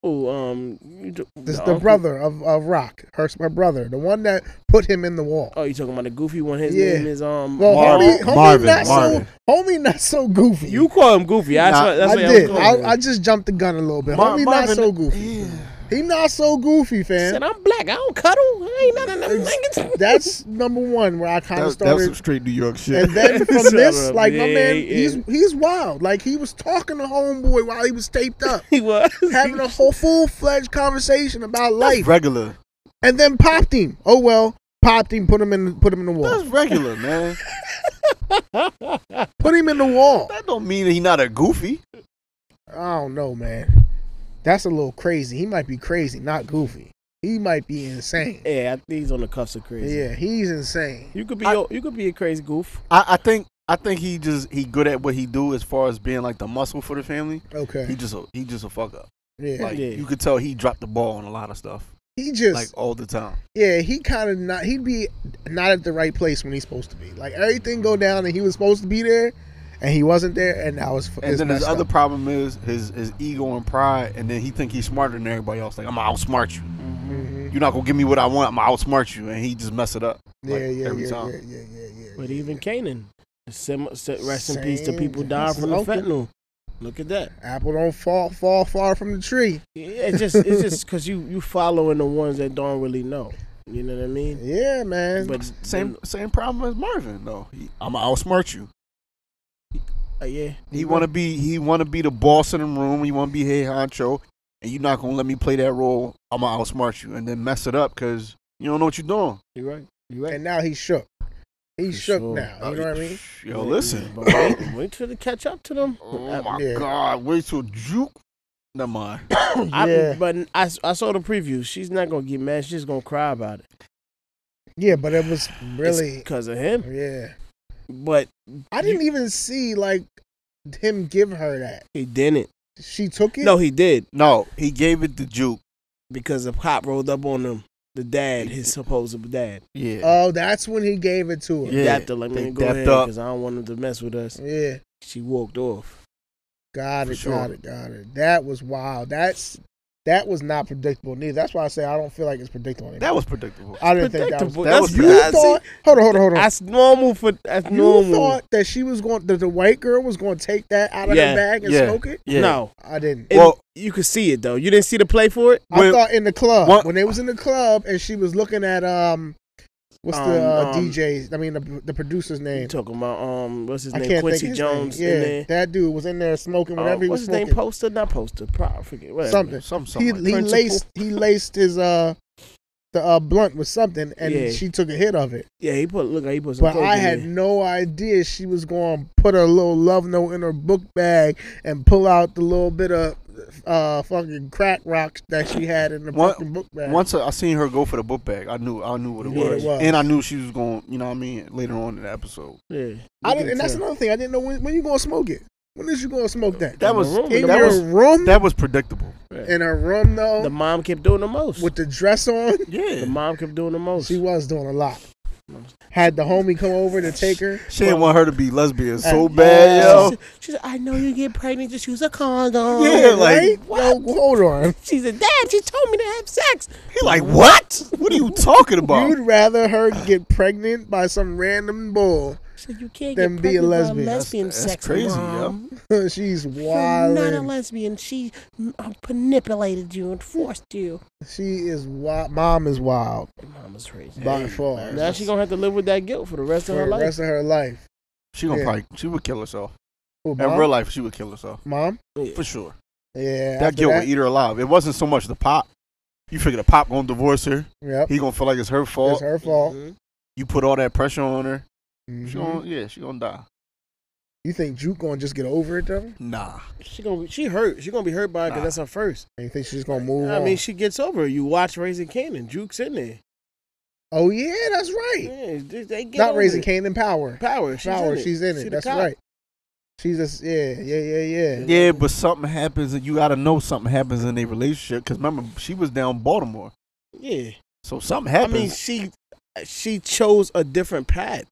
A: Oh, um, you t-
C: This the,
A: uncle-
C: brother of, of Rock. Hurts my brother, the one that put him in the wall.
A: Oh, you talking about the goofy one? His
C: Yeah.
A: name is um.
C: Well,
A: Marv-
C: homie, homie
D: Marvin,
C: not
D: Marvin.
C: so homie not so goofy.
A: you call him goofy. I,
D: Nah,
A: swear- that's
C: I
A: what
C: did.
A: I, was
C: I, I just jumped the gun a little bit.
D: Mar-
C: homie
D: Marvin-
C: not so goofy. He not so goofy,
A: I
C: fam.
A: said I'm black. I don't cuddle. I ain't none of them niggas.
C: That's number one where I kind of
D: That, that was some straight
C: started.
D: New York shit.
C: And then from
A: Shut
C: this,
A: up.
C: like my
A: Yeah,
C: man,
A: yeah.
C: he's he's wild. Like he was talking to homeboy while he was taped up,
A: he was
C: having a whole full fledged conversation about
D: That's
C: life,
D: regular.
C: and then popped him. Oh well, popped him, put him in, put him in the
D: That's
C: wall,
D: regular, man.
C: put him in the wall.
D: That don't mean he not a goofy.
C: I don't know, man. That's a little crazy. He might be crazy, not goofy. He might be insane.
A: Yeah, I think he's on the cuffs of crazy.
C: Yeah, he's insane.
A: You could be
D: I-
A: you could be a crazy goof.
D: I, I think I think he just he good at what he do as far as being like the muscle for the family. He
C: Okay.
D: just a, he just a fuck up.
C: Yeah.
D: Like
A: Yeah.
D: you could tell he dropped the ball on a lot of stuff.
C: he just
D: Like all the time.
C: Yeah, he kind of not. He'd be not at the right place when he's supposed to be. Like everything go down, and he was supposed to be there, and he wasn't there, and now it's.
D: And
C: it's
D: then his
C: messed
D: other
C: up.
D: problem is his his ego and pride, and then he think he's smarter than everybody else. Like I'm gonna outsmart you.
C: Mm-hmm.
D: You're not gonna give me what I want. I'm gonna outsmart you, and he just mess it up.
C: yeah,
D: like,
C: yeah,
D: every
C: yeah,
D: time.
C: yeah, yeah, yeah, yeah.
A: But
C: yeah,
A: even
C: yeah.
A: Kanan, Sim, se- rest in peace to
C: Same.
A: people dying from the
C: Okay.
A: fentanyl. Look at that.
C: apple don't fall fall far from the tree.
A: Yeah, It's just it's just because you you following the ones that don't really know. You know what I mean?
C: Yeah, man.
A: But
D: Same same problem as Marvin though. He, I'm gonna outsmart you.
A: uh, yeah,
D: He want to be he want to be the boss in the room. He want to be hey honcho, and you're not gonna let me play that role. I'm gonna outsmart you and then mess it up because you don't know what you're doing.
A: you right. You right.
C: and now he's shook. He's
A: For
C: shook
A: sure.
C: now. You know what I mean?
D: Yo, listen.
A: But wait, wait till to catch up to them.
D: Oh my
C: Yeah.
D: god, wait till juke. Never mind.
A: I,
C: Yeah.
A: but I, s- I saw the preview. She's not gonna get mad. She's gonna cry about it.
C: Yeah, but it was really.
A: because of him.
C: Yeah,
A: But
C: I didn't even see like him give her that.
A: he didn't.
C: She took it.
A: No, he did
D: No, he gave it to juke.
A: because the cop rolled up on him. The dad, his supposed dad.
D: Yeah.
C: Oh, that's when he gave it to her.
D: Yeah,
A: dapped her like,
D: they
A: man, go
D: dapped
A: ahead,
D: up.
A: because I don't want him to mess with us.
C: Yeah.
A: She walked off.
C: Got
D: For
C: it,
D: sure.
C: got it, got it. That was wild. That's that was not predictable neither. That's why I say I don't feel like it's predictable. Anymore.
D: that was predictable.
C: I didn't think that was.
A: Predictable.
D: that was
C: you
A: bad.
C: thought? Hold on, hold on, hold on.
A: That's normal for that's
C: you
A: normal.
C: thought that she was going that the white girl was going to take that out of
A: Yeah,
C: her bag and
D: yeah.
C: smoke it?
D: Yeah.
A: No,
C: I didn't.
A: It-
D: Well-
A: you could see it though. You didn't see the play for it.
C: I
D: when-
C: thought in the club
D: What-
C: when they was in the club and she was looking at um, what's the
A: Um,
C: uh,
A: um,
C: DJ's? I mean the, the producer's
A: You
C: name.
A: talking about um, what's his
C: I
A: name?
C: can't think
A: Quincy
C: of his
A: Jones
C: Name.
A: in
C: Yeah,
A: there.
C: that dude was in there smoking
A: Uh,
C: whatever he
A: what's
C: was
A: his
C: smoking.
A: name? Poster, not poster. Pro, I forget. Whatever.
C: something.
D: Some, something
C: he,
D: like
C: he
A: Principal.
C: laced he laced his uh the uh blunt with something and
A: Yeah.
C: she took a hit of it.
A: Yeah, he put. Look, he put some.
C: But
A: coke
C: I
A: in
C: had
A: there.
C: no idea she was going to put a little love note in her book bag and pull out the little bit of uh fucking crack rocks that she had in the
D: One-
C: fucking book
D: that.
C: bag.
D: Once I seen her go for the book bag, I knew I knew what it,
A: Yeah, it
D: was.
C: was.
D: and I knew she was going. You know what I mean? Later on in the episode,
A: Yeah.
C: I
A: You
C: didn't,
A: can
C: and that's
A: tell.
C: another thing. I didn't know when, when you gonna smoke it. When is you gonna smoke that?
D: that was
A: room,
C: in
D: that
C: your
D: was
C: room,
D: that was predictable.
C: in her room though,
A: The mom kept doing the most.
C: with the dress on.
D: Yeah,
A: the mom kept doing the most.
C: She was doing a lot. Had the homie come over to take her.
D: she didn't want her to be lesbian so
C: And-
D: bad, yo.
A: She said, she said, "I know you get pregnant. Just use a condom."
D: Yeah, like
C: right? Yo, hold on.
A: She said, "Dad, she told me to have sex."
D: he like what? What are you talking about?
C: You'd rather her get pregnant by some random bull.
A: She said, "You can't
C: Then
A: get
C: be a
A: pregnant by
C: lesbian. That's-
A: lesbian
D: that's
A: sex,
D: crazy,
A: Mom.
C: She's
A: You're not a
C: wild.
A: lesbian. She mm, uh, manipulated you and forced you."
C: She is wild. Mom is wild
A: Mom was crazy.
C: by far.
A: Now she gonna have to live with that guilt for the rest
C: for
A: of her
C: the
A: life.
C: rest of her life.
D: She gonna
C: Yeah.
D: probably she would kill herself.
C: Who,
D: In
C: mom?
D: real life, she would kill herself
C: Mom?
D: for sure.
C: Yeah.
D: that
C: after
D: guilt would eat her alive. It wasn't so much the pop. You figure the pop gonna divorce her.
C: Yep.
D: He gonna feel like it's her fault.
C: It's her fault.
D: You put all that pressure on her. She
A: Mm-hmm.
C: Mhm.
D: gonna, yeah, she gonna die.
C: You think Juke gonna just get over it though?
D: Nah.
A: She gonna be, she hurt. She gonna be hurt by it because that's her first.
C: Or you think she's just gonna move
A: I
C: on?
A: mean, she gets over. it. You watch Raising Canaan. Juke's in there.
C: oh yeah, that's right.
A: Yeah, they, they get
C: Not
A: over
C: raising
A: it.
C: Cain in power.
A: Power. She's
C: power.
A: In it.
C: she's in it.
A: She the
C: that's
A: cop.
C: right. She's just yeah, yeah, yeah, yeah.
D: Yeah, but something happens, and you gotta know something happens in their relationship. Cause remember, she was down in Baltimore,
A: Yeah.
D: so something
A: I
D: happens.
A: mean, she she chose a different path.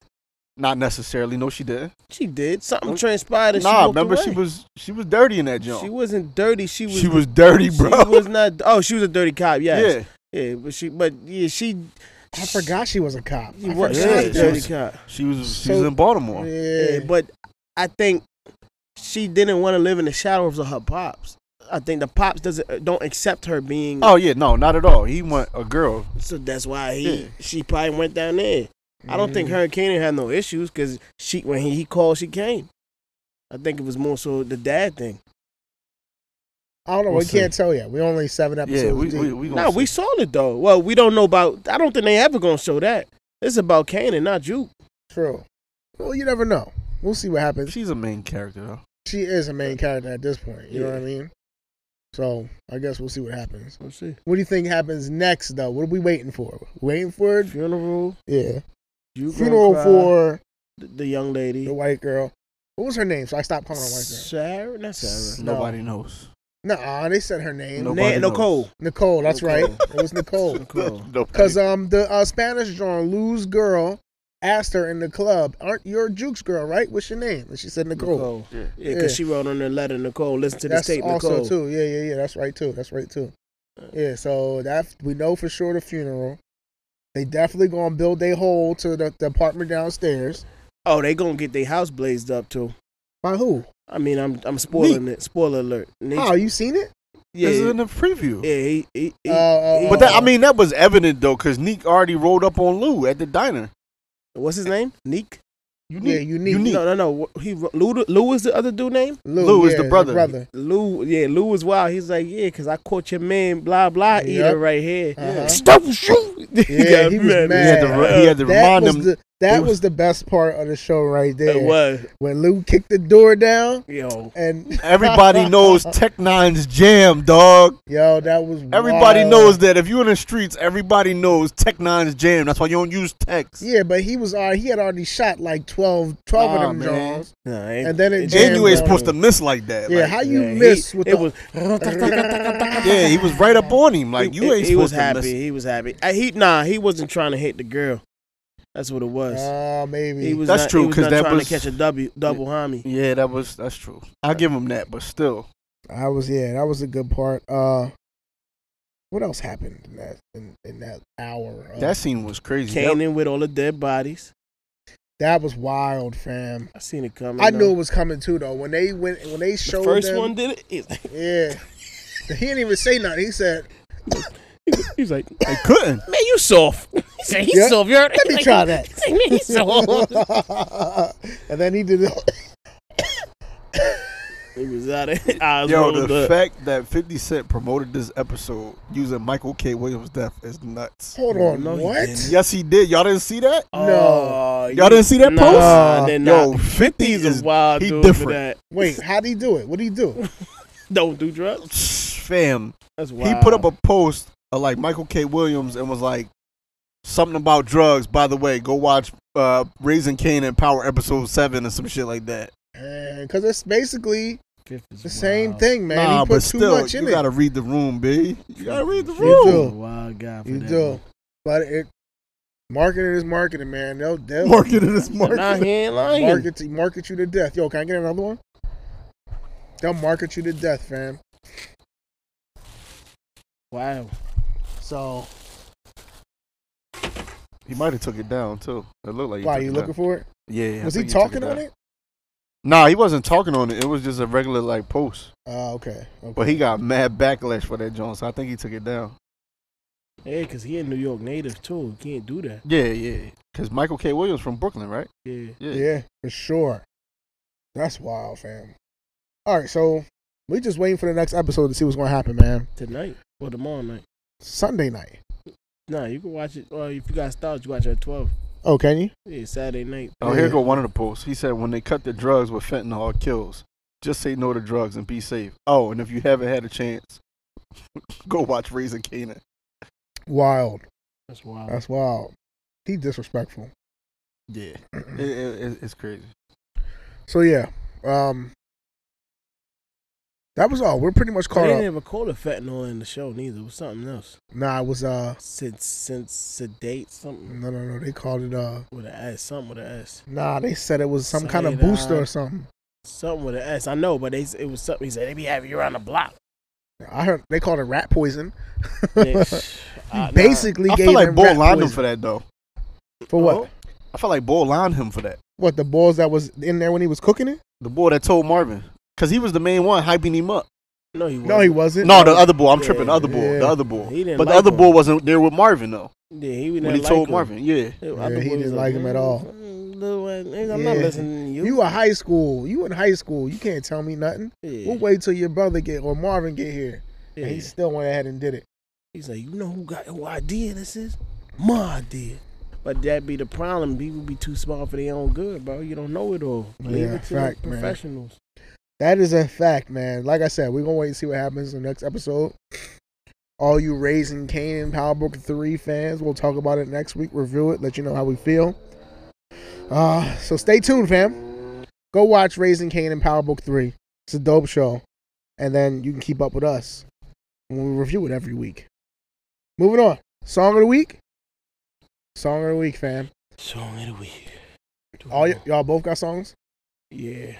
D: not necessarily. No, she did.
A: She did something transpired. And she
D: Nah,
A: walked
D: remember she
A: away.
D: was she was dirty in that
A: She
D: joint.
A: wasn't dirty. She was.
D: She was dirty,
A: she
D: bro.
A: was not. Oh, she was a dirty cop.
D: yeah,
A: Yes. Yeah. Yeah. But she. But yeah. She.
C: I forgot she was a cop.
A: She
C: I forgot
A: was she was
D: Yeah,
A: a
C: that.
A: dirty
D: she
A: cop.
D: she was she
C: So-
D: was in Baltimore.
A: Yeah,
C: Yeah,
A: but I think she didn't want to live in the shadows of her pops. I think the pops doesn't uh, don't accept her being.
D: Oh yeah, no, not at all. He want a girl.
A: So that's why he
D: Yeah.
A: she probably went down there. I don't think her and Kanan had no issues because she when he, he called she came. I think it was more so the dad thing.
C: I don't know.
D: We'll
C: we
D: see.
C: can't tell yet. We only seven episodes.
D: Yeah, we
C: deep.
D: we, we gonna
A: No, we
D: see.
A: saw it though. Well, we don't know about. I don't think they ever gonna show that. It's about Kanan, not Juke.
C: True. Well, you never know. We'll see what happens.
D: She's a main character though.
C: She is a main character at this point. You know
A: Yeah.
C: what I mean? So I guess we'll see what happens.
A: Let's see.
C: What do you think happens next, though? What are we waiting for? Waiting for it?
A: Funeral.
C: Yeah.
A: Juke gonna
C: Funeral
A: cry,
C: for
A: the, the young lady.
C: the white girl. What was her name? So I stopped calling her white girl.
A: Sarah, not Sarah.
C: No.
D: Nobody knows.
C: Nah, they said her name.
D: Nope.
A: Na-
D: Nobody knows.
A: Nicole.
C: Nicole. That's
A: Nicole.
C: right. It was Nicole.
A: Nicole.
C: Cause um the uh, Spanish John Lou's girl asked her in the club, "Aren't your Juke's girl right? What's your name?" And she said Nicole.
A: Nicole. Yeah,
D: Yeah.
A: because she wrote on her letter, Nicole, listen to
C: That's
A: this tape,
C: also
A: Nicole.
C: too. Yeah, yeah, yeah. That's right too. That's right too.
D: Uh,
C: Yeah. So that we know for sure the funeral. They definitely gonna build their hole to the, the apartment downstairs.
A: Oh, they gonna get their house blazed up too.
C: By who?
A: I mean, I'm I'm spoiling it. Spoiler alert. Nietzsche-
C: Oh, you seen it?
A: yeah,
D: This is
A: yeah,
D: in the preview.
A: he, he, he-
C: Oh, oh,
A: he-
D: But that, I mean, that was evident though, because Neek already rolled up on Lou at the diner.
A: what's his name? Neek.
D: Unique.
C: Yeah, Unique.
D: Unique.
A: No, no, no. He Lou, Lou is the other dude name.
D: Lou is the brother.
C: brother.
A: Lou, yeah, Lou was wild. He's like, yeah, cause I caught your man, blah blah,
C: Yep.
A: eater right here.
C: Uh-huh.
A: Stop shooting.
C: Yeah, he was
D: He had to, re- he had to
C: That
D: remind
C: was
D: him.
C: the that
D: it was-
C: was the best part of the show right
A: It
C: there.
A: was
C: When Lou kicked the door down
A: yo.
C: and
D: everybody knows Tech Nine's jam, dog.
C: Yo, that was
D: Everybody
C: wild.
D: knows that. If you in the streets, everybody knows Tech Nine's jam. That's why you don't use text.
C: Yeah, but he was already, he had already shot like 12, 12
D: Nah,
C: of them
D: man.
C: Jones.
A: Nah,
C: And then it
D: and you
C: jammed
D: ain't
C: on
D: supposed
C: him.
D: to miss like that.
C: Yeah,
D: like-
C: how you
A: Yeah, he-
C: miss with
A: it
C: the
A: was.
D: yeah, he was right up on him. Like
A: He-
D: you ain't
A: he
D: supposed
A: was
D: to
A: happy.
D: miss.
A: He was happy. Uh, he nah, he wasn't trying to hit the girl. That's what it was.
C: Ah, maybe.
A: he was
D: That's
A: not,
D: true,
A: He was
D: 'cause
A: not
D: that
A: trying
D: was-
A: to catch a W double homie.
D: Yeah, that was that's true. I give him that, but still,
C: I was yeah, that was a good part. Uh what else happened in that in, in that hour? Uh,
D: that scene was crazy.
A: Came
D: That-
A: in with all the dead bodies.
C: that was wild, fam.
A: I seen it coming.
C: I
A: though.
C: knew it was coming too though. When they went when they
A: the
C: showed
A: first
C: them,
A: one did it.
C: Yeah. he didn't even say nothing. He said,
A: He was like,
D: they couldn't.
A: "Man, you soft." He said, "He's
C: Yeah.
A: soft." You heard?
C: Let me
A: Like,
C: try that.
A: he said, "Man, he's soft."
C: and then he did it.
A: he was out of eyes
D: Yo,
A: rolled
D: the
A: up.
D: fact that 50 Cent promoted this episode using Michael K. Williams' death is nuts.
C: Hold on,
A: No, he
C: what?
A: didn't.
D: Yes, he did. Y'all didn't see that?
A: Oh,
D: Y'all didn't see that
A: nah,
D: post?
A: I did not.
D: Yo, 50
A: He's
D: is
A: a wild
D: he
A: dude for
D: different.
A: that.
C: Wait, how'd he do it? What'd he do?
A: Don't do drugs.
D: Fam,
A: That's
D: he
A: wild.
D: put up a post of like Michael K. Williams and was like something about drugs. By the way, go watch uh Raising Kane and Power episode seven or some shit like that.
C: Because it's basically
A: Fifth
C: the
A: is
C: same
A: wild.
C: thing, man.
D: nah,
C: he put
D: but
C: too
D: still,
C: much in
D: you
C: it.
D: gotta read the room, b. You gotta read the
A: Fifth is
D: room.
A: a Wild guy for
C: you
A: that
C: do.
A: one.
C: But it marketing is marketing, man. They'll, they'll
D: Marketing is
A: Nah, he
D: marketing.
A: ain't lying.
C: market, market you to death. Yo, can I get another one? They'll market you to death, fam.
A: Wow.
C: So,
D: He might have took it down too. It looked like he
C: why
D: took
C: you
D: it
C: looking
D: down.
C: for it?
D: Yeah, yeah. I
C: Was he
D: think took
C: talking on
D: down.
C: it?
D: Nah, he wasn't talking on it. It was just a regular like post.
C: Oh, okay. okay.
D: But he got mad backlash for that Jones. So I think he took it down.
A: Yeah, because he a New York native too. He can't do that.
D: Yeah, yeah. Because Michael K. Williams from Brooklyn, right?
A: Yeah.
C: Yeah, for sure. That's wild, fam. All right, so we just waiting for the next episode to see what's going to happen, man.
A: Tonight or tomorrow night.
C: Sunday night.
A: uh, Nah, you can watch it. Well, if you got stars, you watch it at 12.
C: Oh, can you?
A: Yeah, Saturday night.
D: Oh, here go one of the posts. He said, when they cut the drugs with fentanyl, it kills. Just say no to drugs and be safe. Oh, and if you haven't had a chance, go watch Raising Canaan.
C: Wild.
A: That's wild.
C: That's wild. He disrespectful.
D: Yeah, it, it- it- it's crazy.
C: So yeah, um, that was all. We're pretty much
A: they
C: caught
A: didn't
C: up.
A: even call it fentanyl in the show neither. It was something else.
C: Nah, it was uh,
A: Since since sedate something
C: no, no, no. They called it uh,
A: with an S, something with an S,
C: nah. They said it was some kind of
A: Cyanide.
C: booster or something.
A: something with an S. I know, but they, s- it was something. He said they be having you around the block.
C: I heard they called it rat poison.
A: Yeah, I- nah,
C: Basically,
D: I
C: gave
D: feel like
C: him
D: Bull
C: rat
D: lined him
C: poison.
D: for that, though.
C: For what?
D: Oh. I feel like Bull lined him for that.
C: What the balls that was in there when he was cooking it?
D: The boy that told Marvin. Because he was the main one hyping him up.
A: no, he wasn't.
C: No, he wasn't.
D: No, the other bull. I'm
A: Yeah,
D: tripping. The other bull.
C: yeah.
D: The other bull.
A: He didn't
D: But
A: like
D: the other
A: him.
D: bull wasn't there with Marvin, though.
A: Yeah, he
D: When
A: didn't
D: he
A: like
D: told
A: him.
D: Marvin. Yeah.
A: Yeah,
C: Yeah, he didn't like him at all.
A: "Mm, uh, I'm not
C: Yeah.
A: listening to you.
C: You a high school. You in high school. You can't tell me nothing.
A: yeah.
C: We'll wait till your brother get or Marvin get here.
A: yeah.
C: And he still went ahead and did it.
A: He's like, you know who got who idea this is? My idea. But that be the problem. People be too smart for their own good, bro. You don't know it all. Leave
C: Yeah,
A: it to
C: fact,
A: the
C: man.
A: professionals.
C: That is a fact, man. Like I said, we're gonna wait and see what happens in the next episode. All you raising Canaan Power Book Three fans, we'll talk about it next week. Review it, let you know how we feel. Uh, so stay tuned, fam. Go watch Raising Canaan Power Book Three. It's a dope show, and then you can keep up with us when we review it every week. Moving on, song of the week. Song of the week, fam.
A: Song of the week.
C: All y- y'all both got songs.
A: yeah.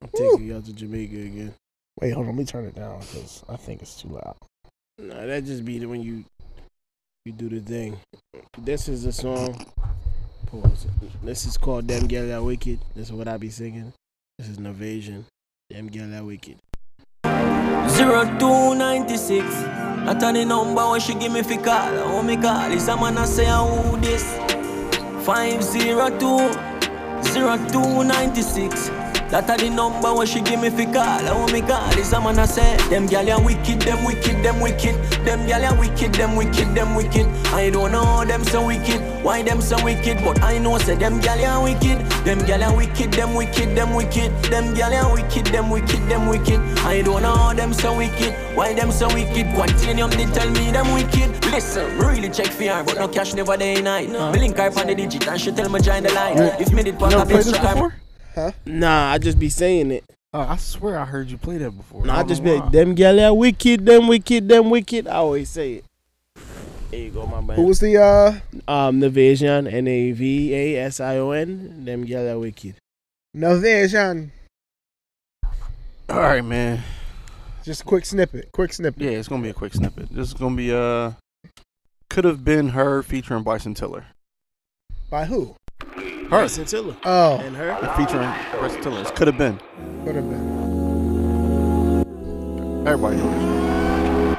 A: I'm
C: Woo.
A: taking y'all to Jamaica again.
C: Wait, hold on, let me turn it down because I think it's too loud.
A: Nah, that just be the- when you you do the thing. This is the song. Pause. This is called Damn Girl That Wicked. This is what I be singing. This is an evasion. Damn Girl That Wicked.
J: 0296 Not on the number when she give me fi call Oh me call is a man I say "Ah, who this 502 0296 That a the number when she give me fi call Oh me call is a man I say Them gal ya wicked, them wicked, them wicked Them gal ya wicked, them wicked, them wicked I don't know how them so wicked Why them so wicked But I know say them gal ya wicked Them gal ya wicked, them wicked, them wicked Them gal ya wicked, them wicked, them wicked I don't know how them so wicked Why them so wicked Quantinium they tell me them wicked Listen, really check for her But no cash never day night Me link her on the digit and she tell me join the line If me did
D: You
J: pass
D: never
J: a
D: played
J: bitch
D: this before?
A: Nah, I just be saying it.
D: Uh, I swear I heard you play that before.
A: No, I
D: don't
A: just
D: know
A: be
D: why.
A: like, them gal are wicked, them wicked, them wicked. I always say it. There you go, my man.
C: Who was the uh?
A: um, Navasion, N A V A S I O N, them gal are wicked.
C: Navision.
D: All right, man.
C: Just a quick snippet. Quick snippet.
D: Yeah, it's gonna be a quick snippet. This is gonna be uh, could have been her featuring Bryson Tiller.
C: By who?
D: Her
A: Bryson Tiller
C: Oh,
A: and her.
D: featuring Bryson Tiller. It could have been.
C: could have been.
D: Everybody knows.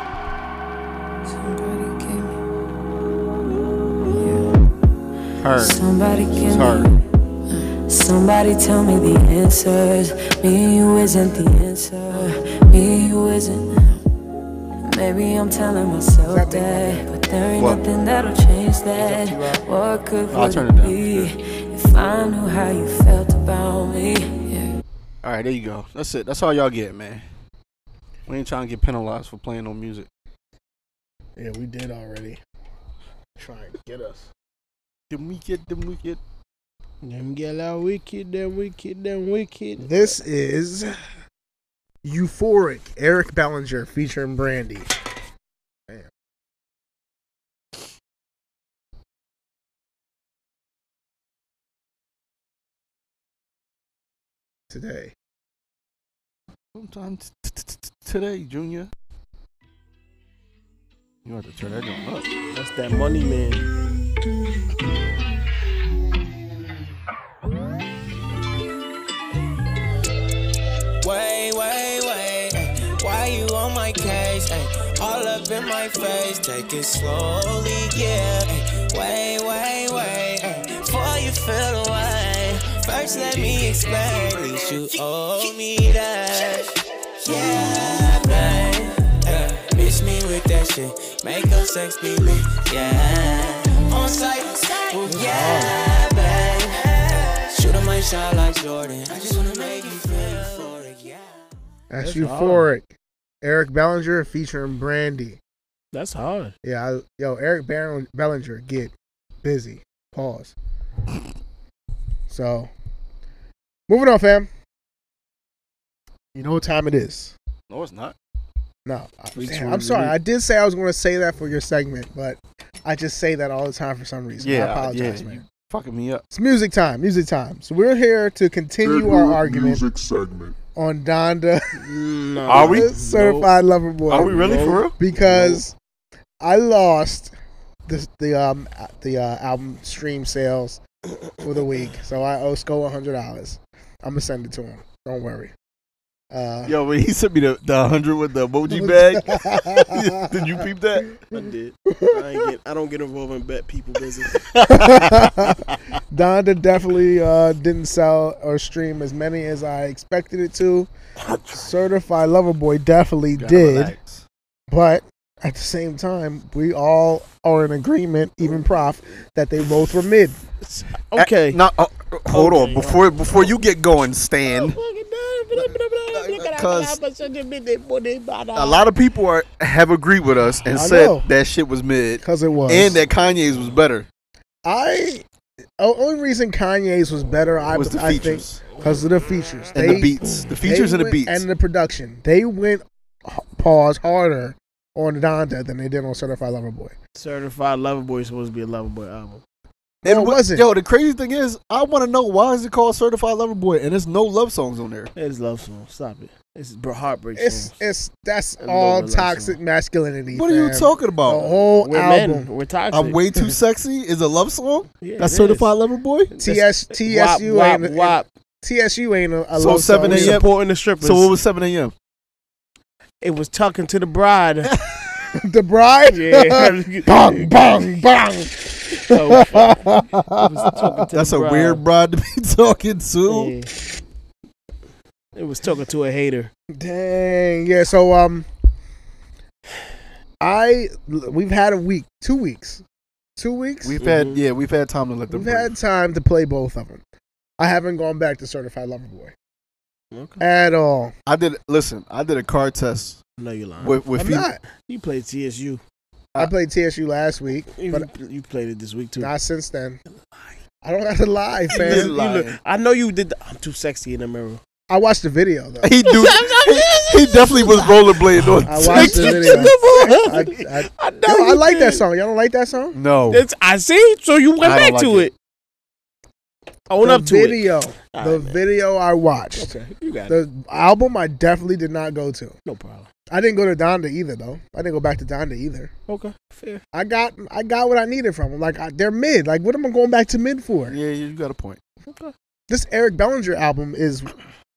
D: Her.
G: Somebody
D: It's
G: give me,
D: her.
G: somebody tell me the answers. Me and you isn't the answer. Me and you isn't. Maybe I'm telling myself
C: Is that
G: that, but there ain't
D: What?
G: nothing that'll change that. What could
D: I'll turn it
G: would
D: down.
G: be if I knew how you felt about me? Yeah.
D: All right, there you go. That's it. That's all y'all get, man. We ain't trying to get penalized for playing no music.
C: Yeah, we did already. Try and get us.
D: Then we get, then we get.
A: Them gal are wicked, them wicked, them wicked.
C: This is Euphoric. Eric Bellinger featuring Brandy. Today.
D: Sometime t- t- t- t- today, Junior. You have to turn that joint up.
A: That's that money man.
J: Wait, wait, wait. ay. Why you on my case? Ay, all up in my face. Take it slowly, yeah. eh? ay. Wait, wait, wait. ay, eh? Before you feel away. First, let me explain. At least you owe me that. Yeah, babe. Uh, miss me with that shit. Make up sex be lit. Yeah. On site. Well, yeah, babe. Shoot 'em my shot like Jordan. I just wanna make you feel for it, yeah.
C: That's,
A: That's
C: euphoric. Eric Bellinger featuring Brandy.
A: That's hard.
C: Yeah, I, yo, Eric Bar- Bellinger, get busy. Pause. So, moving on, fam. You know what time it is?
D: No, it's not.
C: No, I,
A: Three,
C: damn,
A: two,
C: I'm sorry.
A: eight.
C: I did say I was going to say that for your segment, but I just say that all the time for some reason. I
D: Yeah,
C: apologize,
D: yeah,
C: man.
D: you Fucking me up.
C: It's music time. Music time. So we're here to continue our
E: Edward
C: argument
E: Music segment.
C: on Donda,
A: No.
D: Are we?
C: certified lover boy.
D: Are we really for real?
C: because I lost the the um the uh, album stream sales for the week, so I owe Sko hundred dollars. I'm gonna send it to him. Don't worry. Uh,
D: Yo, when he sent me the, the 100 with the emoji bag, did you peep that?
A: I did. I, ain't get, I don't get involved in bet people business.
C: Donda definitely uh, didn't sell or stream as many as I expected it to. Certified Lover Boy definitely
D: Gotta
C: did,
D: relax.
C: but at the same time, we all are in agreement, even Prof, that they both were mid.
A: Okay.
D: No, uh, hold
A: Okay.
D: on. Before before you get going, Stan, a lot of people are, have agreed with us and
C: I
D: said
C: know.
D: that shit was mid
C: Cause it was.
D: and that Kanye's was better.
C: I o- only reason Kanye's was better, I
D: was the
C: I
D: features
C: think, because of the features
D: and
C: They-
D: the beats, the
C: they
D: features and the
C: went-
D: beats.
C: and the production. They went h- pause harder on Donda than they did on Certified Lover Boy.
A: Certified Lover Boy is supposed to be a Lover Boy album.
C: No, it
D: what-
C: wasn't.
D: Yo, the crazy thing is, I want to know why is it called Certified Lover Boy and there's no love songs on there.
A: It's love song. Stop it. It's br- heartbreak
C: It's
A: songs.
C: it's that's
A: I love
C: all
A: that
C: toxic
A: song.
C: masculinity.
D: What are you
C: fam. Oh,
D: talking
C: The
D: about?
C: whole
A: We're men.
C: album.
A: We're toxic.
D: I'm way too sexy is a love song.
A: Yeah,
D: That's
A: it
D: Certified
A: is.
D: Lover Boy.
C: TS,
A: Wop,
C: TSU
A: wop,
C: ain't a-
A: wop.
C: TSU ain't a, a
D: So
C: love
D: seven
C: song.
A: We
D: a.m.
C: either.
A: supporting the strippers.
D: So it was 7 a.m.
A: it was talking to the bride.
C: The bride.
A: Yeah.
C: bang bang bang.
A: Oh, fuck. It was talking to
D: That's
A: the
D: a
A: bride.
D: weird bride to be talking to.
A: Yeah. It was talking to a hater.
C: Dang. Yeah. So um, I we've had a week, two weeks, two weeks.
D: We've
A: Mhm.
D: had yeah, we've had time to let them.
C: We've had time to play both of them. I haven't gone back to Certified Lover Boy at all.
D: I did listen. I did a car test
A: No, you Uh, lying.
D: with with
C: I'm
D: fem-
C: not.
A: You played TSU.
C: I played TSU last week,
A: You,
C: but
A: you played it this week too.
C: not since then. I don't have to lie,
A: You
D: You're
A: look-
C: fam.
A: you
D: lying.
A: look- I know you did. The, I'm too sexy in the mirror.
C: I watched the video though.
D: He do. he, he definitely was rollerblading on.
C: I watched
D: TikTok.
C: the video. I,
A: I,
C: I,
A: know
C: yo, I
A: you
C: like that
A: did.
C: song. Y'all don't like that song?
D: No,
A: It's, I see. So you went
D: I don't
A: back to
D: like
A: it. Own
C: the
A: up to it.
C: video,
A: All
C: the
A: right, man.
C: video I watched.
A: Okay, you got it.
C: The album I definitely did not go to.
A: No problem.
C: I didn't go to Donda either though. I didn't go back to Donda either.
A: Okay, fair.
C: I got I got what I needed from them. Like I, they're mid. Like what am I going back to mid for?
D: yeah, you got a point.
C: This Eric Bellinger album is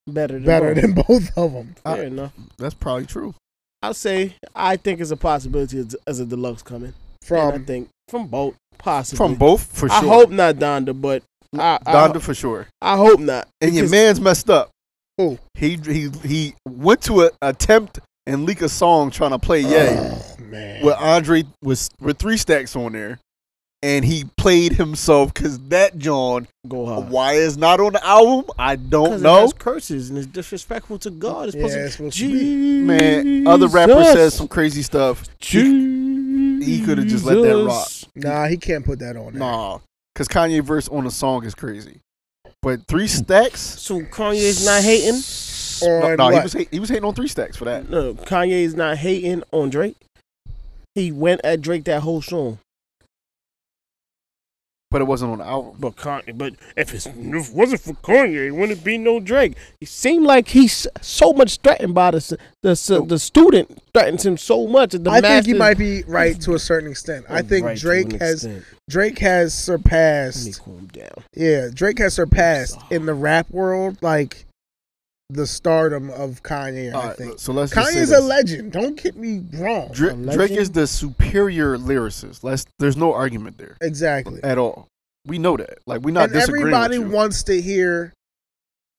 A: Better than
C: better
A: both.
C: than both of them.
A: Fair enough.
D: That's probably true.
A: I'll say I think it's a possibility as- as a deluxe coming. From I
C: From
A: think from both possibly
D: Um, From both, for sure.
A: I hope not Donda, but I, I,
D: Donda for sure.
A: I hope not.
D: And your
A: because-
D: man's messed up.
C: Who?
D: He he he went to a attempt and leak a song trying to play Yay
C: oh, man.
D: with Andre with with three stacks on there, and he played himself because that John
A: go
C: Ah.
A: hard.
D: Why it's not on the album? I don't
A: Because it
D: know.
A: has curses and it's disrespectful to God. It's
C: Yeah,
A: supposed
C: it's
A: to,
C: supposed to be.
D: Man, other rapper says some crazy stuff. he could've just let that rock.
A: Jesus.
C: nah, he can't put that on. There.
D: Nah, because Kanye verse on a song is crazy. But three stacks?
A: So Kanye's not hating.
D: No,
C: On
D: no, he
C: what? Mm.
D: was hate, he was hating on three stacks for that.
A: No, Kanye's not hating on Drake. He went at Drake that whole song,
D: But it wasn't on the album.
A: but Kanye. But if, it's, if it wasn't for Kanye, it wouldn't be no Drake. He seemed like he's so much threatened by the s- the s- the student threatens him so much. that The
C: I think
A: master,
C: you might be right to a certain extent. I think
A: Right to
C: Drake
A: an
C: has
A: extent.
C: Drake has
A: Let me
C: surpassed.
A: calm down.
C: Yeah, Drake has surpassed in the rap world like the stardom of Kanye.
D: All
C: I
D: right,
C: think
D: so let's just say
C: Kanye's a
D: this.
C: legend. Don't get me wrong.
D: Dra-
A: A
D: Drake
A: legend?
D: is the superior lyricist. Let's, there's no argument there
C: exactly.
D: at all. We know that. Like we're not
C: and
D: disagreeing.
C: everybody
D: with you.
C: wants to hear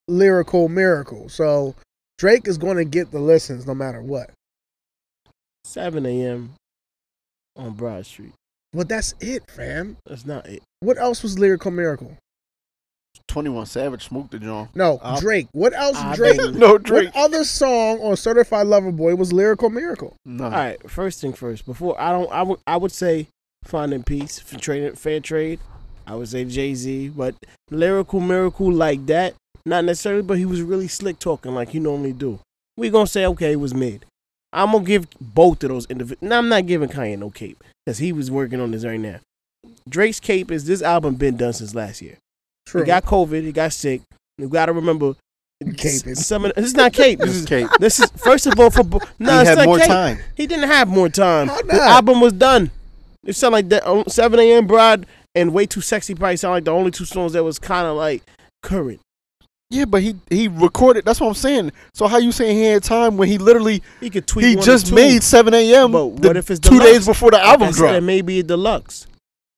C: lyrical miracle. So Drake is going to get the listens no matter what.
A: Seven a.m. on Broad Street.
C: Well, that's it, fam.
A: That's not it.
C: What else was Lyrical Miracle?
D: 21 Savage smoked the joint.
C: No,
D: Uh,
C: Drake. What else
A: I
C: Drake?
A: believe-
D: No, Drake.
C: What other song on Certified Lover Boy was Lyrical Miracle?
D: No.
A: All right, first thing first. Before I don't, I would I would say finding peace, for trading fair trade. I would say Jay Z, but lyrical miracle like that, not necessarily. But he was really slick talking like you normally do. We gonna say okay, it was mid. I'm gonna give both of those individuals. Now I'm not giving Kanye no cape because he was working on this right now. Drake's cape is this album been done since last year.
C: True.
A: He got COVID. He got sick. You got to remember.
C: Cape it.
A: s- Some of, the- this is not cape. This
D: This
A: is
D: is Cape.
A: This is first of all for bo- no.
B: He
A: it's
B: had
A: not
B: more
A: cape.
B: time.
A: He didn't have more time.
C: How
A: The
C: not?
A: album was done. It sounded like that um, 7 a.m. Broad and Way Too Sexy probably sound like the only two songs that was kind of like current.
D: Yeah, but he he recorded. That's what I'm saying. So how you saying he had time when he literally
A: He could tweet.
D: he
A: one or
D: just
A: two.
D: made 7 a.m.
A: But
D: the
A: what if it's
D: two
A: deluxe?
D: days before the
A: Like I
D: album
A: said, it
D: dropped?
A: may be a deluxe.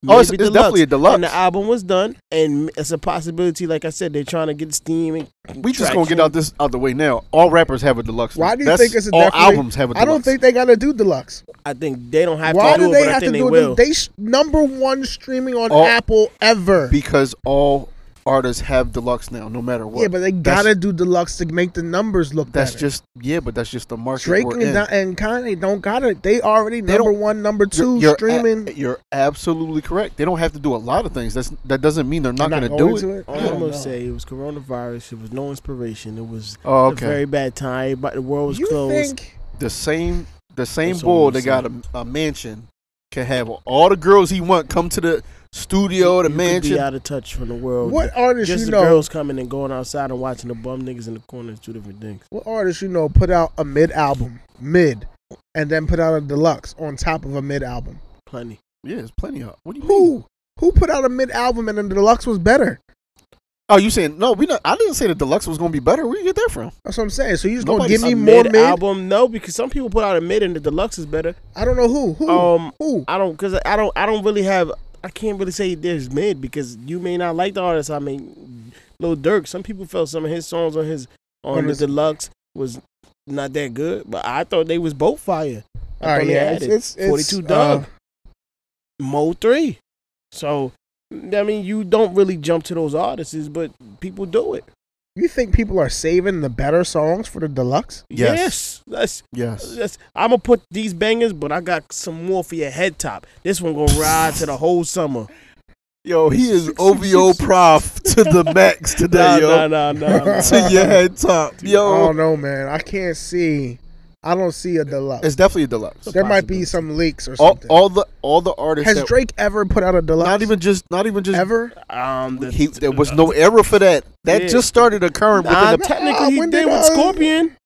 D: Oh, it's-
A: Maybe
D: it's definitely a deluxe.
A: And the album was done, and it's a possibility. Like I said, they're trying to get steam. And
D: We just gonna get
A: traction.
D: out this out the way now. All rappers have a deluxe.
C: Why
D: now.
C: do you
D: That's-
C: think it's a
D: all
C: definitely-
D: albums have a
C: I
D: deluxe?
C: don't think they got to do deluxe.
A: I think they don't have
C: Why
A: to do,
C: do
A: it,
C: they
A: but I
C: have to
A: think they
C: do
A: will.
C: it? They sh- number one streaming on
D: All-
C: Apple ever.
D: because all artists have deluxe now, no matter what.
C: yeah, but they
D: That's-
C: gotta do deluxe to make the numbers look
D: That's
C: better.
D: just yeah, but that's just the market
C: Drake
D: we're
C: and,
D: in.
C: Don- and Kanye don't gotta. They already
D: They
C: number
D: don't-
C: one, number 2
A: uh,
D: You're- you're a- eh,
C: streaming.
D: you're absolutely correct. They don't have to do a lot of things. That's that doesn't mean they're not,
C: They're
D: gonna do it.
C: to
A: All
C: I don't
A: I'm
C: know.
A: gonna say it was coronavirus. It was no inspiration. It was
D: Oh,
A: a
D: okay.
A: very bad time. But the world was
C: you
A: closed.
C: think
D: the same the same
A: That's what
D: boy
A: I'm
D: that got a, a mansion can have all the girls he want come to the studio, the
A: you could be
D: mansion.
A: out of touch from the world.
C: what artist
A: Just
C: you
A: the
C: know?
A: girls coming and going outside and watching the bum niggas in the corner is two different things.
C: What artist you know put out a mid album, mid, and then put out a deluxe on top of a mid album?
A: Plenty.
D: Yeah, there's plenty of. What do you mean?
C: Who? Who put out a mid album and then the deluxe was better?
D: Oh, you saying no? We not. I didn't say the deluxe was gonna be better. Where you get that from?
C: That's what I'm saying. So you just gonna
D: Nobody's
C: give me
A: a
C: more mid?
A: mid album? No, because some people put out a mid and the deluxe is better.
C: I don't know who. Who?
A: Um,
C: who?
A: I don't because I don't I don't really have I can't really say there's mid because you may not like the artist. I mean, Lil Durk. Some people felt some of his songs on his on
C: On
A: the
C: his-
A: deluxe was not that good, but I thought they was both fire. I
C: All right,
A: thought they
C: yeah, it's,
A: had it.
C: it's, uh, it's
A: 42 Doug. Mo three. So I mean, you don't really jump to those artists, but people do it.
C: You think people are saving the better songs for the deluxe?
A: Yes,
D: Yes.
A: that's
D: Yes.
A: that's. I'm gonna put these bangers, but I got some more for your head top. This one gonna ride to the whole summer.
D: Yo, he is OVO prof to the max today,
A: Nah,
D: yo.
A: nah, nah, nah. nah.
D: To your head top,
C: I
D: yo.
C: don't know, man. I can't see. I don't see a deluxe.
D: It's definitely a deluxe.
C: there might be some leaks or
D: All,
C: something.
D: all the all the artists
C: Has
D: that
C: Drake ever put out a deluxe?
D: not even just not even just
C: ever.
A: Um, the,
D: he, there was no era for that. That
A: Yeah.
D: just started occurring
A: Nah,
D: within the
A: technically
C: Nah,
A: he
C: when
A: did
C: did
A: with
C: I-
A: Scorpion.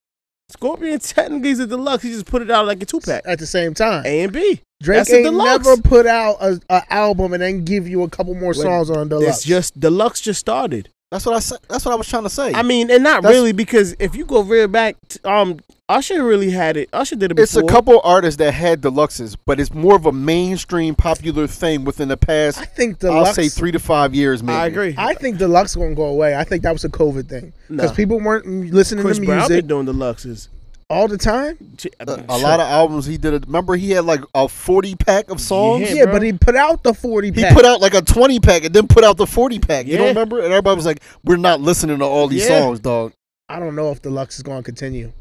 A: Scorpion technically is a deluxe. He just put it out like a two pack.
C: At the same time,
A: A and B.
C: Drake
A: that's a
C: ain't
A: deluxe.
C: never put out a, a album and then give you a couple more songs on a deluxe.
A: It's just deluxe just started.
D: That's what I said. That's what I was trying to say.
A: I mean, and not
D: That's-
A: really because if you go real back, t- um, Usher really had it. Usher did it before.
D: it's a couple artists that had deluxes, but it's more of a mainstream popular thing within the
C: I
D: past.
C: think deluxe.
D: I'll say three to five years, maybe.
A: I agree.
C: I think deluxe gonna go away. I think that was a COVID thing because
A: Nah.
C: people weren't mm, listening
A: Chris
C: to
A: Brown
C: music
A: been doing deluxes.
C: all the time.
A: Ch-
D: A, a lot of albums he did. Remember, he had like a forty pack of songs.
A: Yeah,
C: Yeah,
A: bro.
C: but he put out the forty.
D: He
C: pack.
D: put out like a twenty pack and then put out the forty pack. You
A: Yeah.
D: don't remember? And everybody was like, "We're not listening to all these
A: Yeah.
D: songs, dog."
C: I don't know if deluxe is gonna continue.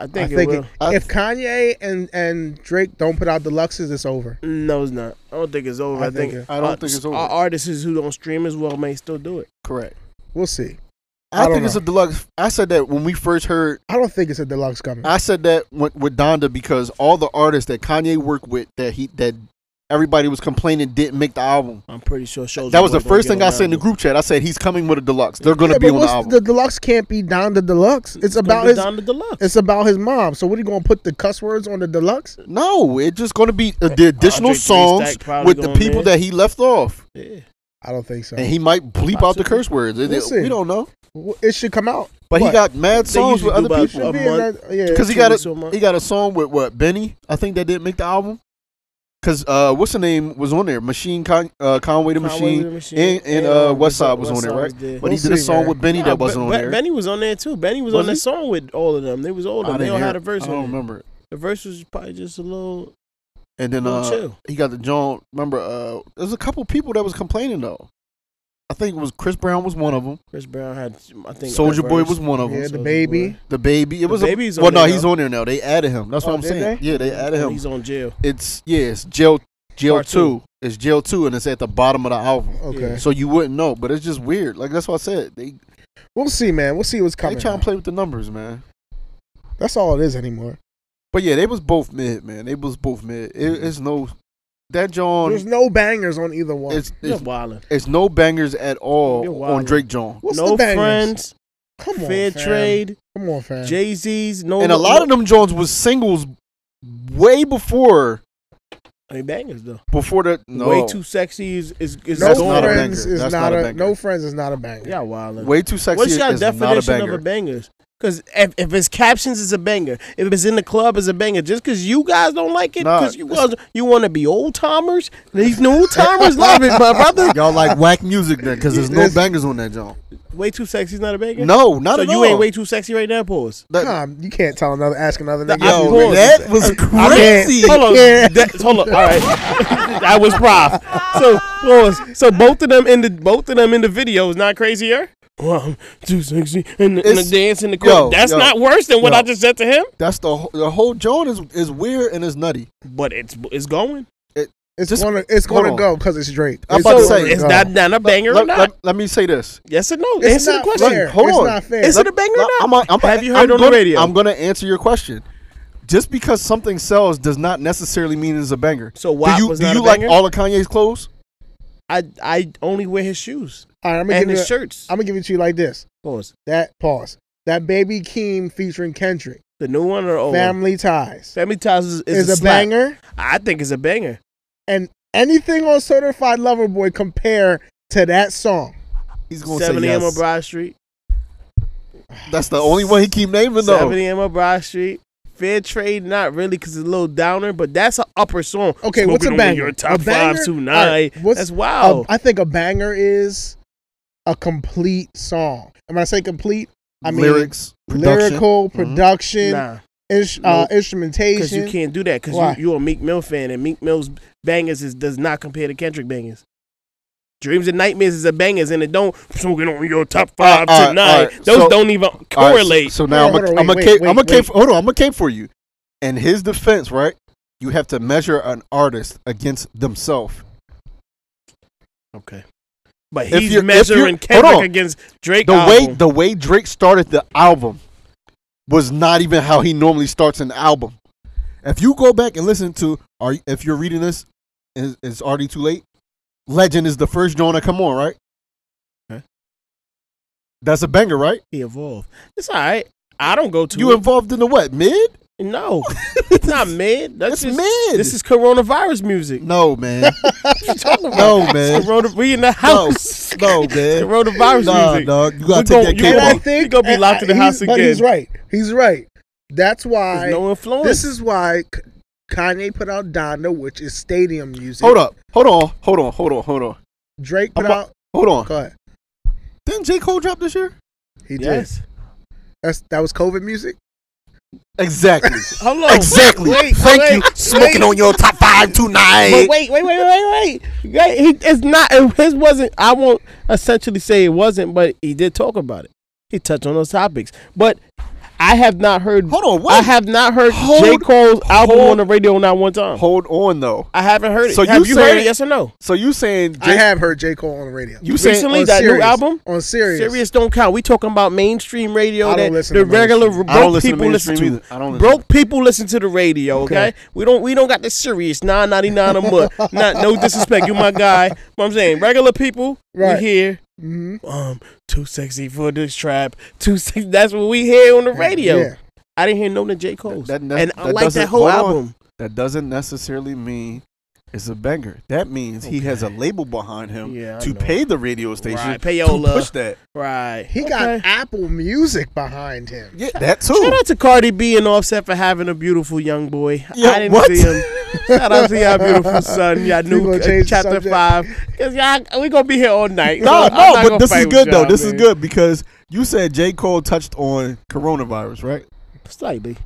A: I think,
C: I think
A: it will.
C: it- if Kanye and and Drake don't put out deluxes, it's over.
A: No, it's not. I don't think it's over. I,
C: I
A: think,
C: think
D: it- I don't
A: uh,
D: think it's
A: our
D: over.
A: artists who don't stream as well may still do it.
D: Correct.
C: We'll see. I
D: I,
C: don't
D: think it's
C: know.
D: a deluxe. I said that when we first heard
C: I don't think it's a deluxe coming.
D: I said that with, with Donda because all the artists that Kanye worked with that he that everybody was complaining didn't make the album.
A: I'm pretty sure shows.
D: That was the first thing I said in the group chat. I said he's coming with a deluxe. They're gonna
C: Yeah,
D: be on
C: but
D: the
C: what's-
D: album.
C: the deluxe can't be down the deluxe. It's, about his.
A: Donda Deluxe.
C: It's about his mom. So what are you gonna put the cuss words on the deluxe?
D: no, it's just gonna be uh, the additional
A: Andre
D: songs
A: 3Stack probably
D: with the
A: going
D: people
A: there.
D: that he left off,
A: Yeah.
C: I don't think so.
D: and he might bleep out the curse words. It- it-
C: Listen.
D: we don't know,
C: Well, it should come out.
D: but he
C: What?
D: got mad
A: They
D: songs
A: usually
D: with other
A: do about
D: people
C: Should
A: a
C: be in
A: month.
C: that- yeah.
D: because he
A: two
D: got
A: weeks to a
D: a
A: month.
D: he got a song with what Benny. I think that didn't make the album. Cause uh, what's the name was on there? Machine Con- uh, Conway the
A: Conway
D: Machine,
A: the Machine.
D: and, and
A: Yeah,
D: uh,
A: West Side-
D: Westside was
A: West
D: on there,
A: Side was
D: right? But
A: there.
D: he
C: We'll
D: did a
C: see,
D: song
C: man.
D: with Benny
A: Nah,
D: that wasn't
A: Be-
D: on
A: Be-
D: there.
A: Benny was on there too. Benny was,
D: Was
A: on that
D: he?
A: song with all of them. They was all of
D: I
A: them. They
D: didn't
A: all
D: hear
A: had
D: it.
A: a verse
D: I
A: on
D: don't
A: it.
D: remember. it.
A: The verse was probably just a little
D: And then
A: Oh,
D: uh,
A: chill.
D: he got the John. Remember, uh, there's a couple people that was complaining though. I think it was Chris Brown was one of them.
A: Chris Brown had, I think,
D: Soldier Boy
A: verse.
D: was one of them.
C: Yeah, the baby.
D: The baby. It
A: The
D: was. A,
A: Baby's on
D: well, no,
A: there,
D: he's
A: though.
D: on there now. They added him. That's
C: Oh,
D: what I'm
C: did
D: saying. Yeah, they added
A: And
D: him.
A: Oh, He's on jail.
D: It's yeah, it's jail jail
A: Part
D: two.
A: two.
D: It's jail two, and it's at the bottom of the album.
C: Okay.
D: So you wouldn't know, but it's just weird. Like that's what I said. They
C: We'll see, man. We'll see what's
D: they
C: coming.
D: trying to play with the numbers, man.
C: That's all it is anymore.
D: But yeah, they was both mid, man. They was both mid.
A: Mm-hmm.
D: It, it's no that John.
C: There's no bangers on either one.
D: It's
A: You're
D: it's,
A: wildin'.
D: it's no bangers at
A: You're
D: all on
A: wild.
D: Drake John.
C: What's
A: no
C: the bangers?
A: friends,
C: Come on,
A: fair
C: fam.
A: trade,
C: Come on, fam.
A: Jay Z's, no.
D: And a lot of them Jones was singles way before
A: I mean, bangers though.
D: before the no
A: Way too sexy is is, is
C: no
D: That's not a
A: gone.
C: friends
D: banger.
C: is
D: That's
C: not,
D: not a
C: a
D: banger.
C: no friends is not a banger.
A: Yeah, wildin'.
D: way too sexy.
A: What's your
D: is not a
A: definition
D: banger.
A: of a banger? Because if, if it's captions, it's a banger. If it's in the club, it's a banger. Just because you guys don't like it,
D: Nah,
A: because you guys, you want to be old timers. These new timers love it, my brother.
D: Y'all like whack music then, because there's no bangers on that John.
A: Way too sexy's not a banger.
D: No, not
A: so
D: at
A: you
D: all.
A: ain't way too sexy right now. Pause.
D: That-
C: Nah, you can't tell another ask another nigga.
A: I
C: you
A: paused.
C: really-
A: That
D: was
C: crazy.
A: Hold on,
C: Yeah.
A: that, hold on. All right, I was prof. So pause. So both of them in the both of them in the video is not crazier. Well, I'm too sexy and the, and the
D: It's-
A: dance in the club.
D: yo,
A: That's
D: yo,
A: not worse than what
D: yo.
A: I just said to him.
D: That's the whole, the whole John is is weird and it's nutty.
A: But it's it's going.
C: it's
D: Just-
C: gonna it's
D: hold
C: gonna
D: on.
C: go because it's Drake.
D: I'm
C: It's
D: about to
C: gonna
D: say,
A: Is
C: go.
A: that not a banger
D: Let,
A: or not?
D: let- let me say this.
A: yes or no?
C: It's
A: Answer the
C: not
A: question.
C: fair.
D: Hold
C: it's
D: on.
C: not fair.
A: Is it a banger or not?
D: I'm a- I'm a-
A: Have you heard
D: I'm
A: on
D: gonna-
A: the radio?
D: I'm going to answer your question. Just because something sells does not necessarily mean it's a banger.
A: So why
D: do you,
A: was
D: do
A: that
D: you
A: a
D: like
A: banger?
D: all of Kanye's clothes?
A: I I only wear his shoes
C: All right, I'm gonna
A: and
C: give
A: his
C: it.
A: shirts.
C: I'm gonna give it to you like this.
A: Pause.
C: That pause. That baby Keem featuring Kendrick.
A: The new one or the
D: Oh,
A: old? one?
C: Family ties
A: Family Ties is, is
C: is a,
A: slap.
C: banger,
A: I think it's a banger.
C: and anything on Certified Lover Boy compare to that song.
D: He's going to say
A: 7 a.m. on
D: yes.
A: Broad Street.
D: That's the only one he keep naming though.
A: 7 a.m. on Broad Street. Fair trade, not really, because it's a little downer, but that's an upper song.
C: Okay, what's a
A: Smoking on
C: banger?
A: Your top
C: a banger?
A: five tonight.
C: All right, what's-
A: that's
C: a-
A: wow.
C: I think a banger is a complete song. And when I say complete, I mean
D: Lyrics, production. Mm-hmm.
C: lyrical production,
A: nah,
C: ins- uh,
A: because you
C: instrumentation.
A: can't do that
C: Why?
A: because you, you're a Meek Mill fan, and Meek Mill's bangers is, does not compare to Kendrick bangers. Dreams and Nightmares is a bangers, and it don't smoking on your top five
D: all right,
A: tonight.
D: all right,
A: Those
D: so-
A: don't even
D: All right, so-
A: correlate.
D: so, now
C: Hold on,
D: I'm
C: hold on,
D: gonna
C: wait,
D: cape.
C: wait,
D: I'm gonna
C: wait.
D: cape. Hold on, I'm gonna cape for you. In his defense, right? You have to measure an artist against themselves.
A: okay, but
D: If
A: he's
D: you're- if you're-
A: measuring
D: hold
A: Kendrick
D: on.
A: against Drake.
D: the way
A: album.
D: the way Drake started the album was not even how he normally starts an album. If you go back and listen to, are if you're reading this, it's, it's already too late. Legend is the first joint to come on, right?
A: Okay.
D: That's a banger, right?
A: he evolved. It's all right. I don't go to
D: You
A: it.
D: involved in the what mid?
A: no, it's not mid. That's
D: It's
A: just,
D: mid.
A: This is coronavirus music.
D: No man,
A: What you talking about?
D: no man,
A: Corona, we in the
D: no,
A: house.
D: no man.
A: Coronavirus
D: nah,
A: music.
D: dog. You
A: We
D: gotta
A: gon-
D: take
A: you
D: that cap
C: and
A: gon-
C: I
D: off.
C: think
A: He gonna be locked in the
C: I-
A: house
C: he's- But he's
A: again.
C: right. He's right. That's
A: There's
C: why.
A: no influence.
C: this is why K- Kanye put out Donna, which is stadium music.
D: Hold up, hold on, hold on, hold on, hold on,
C: Drake put
D: I'm a-
C: out.
D: hold on.
C: Go ahead.
D: Didn't J Cole drop this year?
C: He did.
A: yes.
C: That's that was COVID music.
D: Exactly.
A: Hold on.
D: Exactly.
A: Wait,
D: Thank
A: wait,
D: you. Smoking
A: wait.
D: on your top five tonight.
A: But wait, wait, wait, wait, wait. Right, He, it's not. it- His wasn't. I won't essentially say it wasn't, but he did talk about it. He touched on those topics, but I have not heard.
D: Hold on, wait.
A: I have not heard J
D: Hold-
A: Cole's album
D: hold-
A: on the radio not one time.
D: Hold on though.
A: I haven't heard it.
D: So
A: have
D: you
A: you, heard
D: saying-
A: it? Yes or no?
D: So you saying J-
C: I have heard J Cole on the radio.
D: you saying
A: Recently,
C: on
A: that new
C: Sirius.
A: album.
C: on serious.
A: Serious don't count. We talking about mainstream radio
C: I don't
A: that
C: listen
A: the
C: to
A: regular
C: mainstream.
A: broke
D: I don't listen to
A: people listen
D: mainstream
A: to.
D: either. I don't listen.
A: broke people listen to the radio. Okay, we don't we don't got the serious nine ninety nine a month. Not no disrespect, you my guy. But I'm saying regular people
C: Right.
A: we hear
D: Mm-hmm.
C: Mhm.
A: um too sexy for this trap. Too sexy. That's what we hear on the radio.
C: Yeah.
A: I didn't hear no to J Cole's,
D: That- that-
A: and
D: that
A: I like
D: doesn't-
A: that whole
D: hold on.
A: album.
D: that doesn't necessarily mean it's a banger. That means he has a label behind him
A: Yeah, I
D: to
A: know.
D: pay the radio station
A: Right,
D: to
A: payola.
D: push that.
A: Right,
C: He
A: Okay.
C: got Apple Music behind him.
D: Yeah, that
A: Shout
D: too.
A: out to Cardi B and Offset for having a beautiful young boy.
D: Yeah,
A: I didn't
D: what?
A: see him. Shout out to y'all beautiful son, y'all
C: You
A: new
C: gonna
A: uh,
C: change the
A: chapter
C: subject?
A: five. Cause y'all, we gonna be here all night. So
D: No,
A: I'm not
D: no, but
A: gonna
D: this
A: fight
D: is
A: with
D: good though.
A: y'all,
D: This is
A: man.
D: good because you said J Cole touched on coronavirus, right?
A: Slightly.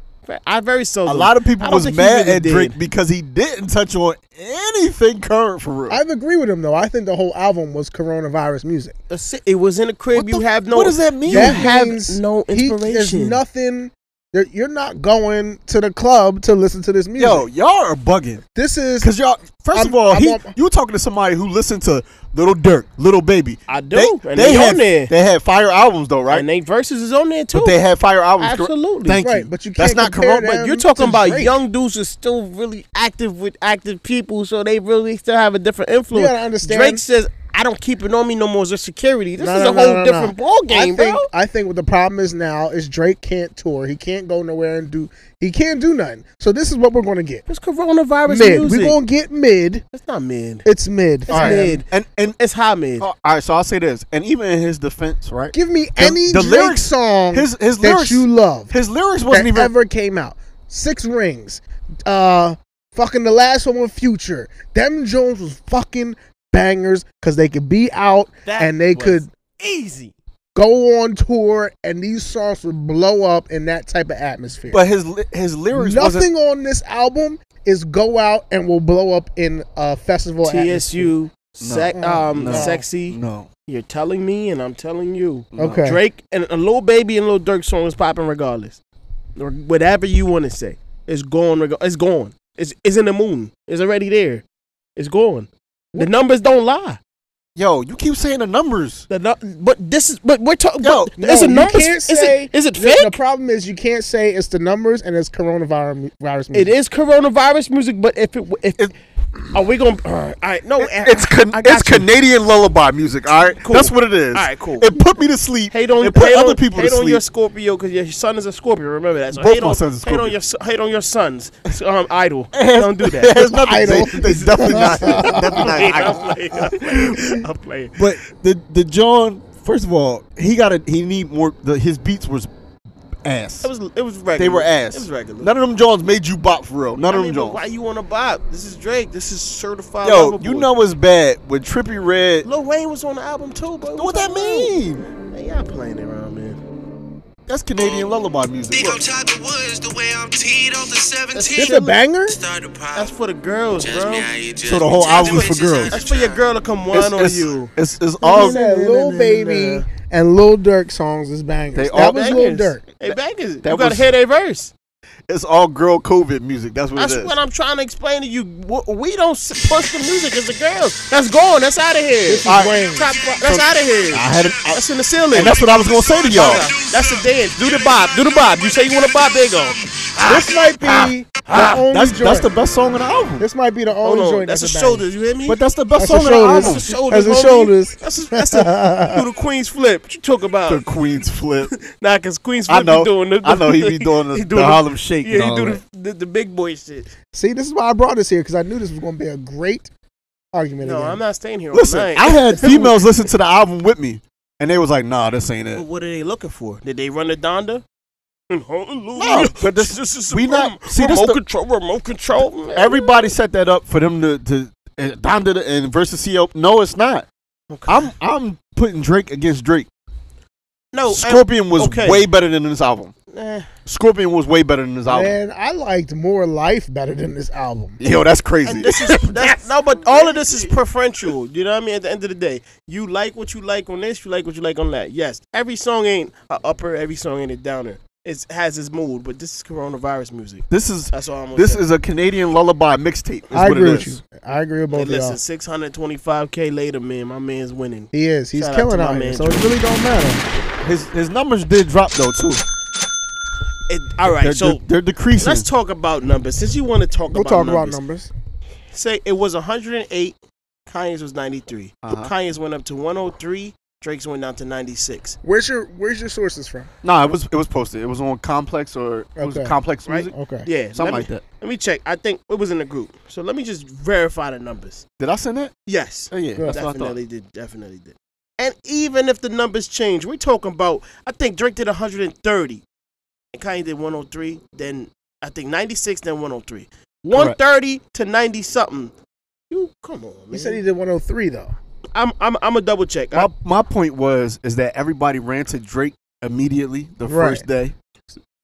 A: I very seldom.
D: A lot of people
A: I don't
D: was
A: think he
D: mad
A: really
D: at
A: did.
D: Drake because he didn't touch on anything current for real.
C: I agree with him though. I think the whole album was coronavirus music.
A: That's it. It was in the crib. you have no.
D: what does that mean?
A: You
C: That
A: have
C: means
A: no
C: he- there's
A: inspiration.
C: nothing. there- You're not going to the club to listen to this music.
D: Yo, y'all are bugging.
C: this is
D: Cause y'all, 1st
C: I'm-
D: of all,
C: I'm
D: he,
C: on-
D: you were talking to somebody who listened to Little Dirk, Little Baby.
A: I do, and they
D: had
A: on there.
D: they had fire albums though, right?
A: And they verses is on there too.
D: but they had fire albums. correct?
A: Absolutely.
D: Thank
C: Right,
D: you.
C: but you
D: That's
C: can't
D: not
C: compare
D: corrupt. But
C: them
A: You're talking
C: to
A: about
C: Drake.
A: young dudes are still really active with active people, so they really still have a different influence.
C: gotta understand-
A: Drake says, "I don't keep it on me no more as a security." This
C: No,
A: is
C: no,
A: a
C: no,
A: whole
C: no, no.
A: different ball game,
C: I think, uh,
A: bro.
C: I think what the problem is now is Drake can't tour. He can't go nowhere and do. He can't do nothing. So this is what we're going to get.
A: It's coronavirus
C: Mid.
A: music.
C: We're going to get mid.
A: it's not mid.
C: It's mid.
A: It's mid.
D: and and uh,
A: It's high
C: Oh,
A: mid.
D: all right, so I'll say this, and even in his defense, right?
C: Give me any Drake song
D: his his
C: that
D: lyrics,
C: you love
D: his lyrics
C: that
D: wasn't even.
C: ever came out. Six Rings. Uh, fucking the last one with Future. Them Jones was fucking bangers because they could be out
A: That
C: and they
A: was
C: could
A: Easy.
C: go on tour and these songs would blow up in that type of atmosphere.
D: but his li- his lyrics wasn't.
C: Nothing on this album is go out and will blow up in a festival. atmosphere.
A: TSU. Sec,
C: No.
A: um,
C: No.
A: sexy.
D: No,
A: You're telling me, and I'm telling you.
C: Okay.
A: Drake and a little baby and little Dirk song is popping regardless. Or whatever you want to say, it's gone. Reg- it's gone. It's it's in the moon. It's already there. It's gone. The numbers don't lie.
D: yo, you keep saying the numbers.
A: The nu- but this is but we're talking.
D: Yo,
A: but it's a
C: you
A: numbers.
C: can't
A: Is it is it
C: the-
A: fake?
C: The problem is you can't say it's the numbers and it's coronavirus virus
A: it
C: music.
A: is coronavirus music. But if it if
D: It-
A: are we gonna? all right, no.
D: It's con-
A: I got
D: it's
A: you.
D: Canadian lullaby music. All right,
A: Cool.
D: that's what it is.
A: All right, cool.
D: It put me to sleep.
A: Hate on
D: it put
A: hate
D: other
A: on,
D: people
A: hate
D: to
A: on
D: sleep.
A: your Scorpio because your son is a Scorpio. Remember that. So
D: Both
A: hate
D: my
A: on,
D: sons are
A: hate on your s- hate on your sons. Um, idol. Don't do
D: It has
A: that.
D: nothing.
C: Idol.
D: They, they definitely not. definitely not idol.
A: I'm playing. I'm playing. I'm playing.
D: But the the John, first of all, he got to he need more. The, his beats was ass.
A: It was it was regular.
D: they were ass.
A: It was regular.
D: None of them Johns made you bop for real. None
A: I
D: of
A: mean,
D: them
A: but
D: Johns.
A: Why you want to bop? This is Drake. This is certified.
D: Yo,
A: lover
D: you
A: boy.
D: know it's bad when Trippy Red.
A: Lil Wayne was on the album too, bro.
D: What that mean?
A: Man, y'all playing around, man.
D: That's Canadian lullaby music.
J: Think I'm tied to woods the way I'm teed off the 17.
C: It's a banger.
J: Start to pop.
A: That's for the girls,
J: Judge
A: bro.
J: me how you judge
D: So the
J: me.
D: whole
J: Judge
D: album is
J: me
D: for
J: just how
D: girls.
J: you
A: That's for your
J: judge.
A: girl to come whine
D: It's,
A: on
D: it's,
A: you.
D: it's, it's
A: Oh.
C: All
D: all
C: that Lil Baby and Lil Durk songs is bangers.
D: They all
C: that was Lil
A: Bangers.
C: Durk.
A: Hey, bangers. You
D: that
A: gotta
D: was-
A: hear their verse.
D: it's all girl COVID music. That's what
A: That's
D: it is.
A: what I'm trying to explain to you. W- We don't s- push the music as the girls. That's gone. That's out of here.
D: All right,
A: Top fi- that's out of here.
D: I had it. I-
A: that's in the ceiling.
D: and that's what I was gonna say to y'all.
A: That's the dance. Do the bob. Do the bob. You say you want to bob, they go. Ah,
C: This might be the only
D: Ah, That's
C: joint.
D: that's the best song on the album.
C: this might be the
A: Hold
C: only
A: on.
C: joint.
A: That's,
C: a
A: the
C: banger.
A: shoulders. You hear me?
D: But that's the best
C: That's the
D: song on the
C: shoulders.
D: album.
A: that's the shoulders.
C: That's the
A: homie.
C: shoulders.
A: That's, that's the, do the Queen's flip. What you talk
D: The
A: about?
D: Queen's flip.
A: Nah, cause Queen's flip
D: I know.
A: be doing the,
D: I know he be doing the,
A: he
D: the Harlem Shake.
A: Yeah,
D: and
A: he
D: all
A: do
D: that.
A: the, the, the big boy shit.
C: See, this is why I brought this here because I knew this was going to be a great argument.
A: No,
C: again.
A: I'm not staying here
D: Listen,
A: all night.
D: I had females listen to the album with me, and they was like, "Nah, this ain't it."
A: But what are they looking for? Did they run a Donda? Hallelujah.
D: No, but this-
A: is
D: we not-
A: rem-
D: see, this
A: remote
D: the-
A: control, remote control. man.
D: Everybody set that up for them to to and Donda and versus CO. No, it's not.
A: Okay.
D: I'm I'm putting Drake against Drake.
A: no Oh, and-
D: Scorpion was
A: okay.
D: way better than this album.
A: Eh,
D: Scorpion was way better than this album.
C: Man, I liked More Life better than this album.
D: Yo, that's crazy.
A: and this is that's, no, but all of this is preferential. You know what I mean? At the end of the day, you like what you like on this, you like what you like on that. Yes, every song ain't a upper, every song ain't a downer. It has its mood, but this is coronavirus music.
D: This is
A: That's all I'm gonna
D: this
A: say.
D: is a Canadian lullaby mixtape. is
C: I
D: what it
C: agree with you.
D: is.
C: I agree
D: Oh,
C: with
A: Hey,
C: both of y'all.
A: listen, 625k later, man, my man's winning.
C: He is. He's
A: Shout out
C: killing
A: to my
C: out, here,
A: man,
C: so it
A: Drake.
C: really don't matter.
D: His his numbers did drop though too.
A: It, all right,
D: They're,
A: so
D: they're, they're decreasing.
A: let's talk about numbers. Since you want to talk
C: We'll
A: about
C: talk about
A: numbers,
C: numbers.
A: say it was 108. Kanye's was 93.
D: Uh-huh.
A: Kanye's went up to 103. Drake's went down to 96.
C: Where's your Where's your sources from?
D: nah, it was it was posted. It was on Complex or it was
C: Okay.
D: Complex
A: Right?
D: Music.
C: Okay.
A: Yeah, let
D: Something
A: me-
D: like that.
A: Let me check. I think it was in the group. So let me just verify the numbers.
D: Did I send that?
A: Yes,
D: Oh yeah,
C: Good.
D: that's what I thought.
A: definitely did. Definitely did. And even if the numbers change, we're talking about. I think Drake did 130, and Kanye did 103. Then I think 96, then 103. 130 to 90 something. You come on, man.
C: He said he did 103 though.
A: I'm I'm I'm a double check.
D: My, my point was is that everybody ran to Drake immediately the
C: Right.
D: first day,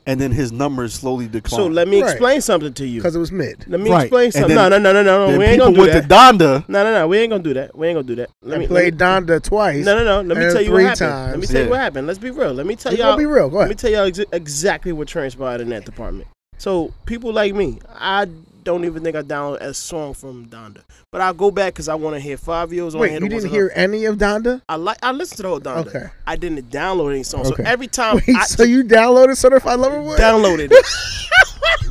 D: and then his numbers slowly declined.
A: So let me explain something to you.
C: Because it was mid.
A: Let me
D: Right.
A: explain
D: And
A: something. No,
D: then-
A: no, no, no, no, no.
D: then
A: We ain't gonna do
D: people went
A: that.
D: to Donda.
A: No, no, no. We ain't gonna do that. We ain't gonna do that. Let
C: I
A: me
C: played
A: let me-
C: Donda twice.
A: No, no, no. Let me
C: and
A: tell you
C: three
A: what happened. Let me
C: times.
A: tell you
D: Yeah.
A: what happened. Let's be real. Let me tell
C: It's
A: y'all.
C: gonna be real. Go
A: Let
C: ahead.
A: me tell y'all exa- exactly what transpired in that department. So people like me, I don't even think I downloaded a song from Donda, but I'll go back because I want to hear five years. I wanna
C: Wait,
A: hear
C: you
A: the ones
C: didn't
A: that I-
C: hear any of Donda?
A: I like. I listened to the whole Donda.
C: Okay.
A: I didn't download any songs.
C: Okay.
A: So every time
C: Wait,
A: I
C: so you downloaded Certified Lover Boy?
A: downloaded it,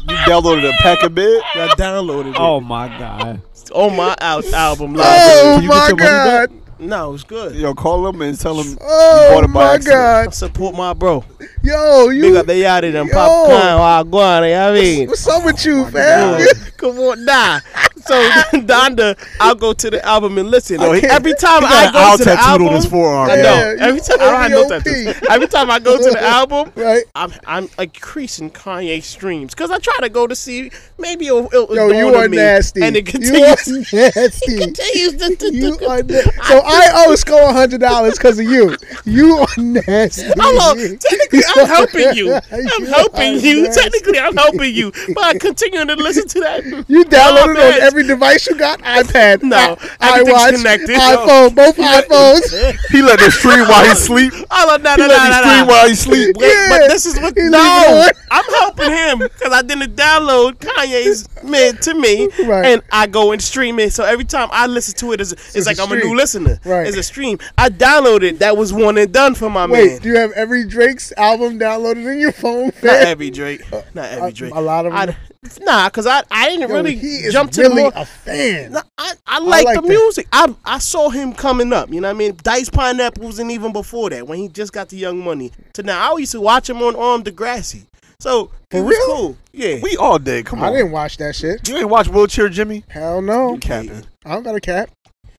D: You downloaded a pack of bid.
A: I downloaded it
K: Oh my god.
A: on my al- album library.
C: oh
K: Did you get
C: my
K: your money back?
C: god!
A: No, it was good.
D: Yo, call him and tell him.
C: Oh
D: bought it by
C: my
D: accident.
C: god!
A: Support my bro.
C: Yo,
A: Big
C: you.
A: up the yard and
C: yo.
A: popcorn. Wagwan, you know what I mean?
C: What's up with you, fam? You-
A: Come on, nah. So Donda, I'll go to the album and listen.
D: Yo, he-
A: every time
D: got
A: I
D: an
A: go
D: owl
A: to the
D: tattooed
A: album,
D: on his forearm.
A: I know.
C: Yeah, you
A: every time I don't have no
C: OVOP.
A: tattoos. Every time I go to the album,
C: Right.
A: I'm I'm increasing Kanye streams because I try to go to see maybe it'll, it'll
C: Yo,
A: dawn
C: you
A: on
C: are
A: me.
C: nasty.
A: and it
C: You are
A: continues.
C: nasty.
A: continues to, to, to,
C: You are na- so I owe Skull hundred dollars because of you. You are nasty.
A: Hold on. Technically, I'm helping you. I'm
C: You
A: helping
C: are
A: you.
C: nasty.
A: Technically, I'm helping you by continuing to listen to that. Oh,
C: You downloaded it on
A: Garbage.
C: every device you got: iPad,
A: No,
C: I-
A: everything's
C: iWatch,
A: connected.
C: iPhone, both iPhones.
D: He let it stream while he sleep. He
A: Oh, no, no,
D: let
A: no, no,
D: it stream
A: no.
D: while he sleep.
A: Wait,
C: Yeah.
A: but this is what.
C: He leave
A: No,
C: it on.
A: I'm helping him because I didn't download Kanye's mid to me,
C: Right.
A: and I go and stream it. So every time I listen to it, it's, it's,
C: it's
A: like
C: a
A: I'm a new
C: stream.
A: listener.
C: Right.
A: It's a stream. I downloaded that was one and done for my man.
C: Wait, do you have every Drake's album downloaded in your phone?
A: Not
C: fam?
A: every Drake. Not every Drake.
C: Uh, a lot of
A: I,
C: them.
A: nah, cause I I didn't
C: Yo,
A: really
C: he is
A: jump to
C: really
A: the more,
C: a fan.
A: No, I, I like
C: like
A: the
C: that.
A: music. I I saw him coming up. You know what I mean? Dice Pineapples and even before that, when he just got the Young Money. To now, I used to watch him on Arm Degrassi. So he was cool. Yeah.
D: We all dead. Come
C: I
D: on.
C: didn't watch that shit.
D: You ain't watch wheelchair Jimmy.
C: Hell no.
D: Captain.
C: I don't got a cap.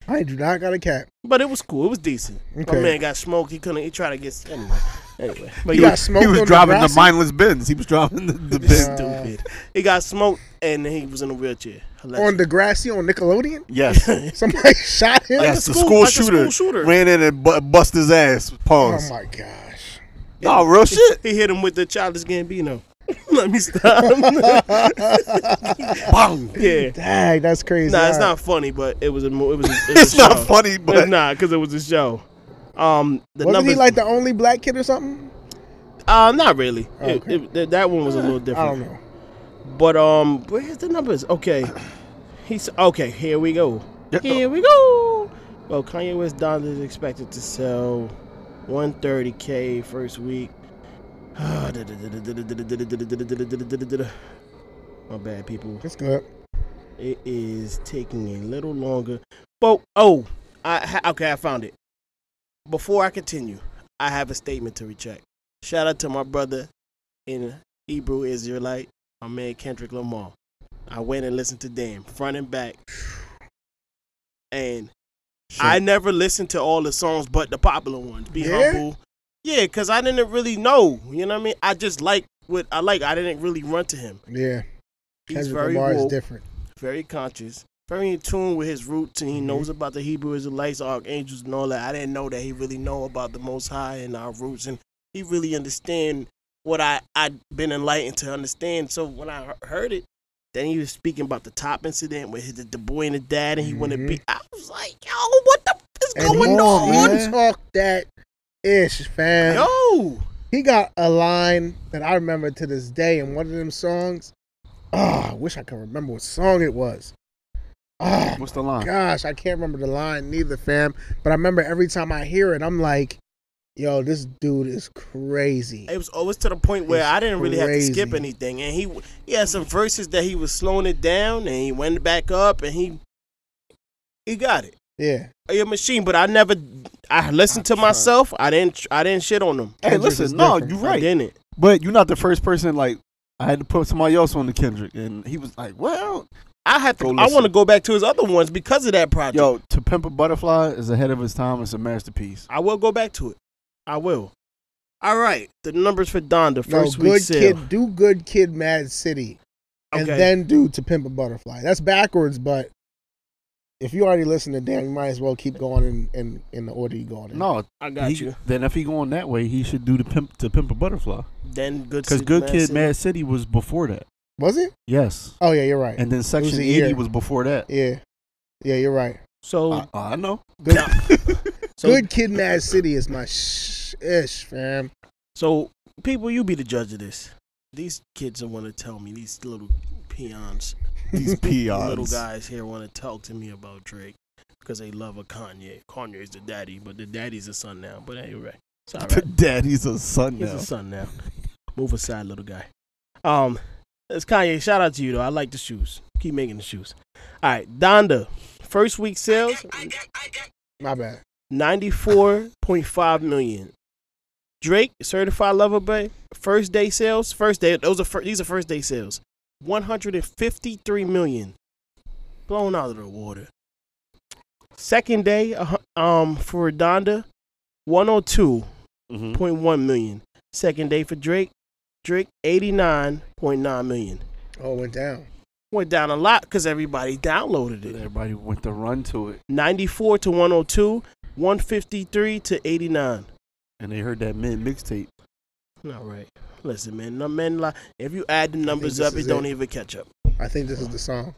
C: I do not got a cap.
A: But it was cool. It was decent. My
C: Okay.
A: man got smoked. He couldn't. He tried to get anyway. Anyway, but
C: You
A: yeah,
C: got smoked
D: He was
C: on
D: driving the
C: Degrassi?
D: mindless bins. He was driving the, the
C: Uh,
A: it's
D: bins.
A: stupid. He got smoked and he was in a wheelchair. Hilarious.
C: on the grassy on Nickelodeon.
D: Yes.
C: Somebody shot him.
D: Yes,
A: a
D: the
A: school-
D: school,
A: like a
D: shooter,
A: school shooter.
D: ran in and bu- bust his ass.
C: Oh
D: Pause.
C: my gosh.
D: no, real shit.
A: He hit him with the childish Gambino. Let me stop.
D: Bang.
A: yeah.
C: Dang, that's crazy.
A: Nah, it's
C: All right.
A: not funny, but it was a. mo- It was. A, it was
D: It's
A: a
D: not
A: show.
D: funny,
A: It's
D: but
A: not because it was a show. Um, the
C: Wasn't
A: numbers,
C: he like the only black kid or something?
A: uh, not really. It-
C: Oh, Okay. Eh,
A: it- th- that one was a little
C: I don't
A: different.
C: know.
A: But um, where's the numbers? Okay, he's okay. Here we go.
D: Yeah.
A: Here we go. Well, Kanye West Donda is expected to sell 130k first week. My bad, people.
C: It's good.
A: It is taking a little longer. But oh, I ha- okay, I found it. Before I continue, I have a statement to recheck. Shout out to my brother in Hebrew Israelite, my man Kendrick Lamar. I went and listened to Damn front and back, and I never listened to all the songs but the popular ones. Be
C: Yeah?
A: humble, yeah, because I didn't really know. You know what I mean? I just like what I like. I didn't really run to him.
C: Yeah,
A: He's
C: Kendrick
A: very
C: Lamar is
A: woke
C: different.
A: very conscious, very in tune with his roots, and he knows about the Hebrew Israelites, archangels, and all that. I didn't know that he really know about the Most High and our roots, and he really understand what I I'd been enlightened to understand. So when I he- heard it, then he was speaking about the top incident with his, the boy and the dad, and he wanted to be. I was like, yo, what the f- is
C: And
A: going
C: he,
A: on?
C: he talk that ish, fam.
A: Yo,
C: He got a line that I remember to this day in one of them songs. Ah, I wish I could remember what song it was. Ah,
D: what's the line?
C: gosh, I can't remember the line neither, fam. But I remember every time I hear it, I'm like, yo, this dude is crazy.
A: it was always to the point where
C: It's
A: I didn't really have to skip
C: crazy.
A: anything, and he he had some verses that he was slowing it down, and he went back up, and he he got it.
C: Yeah.
A: a machine, but I never. I listened to myself. I didn't. I didn't shit on them.
D: Hey,
C: Kendrick is
D: listen, no,
C: different.
D: you're
A: I
D: right.
A: didn't.
D: But you're not the first person. Like, I had to put somebody else on the Kendrick, and he was like, "Well,
A: I have to.
D: Go
A: I
D: listen.
A: want to go back to his other ones because of that project.
D: yo, To Pimp a Butterfly is ahead of his time. It's a masterpiece."
A: I will go back to it. I will. All right. The numbers for Donda
C: No,
A: first week
C: good
A: sale.
C: kid, do good kid, Mad City, and
A: Okay.
C: then do To Pimp a Butterfly. That's backwards, but If you already listened to Dan, you might as well keep going in, in, in the order you going in.
D: No, he- Then if he going that way, he should do the pimp to pimp a butterfly.
A: Then Good
D: because
A: City,
D: Good
A: Mad
D: Kid,
A: City.
D: Mad City was before that.
C: Was it?
D: Yes,
C: Oh yeah, you're right.
D: and then
C: It
D: Section
C: a
D: Eighty
C: year.
D: was before that.
C: Yeah, yeah, you're right.
A: So
D: I, I know.
C: Good,
A: So-
C: Good Kid, Mad City is my sh- ish, fam.
A: So, people, you be the judge of this. These kids don't want to tell me. These little peons,
B: These peons.
A: little guys here, want to talk to me about Drake because they love a Kanye. Kanye's the daddy, but the daddy's the son now. But anyway, it's all right.
B: Daddy's a son
A: He's
B: now.
A: the son now. Move aside, little guy. Um, it's Kanye. Shout out to you though. I like the shoes. Keep making the shoes. All right, Donda. First week sales
C: My bad.
A: 94.5 million. Drake, Certified Lover Boy, first day sales, first day, those are fir- these are first day sales. 153 million. Blown out of the water. Second day a hu- um for Donda, 102.1 million. Second day for Drake, Drake 89.9 million.
C: Oh, it went down.
A: Went down a lot cuz everybody downloaded it.
D: Everybody went to run to it,
A: 94 to 102, 153 to 89.
D: and they heard that mid mixtape.
A: All right. Listen, man. No men lie. If you add the numbers
C: this
A: up, it
C: is
A: don't
C: it.
A: even catch up.
C: I think this is the song.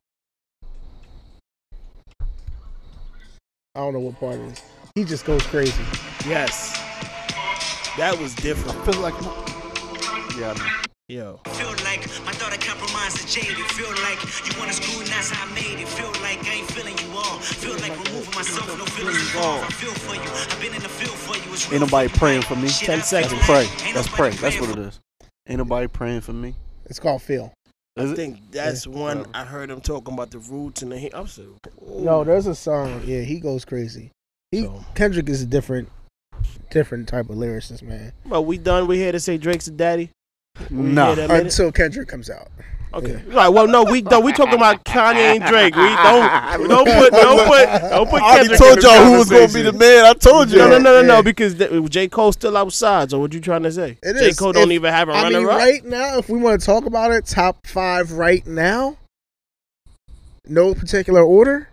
C: I don't know what part it is. He just goes crazy.
A: Yes. That was different.
D: Feel like, yeah,
A: Yo.
G: Feel like my daughter compromised the jaded. Feel like you wanna scrutinize how I made it. Feel like I ain't feeling you all. Feel like removing myself, no feelings involved. I feel for you. I've been in the field for you. It's
D: ain't
G: real
D: nobody
G: for you.
D: praying for me.
G: Shit,
A: Ten
G: I feel
A: seconds.
G: like
D: Let's pray.
G: ain't
D: Let's
G: nobody
D: pray. That's
G: praying
D: what
G: for
D: it is. Ain't nobody praying for me.
C: It's called Phil.
D: Is
A: I
D: it?
A: think that's one I heard him talking about the roots and the hip. I'm so,
C: No, there's a song. Yeah, he goes crazy. He
A: So-
C: Kendrick is a different, different type of lyricist, man.
A: Well, we done. we here to say Drake's a daddy. We
D: Nah.
A: here to admit it?
C: Until Kendrick comes out.
A: Okay. Like, well, no, we done. We talking about Kanye and Drake. We don't. Don't put. Don't put. Don't put.
B: I already
A: Kendrick in
B: told
A: the
B: y'all who was going to be the
A: conversation.
B: man. I told you.
A: No, no, no, no, no.
C: Yeah.
A: Because th- J Cole's still outside. So what you trying to say?
C: It
A: J
C: is.
A: Cole don't
C: If-
A: even have a
C: I
A: runner
C: mean,
A: up.
C: right now, if we want to talk about it, top five right now, no particular order,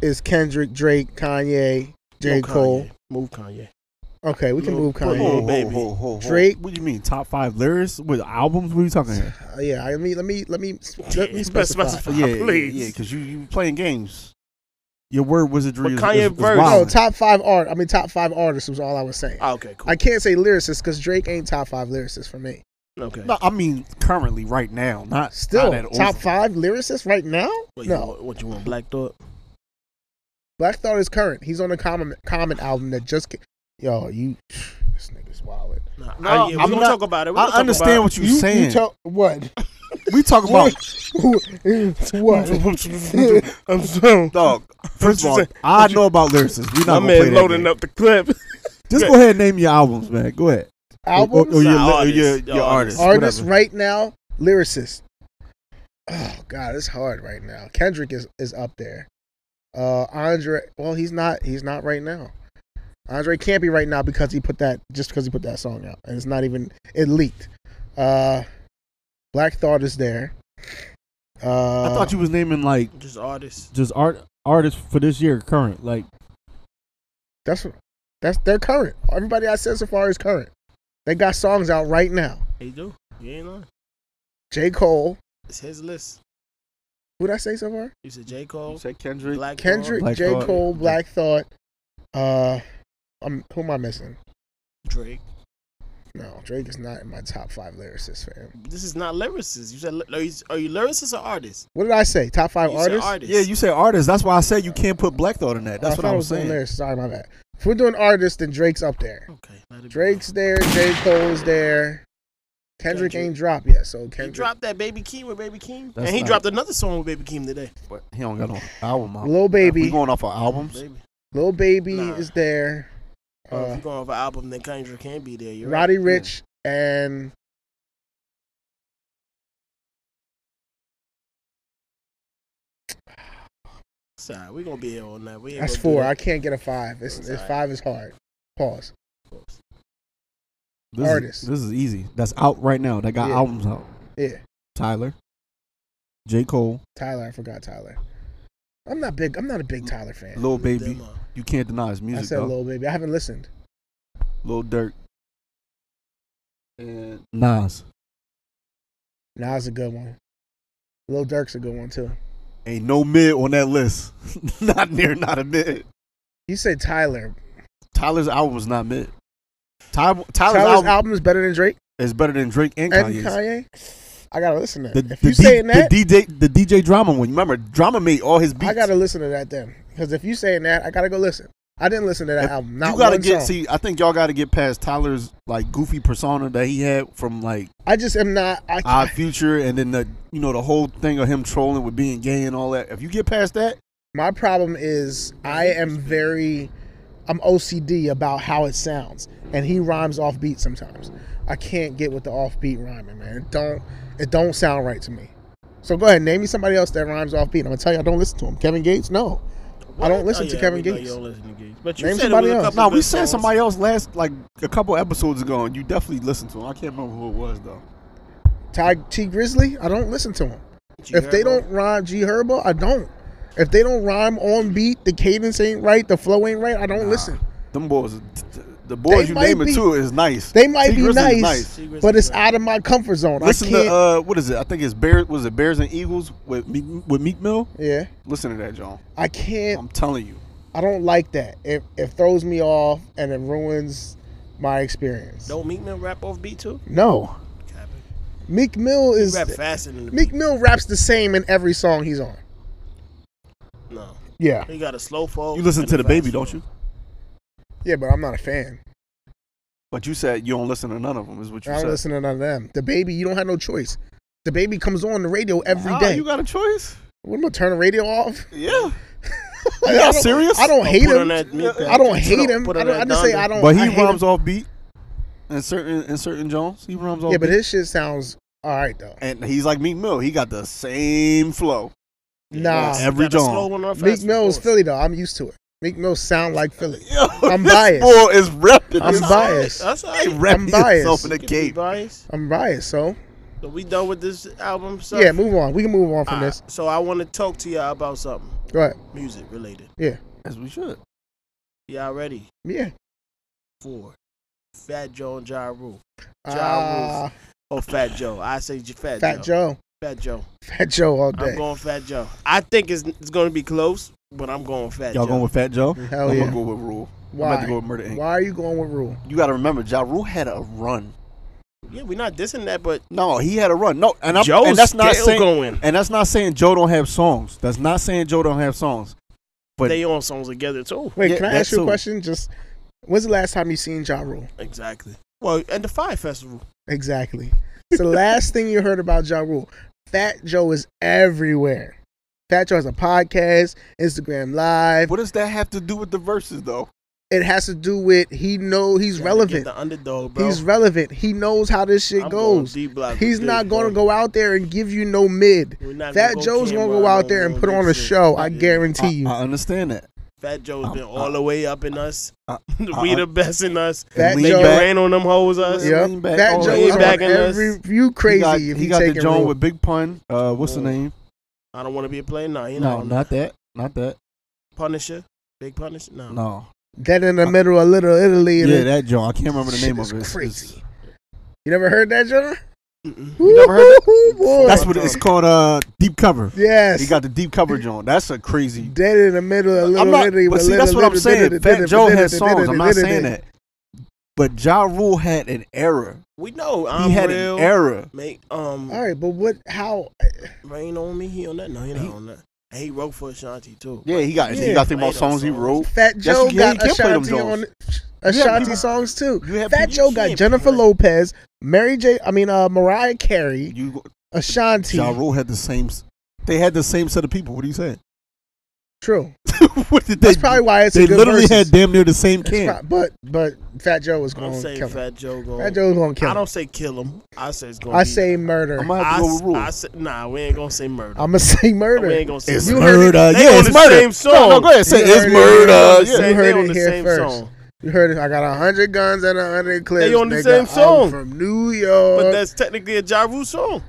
C: is Kendrick, Drake, Kanye, J.
A: No Kanye.
C: Cole.
A: Move Kanye.
C: Okay, we can
A: No,
C: move
A: put
C: Kanye.
A: more. baby.
C: Drake.
D: What do you mean? Top five lyrists with albums? What are you talking here?
C: Uh, yeah, I mean, let me let me let me
A: Yeah,
C: specify.
A: specify.
D: yeah,
A: Please.
D: yeah, because you you playing games. Your word wizardry
A: But
D: is,
A: Kanye
D: is, is
A: verse-
C: No,
D: wild.
C: top five art. I mean, top five artists was all I was saying.
A: Ah, okay, cool.
C: I can't say lyricist because Drake ain't top five lyricist for me.
A: okay.
D: No, I mean currently, right now, not
C: Still,
D: not at
C: top
D: all.
C: five lyricist right now?
A: What, you
C: no,
A: want, what you want? Black Thought.
C: Black Thought is current. He's on the common common album that just. Ca- Yo, you, this nigga's wild.
A: Nah,
D: No,
A: I, yeah, we
D: I'm
A: gonna
D: not-
A: talk about it. We gonna
D: I
A: talk
D: understand
A: about
D: what you're saying.
C: tell what?
D: we talk about
C: what?
A: I'm so.
D: dog. First of all, I know about lyricists. We
A: My
D: not gonna play
A: man
D: that
A: loading
D: game.
A: up the clip.
D: Just go ahead and name your albums, man. Go ahead. Or,
C: Albums,
D: or your,
A: Nah,
D: li- or your,
A: artists.
D: your artists.
C: artists
D: whatever.
C: right now, lyricist. Oh God, it's hard right now. Kendrick is is up there. Uh, Andre, well, he's not. He's not right now. Andre can't be right now because he put that just because he put that song out, and it's not even it leaked. Uh, Black Thought is there. Uh,
D: I thought you was naming like
A: Just artists.
D: just art artists for this year, current. Like
C: That's that's they're current. Everybody I said so far is current. They got songs out right now.
A: They do. You ain't lying.
C: J. Cole.
A: It's his list.
C: What did I say so far?
A: You said J Cole,
D: said Kendrick.
A: Black
C: Kendrick,
A: Thought,
D: Black
C: J.
D: Thought.
C: Cole, Black Thought. Uh, I'm who am I missing?
A: Drake.
C: No, Drake is not in my top five lyricists, fam.
A: This is not lyricists. You said li- are you, are you lyricists or artists?
C: What did I say? Top five
A: You said
C: artists.
A: artists.
D: Yeah, you say artists. That's why I said you can't put Black Thought in that. That's
C: Oh,
D: what I
C: thought
D: was
C: it doing
D: saying.
C: Lyricists. Sorry, my bad. If we're doing artists, then Drake's up there.
A: Okay. let it be.
C: Drake's there. J. Cole's there. Kendrick,
A: Kendrick.
C: ain't dropped yet, so
A: He
C: Kendrick.
A: dropped that Baby Keem with Baby Keem,
D: That's
A: and he
D: not-
A: dropped another song with Baby Keem today.
D: But he don't got no album out.
C: Lil
D: We
C: Baby.
D: going off of albums.
A: Baby.
C: Lil Baby
A: Nah.
C: is there.
A: Oh, if
C: Uh,
A: you going off an album, then Kendrick can't be there. You're right.
C: Roddy Rich and
A: Sorry, we gonna be here all night. We ain't
C: That's
A: gonna do
C: four.
A: that.
C: I can't get a five. It's, it's
A: That's all right.
C: five is hard. Pause.
D: This
C: Artists.
D: Is, this is easy. That's out right now. That got
C: Yeah.
D: albums out.
C: Yeah.
D: Tyler, J. Cole,
C: Tyler, I forgot Tyler. I'm not big. I'm not a big Tyler fan.
D: Lil Baby. You can't deny his
C: I
D: music,
C: said
D: though. Lil,
C: Lil Baby. I haven't listened.
D: Dirk. And Nas.
C: Nas a good one. Lil Durk's a good one too.
D: Ain't no mid on that list. not near, not a mid.
C: You say Tyler.
D: Tyler's album was not mid. Ty- Tyler's,
C: Tyler's
D: album
C: album, is better than Drake
D: is better than Drake and,
C: and
D: Kanye's.
C: Kanye. I gotta listen to
D: The,
C: that.
D: the
C: If you
D: D-
C: saying that,
D: the DJ, the DJ Drama one. You remember, Drama made all his beats.
C: I gotta listen to that then. Because if you saying that, I gotta go listen. I didn't listen to that
D: If-
C: album. Not
D: you gotta
C: one
D: get.
C: song.
D: See, I think y'all gotta get past Tyler's like goofy persona that he had from like
C: I just am not. I,
D: Odd Future, and then the you know the whole thing of him trolling with being gay and all that. If you get past that,
C: my problem is I am very, I'm OCD about how it sounds, and he rhymes off beat sometimes. I can't get with the off beat rhyming, man. It don't it don't sound right to me. So go ahead, name me somebody else that rhymes off beat. I'm gonna tell you, I don't listen to him. Kevin Gates, no, I don't listen
A: Oh,
C: to
A: yeah,
C: Kevin
A: we know
C: Gates.
A: you don't listen to Gates. But you
C: Name
A: said it
C: somebody
A: was a
C: else.
A: couple
D: no, we
A: good
D: said
A: songs.
D: somebody else last like a couple episodes ago, and you definitely listened to him. I can't remember who it was though.
C: Ty T Grizzly, I don't listen to him.
A: G
C: If they
A: Herbo.
C: don't rhyme G Herbo, I don't. If they don't rhyme on beat, the cadence ain't right, the flow ain't right, I don't listen.
D: Them boys, the boys
C: They
D: you
C: might
D: naming
C: be-
D: too is nice.
C: They might
D: T.
C: be
D: Grizzly
C: nice,
D: is
A: T. Grizzly's
C: but it's
A: right.
C: out of my comfort zone. I
D: Listen
C: can't.
D: to uh, what is it? I think it's Bears. Was it Bears and Eagles with Meek, with Meek Mill?
C: yeah,
D: Listen to that, John.
C: I can't.
A: Um,
D: I'm telling you.
C: I don't like that. It it throws me off and it ruins my experience.
A: Don't Meek Mill rap off beat too?
C: No, Meek Mill
A: He
C: is
A: rap faster than the
C: Meek
A: beat.
C: Mill raps the same in every song he's on.
A: No,
C: Yeah,
A: he got a slow fall.
D: You listen
A: and
D: to
A: a
D: the baby,
A: fast
D: don't
A: fall.
D: you?
C: yeah, but I'm not a fan.
D: But you said you don't listen to none of them. Is what you
C: I don't
D: said.
C: listen to none of them. The baby, you don't have no choice. The baby comes on the radio every day.
D: Ah, you got a choice.
C: What am I turn the radio off?
D: Yeah.
C: I
D: not
C: don't-
D: serious?
C: I don't
A: Oh,
C: hate
A: put on
C: him.
A: that Meek
C: I don't
A: Put
C: hate
A: on-
C: him.
A: put
C: I,
A: on
C: don't, I
A: that
C: just say
A: Donda.
C: I don't.
D: But
C: I
D: he
C: hate him.
D: rhymes off beat. And certain and certain Jones, he rhymes off.
C: Yeah, but
D: beat.
C: his shit sounds all right though.
D: and he's like Meek Mill. He got the same flow.
C: Nah,
A: He
D: Every
A: got a
D: John.
A: slow one or a fast
C: Meek
A: one,
C: Mill is
A: of course.
C: Philly though. I'm used to it. Meek Mill sound like Philly.
D: Yo,
C: I'm
D: this
C: biased.
D: Boy is repping.
C: I'm
D: himself.
C: biased.
A: That's all
D: He
A: right.
D: repping
C: biased.
D: himself in the
A: You can be
D: cape.
A: biased.
C: I'm biased, so
A: So we done with this album stuff.
C: yeah, move on. We can move
D: Ah.
C: on from
A: All right,
C: this.
A: So I want to talk to y'all about something
C: Go ahead.
A: music related.
D: As we should.
A: Y'all ready
C: Yeah.
A: for Fat Joe and Ja Rule? Ja
C: Uh,
A: Or Fat Joe? I say J- Fat,
C: Fat
A: Joe.
C: Joe.
A: Fat Joe.
C: Fat Joe all
A: I'm
C: day.
A: going Fat Joe. I think it's it's going to be close, but I'm going Fat
D: Y'all
A: Joe.
D: going with Fat Joe?
C: Hell
D: I'm
C: yeah.
D: gonna go with Rule. I'm about
C: Why?
D: to go with Murder Inc.
C: Why are you going with Rule?
D: You got to remember, Ja Rule had a run.
A: yeah, we're not dissing that, but
D: No, he had a run. No, and I'm
A: Joe's
D: and that's not
A: still
D: saying,
A: going.
D: And that's not saying Joe don't have songs. That's not saying Joe don't have songs. But
A: they on songs together too.
C: Wait,
D: Yeah,
C: can I
D: that
C: ask you a
D: too.
C: question? Just when's the last time you seen Ja Rule?
A: Exactly. Well, and the Fire Festival.
C: Exactly. It's the last thing you heard about Ja Rule. Fat Joe is everywhere. Fat Joe has a podcast, Instagram Live.
D: what does that have to do with the verses though?
C: It has to do with he know he's
A: Gotta Get
C: relevant.
A: the underdog, bro.
C: He's relevant. He knows how this shit
A: I'm going
C: goes.
A: D-block
C: He's
A: with
C: not
A: this,
C: going to
A: bro.
C: go out there and give you no mid.
A: We're not
C: Fat
A: gonna go
C: Joe's going to
A: camera,
C: go
A: no,
C: out there and
A: no
C: put on a
A: big shit.
C: show. I
A: Yeah.
C: guarantee you.
D: I, I understand that.
A: Fat Joe's been
D: Uh,
A: all the way up in us.
D: uh,
A: we
D: uh,
A: the best in us.
C: Fat
D: Lean
A: They
C: Joe.
D: back.
A: ran on them hoes us.
C: Yep.
D: Lean back.
C: Fat
D: Oh,
C: Joe
A: lean
C: is
A: back
C: on
A: in us.
C: every you crazy
D: he got,
C: if
D: he
C: you
D: got the
C: take
D: John
C: it.
D: with Big Pun. Uh, what's the
A: Oh,
D: name?
A: I don't want to be a player. Nah, you
D: no,
A: know,
D: not that. Not that.
A: Punisher, Big Punisher. No,
D: No.
C: Then in the middle of Little Italy. and
D: Yeah,
C: it-
D: that John. I can't remember the
C: shit
D: name
C: is
D: of it. It's-
C: crazy.
D: it's-
C: you never heard that, John?
A: Mm-mm.
C: You
D: never heard
C: that? Boy.
D: That's what it's called. Uh, deep cover.
C: Yes.
D: He got the deep cover, John. That's a crazy.
C: Dead in the middle of Little
D: I'm not,
C: Italy.
D: but
C: with
D: see, that's
C: Little
D: what I'm
C: Italy,
D: saying.
C: Italy,
D: Fat
C: Italy,
D: Joe
C: Italy,
D: had
C: Italy,
D: songs. I'm not
C: Italy,
D: saying
C: Italy.
D: that. But Ja Rule had an era.
A: we know.
D: He
A: I'm
D: had
A: real.
D: an era.
A: Make um
C: All right, but what? How?
A: rain on me. He on that. No, he not on that. And he wrote for Ashanti too.
D: Yeah, he got.
C: Yeah.
D: You got to think about
A: Played those
D: songs he
A: songs.
D: wrote.
C: Fat
D: Yes,
C: Joe
D: you can- you
C: got
D: can play them
C: Ashanti on
D: Jones.
C: Ashanti
D: people-
C: songs too.
D: you have
C: Fat
D: people-
C: Joe
A: you
C: got
A: can't
C: Jennifer
A: play.
C: Lopez, Mary J. I mean, uh, Mariah Carey,
D: You
C: Ashanti.
D: Ja Rule had the same. s- They had the same set of people. What are you saying?
C: True.
D: what did they?
C: That's probably why it's a
D: they
C: good
D: literally
C: versus.
D: had damn near the same
C: That's
D: camp.
C: right, but but Fat Joe was
A: I
C: going
A: don't
C: to
A: say
C: kill him.
A: Fat Joe going.
C: Fat Joe was going to kill
A: I
C: him.
A: don't say kill him. I say it's going.
C: I say murder.
D: I'm
C: I'm
D: gonna have
A: I,
D: to go with
A: s-
D: Rule.
A: I say nah. We ain't gonna say murder.
C: gonna say murder.
A: we ain't gonna say
D: It's
A: murder.
C: heard it-
D: murder.
A: They
D: Yeah,
A: on
D: it's
A: the
D: murder.
A: same song.
D: No, no, go ahead. Say
C: You
D: it's
C: heard it.
D: murder.
C: You
D: Yeah.
A: They
C: heard
A: on
C: it
A: the
C: here
A: same
C: first.
A: song.
C: You heard it. I got a hundred guns and a hundred clips.
A: They on the
C: nigga.
A: same
C: I'm
A: song.
C: from New York.
A: But that's technically a Ja Rule song.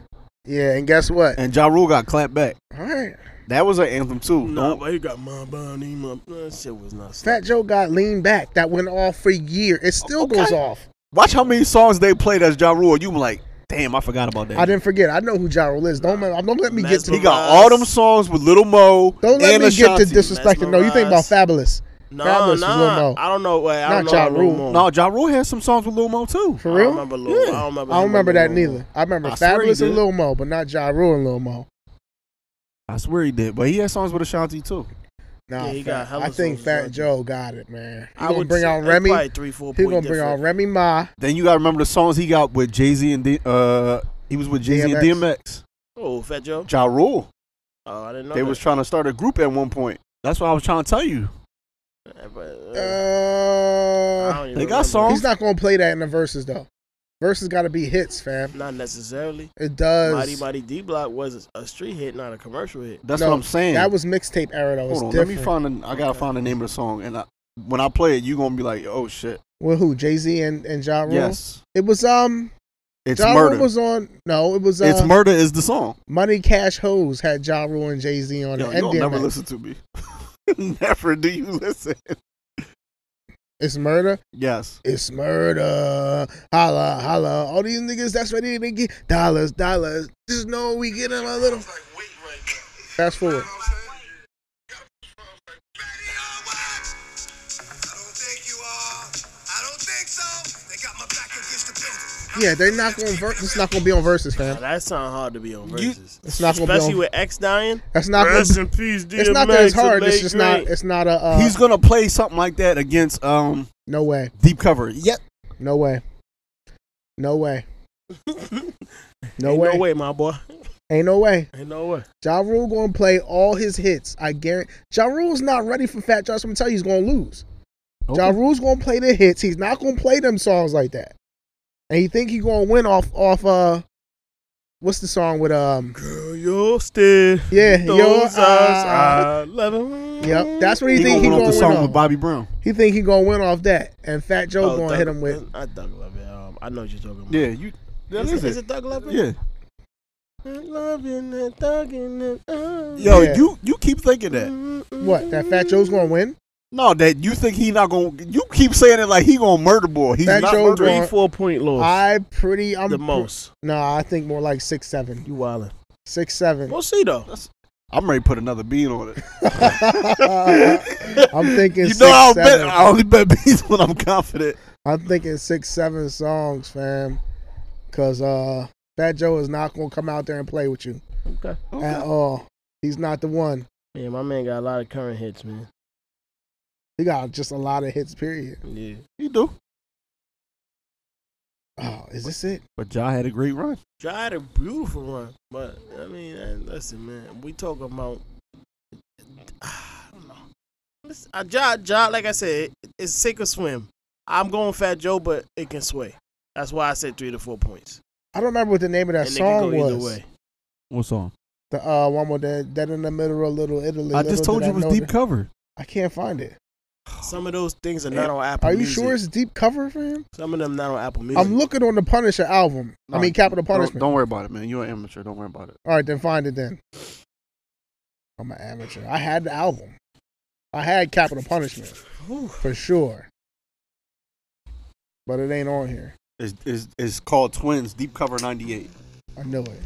C: yeah, and guess what?
D: And Ja Rule got clapped back.
C: All right,
D: That was an anthem too.
A: No,
D: Don't-
A: but he got my body, my that shit was not.
C: Fat Joe got lean back. That went off for a year. It still goes off.
D: Watch how many songs they play that's Ja Rule. You be like, damn, I forgot about that.
C: I didn't forget. I know who Ja Rule is. Don't, let- don't let me get to
D: he got all them songs with Little Mo.
C: Don't let
D: and
C: me get to
D: Ashanti.
C: disrespecting. No, you think about
A: Mesmerized.
C: Fabulous.
A: No,
C: Fabulous was Lil
A: no,
C: Mo.
A: I don't know. Wait, I
C: Not
A: don't know.
C: Ja
A: how Lil
C: Rule.
A: Mo-
D: No, Ja Rule had some songs with Lil Mo too.
C: For
A: I don't
C: real?
A: remember Lil.
D: Yeah.
A: I don't remember.
C: I don't
A: him
C: remember
A: with Lil
C: that
A: Mo.
C: neither. I remember
D: I swear he
C: Fabulous and
D: did.
C: Lil Mo, but not Ja Rule and Lil Mo.
D: I swear he did, but he had songs with Ashanti too.
C: Nah,
A: Yeah, he
C: Fat-
A: got hella
C: I think
A: songs
C: Fat
A: out
C: Joe got it, man. He
A: I
C: gonna
A: would
C: bring
A: say
C: out
A: that's
C: Remy.
A: Probably three, four.
C: He
A: point
C: gonna bring out
A: difference.
C: Remy Ma.
D: Then you gotta remember the songs he got with Jay Z and D- uh, he was with Jay Z and DMX.
A: Oh, Fat Joe.
D: Ja Rule.
A: Oh, I didn't know.
D: They
A: that.
D: was trying to start a group at one point. That's what I was trying to tell you.
A: Yeah, but, uh, I
C: Uh,
A: don't even
D: they got
A: remember.
D: songs?
C: he's not gonna play that in the verses though. Verses got to be hits, fam.
A: Not necessarily.
C: It
A: Mighty
C: does.
A: Mighty D Block was a street hit, not a commercial hit.
D: That's
C: No,
D: what I'm saying.
C: That was mixtape era though. It's
D: Hold on,
C: different.
D: let me find. The, I gotta
A: Okay.
D: find the name of the song, and I, when I play it, you gonna be like, "Oh shit!"
C: With who? Jay Z and and Ja Rule.
D: Yes,
C: It was um.
D: it's
C: ja Rule
D: murder.
C: was on. No, it was uh,
D: it's murder is the song.
C: Money Cash Hoes had Ja Rule and Jay Z on
D: Yo,
C: it.
D: you
C: And
D: don't never
C: DMX.
D: listen to me. never do you listen.
C: It's murder.
D: Yes,
C: It's murder. Holla, holla. All these niggas that's ready to get dollars, dollars. Just know we get them a little. Fast forward. Yeah, they're not going. Ver- it's not going to be on verses,
A: Now,
C: fam.
A: that sound hard to be on
D: You-
A: verses.
C: It's not gonna be
A: especially
C: on-
A: with X dying.
C: That's not. Gonna
A: Rest
C: be-
A: in peace, DMX.
C: it's not that it's hard.
A: and
C: It's
A: Lay
C: just not.
A: Green.
C: It's not a. Uh,
D: he's gonna play something like that against um
C: no way.
D: Deep Cover. Yep.
C: No way. No way. No
A: Ain't
C: way.
A: No way, my boy.
C: Ain't no way.
A: Ain't no way.
C: Ja Rule gonna play all his hits. I guarantee. Ja Rule's not ready for Fat Josh. I'm gonna tell you, he's gonna lose. Ja Rule's gonna play the hits. He's not gonna play them songs like that. And he think he gonna win off off uh, what's the song with um?
A: Girl, you're still.
C: Yeah,
A: Those
C: yo,
A: eyes,
C: uh,
A: I love 'em.
C: yep. That's what he,
D: He,
C: think
D: gonna
C: he
D: run
C: gonna
D: off the
C: win
D: song
C: off.
D: with Bobby Brown.
C: he think he gonna win off that, and Fat Joe
A: Oh,
C: gonna
A: Thug-
C: hit him with.
A: I Doug Love it. Um, I know what you're talking about.
D: Yeah, you. That
A: Is,
D: is,
A: it, is
D: it.
A: it Doug Love?
D: Yeah.
A: Loving and thugging and
D: Yo,
C: Yeah.
D: you you keep thinking that.
C: What? That Fat Joe's gonna win?
D: No, that you think he not gonna. You keep saying it like he gonna murder boy. He's
C: That
D: not
C: Joe
D: murdering.
C: Brown-
A: Three four point loss.
C: I pretty. I'm
A: the
C: pr-
A: most.
C: Nah, I think more like six seven.
A: You wildin'.
C: Six seven.
A: We'll see though.
D: I'm ready to put another beat on it.
C: I'm thinking.
D: You
C: six,
D: know, I'll bet,
C: seven.
D: I only bet beats when I'm confident.
C: I'm thinking six, seven songs, fam. Cause uh Fat Joe is not gonna come out there and play with you
A: Okay.
C: at all. He's not the one.
A: Yeah, my man got a lot of current hits, man.
C: He got just a lot of hits, period.
A: Yeah.
D: You do.
C: Oh, is this it?
D: But Ja had a great run.
A: Tried a beautiful run, but I mean, eh, listen, man, we talking about. I don't know. Listen, I Ja, Ja, like I said, it's sick or swim. I'm going Fat Joe, but it can sway. That's why I said three to four points.
C: I don't remember what the name of that
A: and
C: song
A: it can go
C: was.
A: either way.
D: What song?
C: The uh one with the dead in the middle of Little Italy.
D: I
C: Little
D: just told
C: did
D: you
C: I
D: it was
C: know
D: deep
C: that-
D: cover.
C: I can't find it.
A: Some of those things are not on Apple.
C: Eh, Are you
A: Music.
C: sure it's deep cover, fam?
A: Some of them not on Apple Music.
C: I'm looking on the Punisher album. I
D: No,
C: mean Capital
D: Don't,
C: Punishment.
D: don't worry about it, man. You're an amateur. Don't worry about it.
C: All right, then find it then. I'm an amateur. I had the album. I had Capital Punishment
A: Whew.
C: for sure, but it ain't on here.
D: It's, it's, it's called Twins Deep Cover 98.
C: I know it.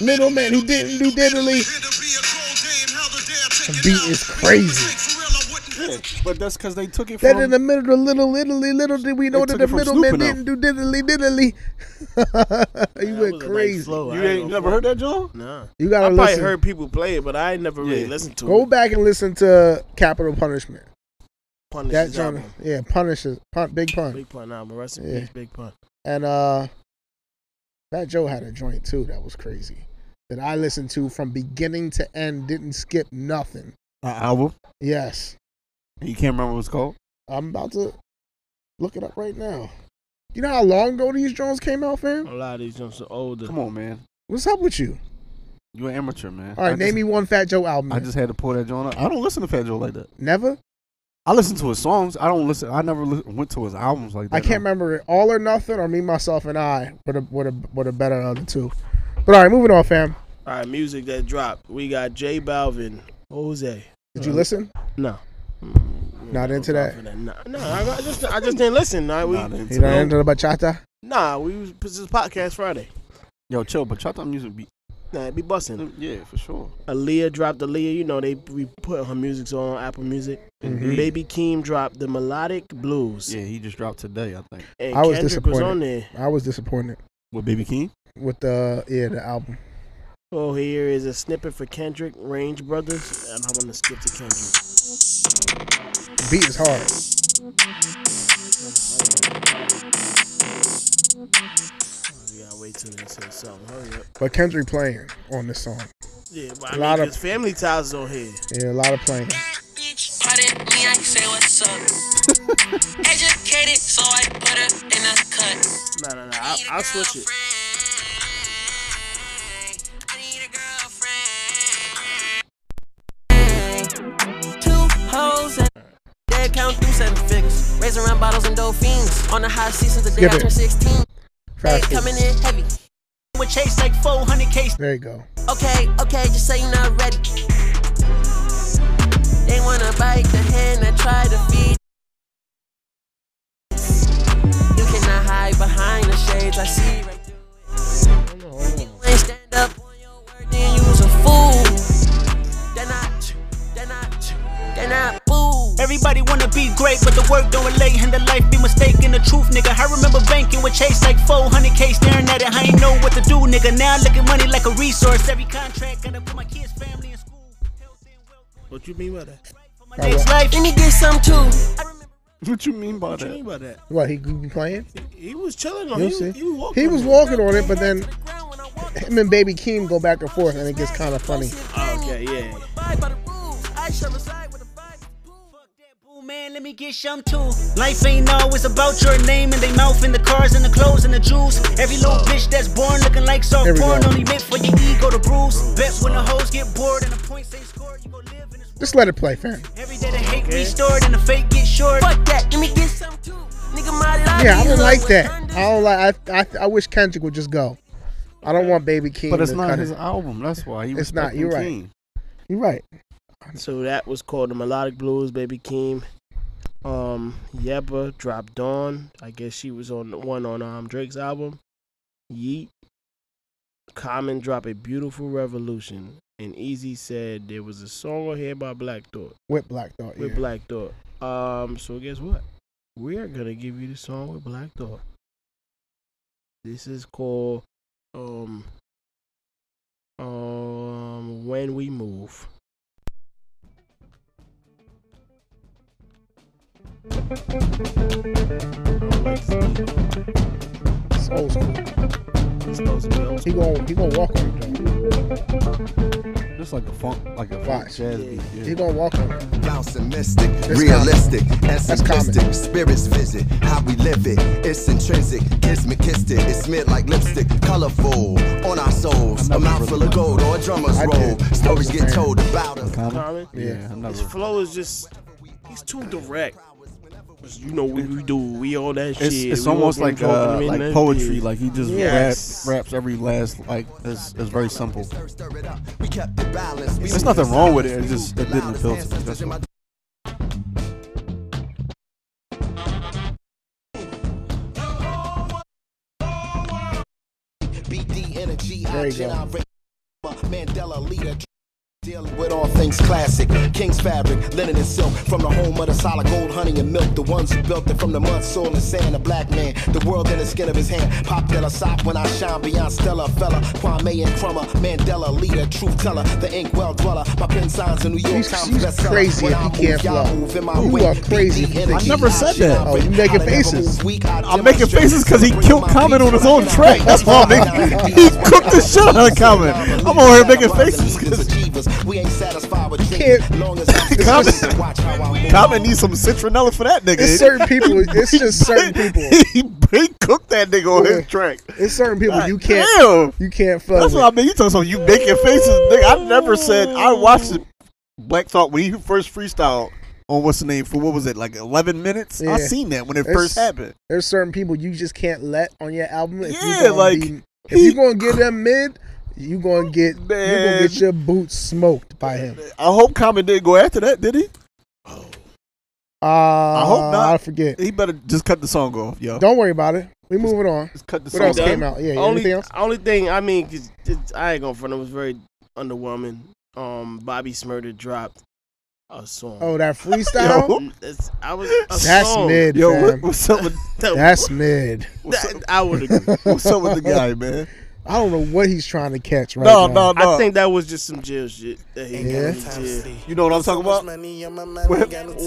C: Middleman who didn't do diddly. The beat is crazy.
D: But that's because they took it
C: That in
D: from.
C: the middle of Little Italy, little did we know
D: They
C: that
D: took
C: the
D: it from
C: middleman
D: Snoop now.
C: didn't do diddly diddly. you went
A: That was a nice
C: crazy.
A: flow. I
D: You
A: ain't
D: ain't
A: gonna
D: never
A: front.
D: heard that, John?
A: Nah.
C: You
A: I
C: gotta
A: probably
C: listen.
A: heard people play it, but I ain't never really
D: Yeah.
A: listened to
C: Go
A: it.
C: back and listen to Capital Punishment.
A: Punish
C: That
A: his
C: genre,
A: album.
C: yeah, Punisher, pun, Big Pun.
A: Big pun album. Rest in
C: Yeah.
A: peace, big pun.
C: And uh Fat Joe had a joint too that was crazy. That I listened to from beginning to end, didn't skip nothing.
D: An album.
C: Yes.
D: You can't remember what it's called?
C: I'm about to look it up right now. You know how long ago these drones came out,
A: A
C: fam?
A: lot of these jumps are older.
D: Come on, man.
C: What's up with you?
D: You're an amateur, man.
C: All right,
D: I
C: name
D: just,
C: me one Fat Joe album.
D: I just had to pull that joint up. I don't listen to Fat Joe like that.
C: Never?
D: I listen to his songs. I don't listen. I never li- went to his albums like that.
C: I can't remember it. All or Nothing or Me, Myself, and I were the, were the, were the better of the two. But all right, moving on, fam.
A: All right, music that dropped. We got J Balvin, Jose.
C: Did you listen?
A: No.
C: Not into that.
A: No, no I, I just I just didn't listen. Nah, we,
C: You not into the bachata?
A: nah, we was this is podcast Friday.
D: Yo, chill, but y'all thought music be
A: Nah, it be busting.
D: yeah for sure.
A: Aaliyah dropped Aaliyah. You know they we put her music on Apple Music.
C: Mm-hmm.
A: Baby Keem dropped the melodic blues.
D: Yeah, he just dropped today, I think.
A: And
C: I was
A: Kendrick was on there.
C: I was disappointed
D: With Baby King.
C: with the yeah the album.
A: Oh, here is a snippet for Kendrick Range Brothers. And I'm gonna skip to Kendrick.
C: Beat is hard.
A: We gotta wait till they say something. Hurry up.
C: But Kendrick playing on this song.
A: Yeah, but I
C: A
A: mean,
C: lot of-
A: 'cause family ties is on here.
C: Yeah, a lot of playing.
J: Pardon me, I say what's up. Educated, so I put her in a cut.
A: No, no, no. I'll, I'll switch it.
J: Two hoes and they count through seven figures. Raising around bottles and dope fiends. On the high season today,
C: Skip
J: I
C: it.
J: turned 16. They
C: Fast
J: coming
C: forward.
J: in heavy. With chase like 400k.
C: There you go.
J: Okay, okay, just say you're not ready. They wanna bite the hand that tried to feed. You cannot hide behind the shades. I see right through it. You ain't stand up on your word, then you was a fool. Then I, then I, then I boo.
K: Everybody wanna be great, but the work don't relate, and the life be mistaken. The truth, nigga. I remember banking with Chase like 400k, staring at it. I ain't know what to do, nigga. Now I look at money like a resource. Every contract, gotta put my kids' family in school.
A: What you mean by that?
K: For my next life,
J: Let me get some too.
D: What you mean by
A: What you
D: that?
A: mean by that?
C: What he be playing?
A: He was chilling on.
C: You'll
A: He,
C: see.
A: was- he was Oh, walking.
C: He was
A: on it.
C: walking on it, but then him and Baby Keem go back and forth, and it gets kind of funny.
A: Okay, yeah.
K: Ooh, Man, let me get some too. Life ain't always about your name and they mouth and the cars and the clothes and the jewels. Every little bitch that's born looking like
C: There
K: soft
C: we
K: porn
C: go.
K: only meant for your ego to bruise. Bet when the hoes get bored and the points ain't scored, you gon' live in this.
C: Just let it play, fam.
K: Every day the hate restored and the fake get short.
J: Fuck that, let me get some too. Nigga, my life.
C: Yeah, I don't
J: is
C: like
J: with
C: that.
J: thunder.
C: I don't like. I, I I wish Kendrick would just go. I don't want Baby Keem.
D: But it's
C: to
D: not
C: cut
D: his
C: it.
D: album. That's why he
C: It's not,
D: respecting
C: you're right.
D: King.
C: You're right.
A: So that was called the melodic blues. Baby Keem. Um, Yeba dropped Dawn. I guess she was on the one on um Drake's album. Yeet. Common dropped a beautiful revolution. And Easy said there was a song on here by Black Thought.
C: With Black Thought.
A: With
C: yeah.
A: Black Thought. Um, so guess what? We are gonna give you the song with Black Thought. This is called um um When We Move.
C: It's old school.
A: It's supposed to be old
C: He gon' he gonna walk on it though.
D: Just like a funk, like a funk
C: Watch.
D: jazz beat. Yeah.
C: He gonna walk on it.
G: Bouncing mystic,
C: That's
G: realistic,
C: common.
G: essentialistic. Spirits visit, how we live it. It's intrinsic. Kiss me, kissed it. It's smeared like lipstick, colorful on our souls. A mouthful of gold or a drummer's
C: I
G: roll.
C: did. I was
G: Stories
C: a
G: get
C: fan.
G: told about us.
A: Common.
D: Yeah, I
A: His
D: never.
A: flow is just he's too direct. You know what we do, we all
D: It's,
A: that shit.
D: it's
A: We
D: almost
A: walking,
D: like uh,
A: talking,
D: like
A: man,
D: poetry.
A: yeah.
D: Like he just
A: Yes.
D: rap, raps every last like. It's, it's very simple.
G: Stir it up. We kept it balanced. We
D: There's
G: moved
D: nothing
G: in
D: wrong with it,
G: silence.
D: it just-
G: We
D: it
G: moved
D: didn't
G: the
D: appeal to me,
G: loudest ancestors
D: that's
G: in my BD energy,
C: There you
G: I
C: go.
G: generate Mandela leader. Dealing with all things classic, king's fabric, linen and silk, from the home of the solid gold, honey and milk, the ones who built it from the mud, soil and sand, a black man, the world in the skin of his hand, pop Della sock when I shine beyond Stella, fella, Kwame and Crummer, Mandela, leader, truth teller, the ink well dweller, my pen signs in New York
C: He's-
G: Times
C: he's
G: bestseller.
C: crazy if he
G: I move,
C: can't
G: y'all
C: flow.
G: move in my
C: You
G: way.
C: are crazy if you
G: BD
C: think
G: energy,
D: I never said that.
G: generate.
C: Oh, you making
G: How they never
C: faces.
G: move weak, I
D: I'm making
G: demonstrate.
D: faces because he
G: Celebrate
D: killed
G: my
D: Common on
G: peace
D: his own
G: when I
D: track.
G: cannot
D: That's why nigga. He cooked the shit out of Common. I'm over here making faces because
G: we ain't satisfied with
C: can't-
G: dreams. Long as I'm
D: Common-
G: successful, watch how I move.
D: Common needs some citronella for that nigga.
C: It's certain people. It's just certain people.
D: he, he cooked that nigga on his track.
C: It's certain people you can't
D: Damn.
C: you can't fuck
D: That's
C: with.
D: what I mean. You talking about you making faces, nigga. I never said I watched Black Thought when he first freestyled on what's the name for what was it like eleven minutes?
C: Yeah.
D: I seen that when it
C: It's-
D: first happened.
C: There's certain people you just can't let on your album. If
D: Yeah,
C: you gonna
D: like,
C: be, if
D: he-
C: you gonna give them mid You gonna get you gonna get your boots smoked by him.
B: I hope Common didn't go after that, did he?
C: Uh, I
B: hope not.
C: I forget.
B: He better just cut the song off, yo.
C: Don't worry about it. We moving on.
B: cut the
C: what
B: song
C: else
B: down.
C: came out? Yeah, yeah,
A: only,
C: anything else?
A: Only thing I mean, 'cause it's- I ain't gonna front. It was very underwhelming. Um, Bobby Smurda dropped a song.
C: Oh, that freestyle?
A: N- it's- I was a
C: That's
A: song.
C: mid, Yo, what- fam.
B: what's up with
A: That-
C: That's mid.
A: that- I would agree.
B: What's up with the guy, man?
C: I don't know what he's trying to catch right
B: No, no,
C: now.
B: no.
A: I think that was just some jail shit. That he
C: Yeah.
A: got in jail.
B: you know what I'm talking about.
A: What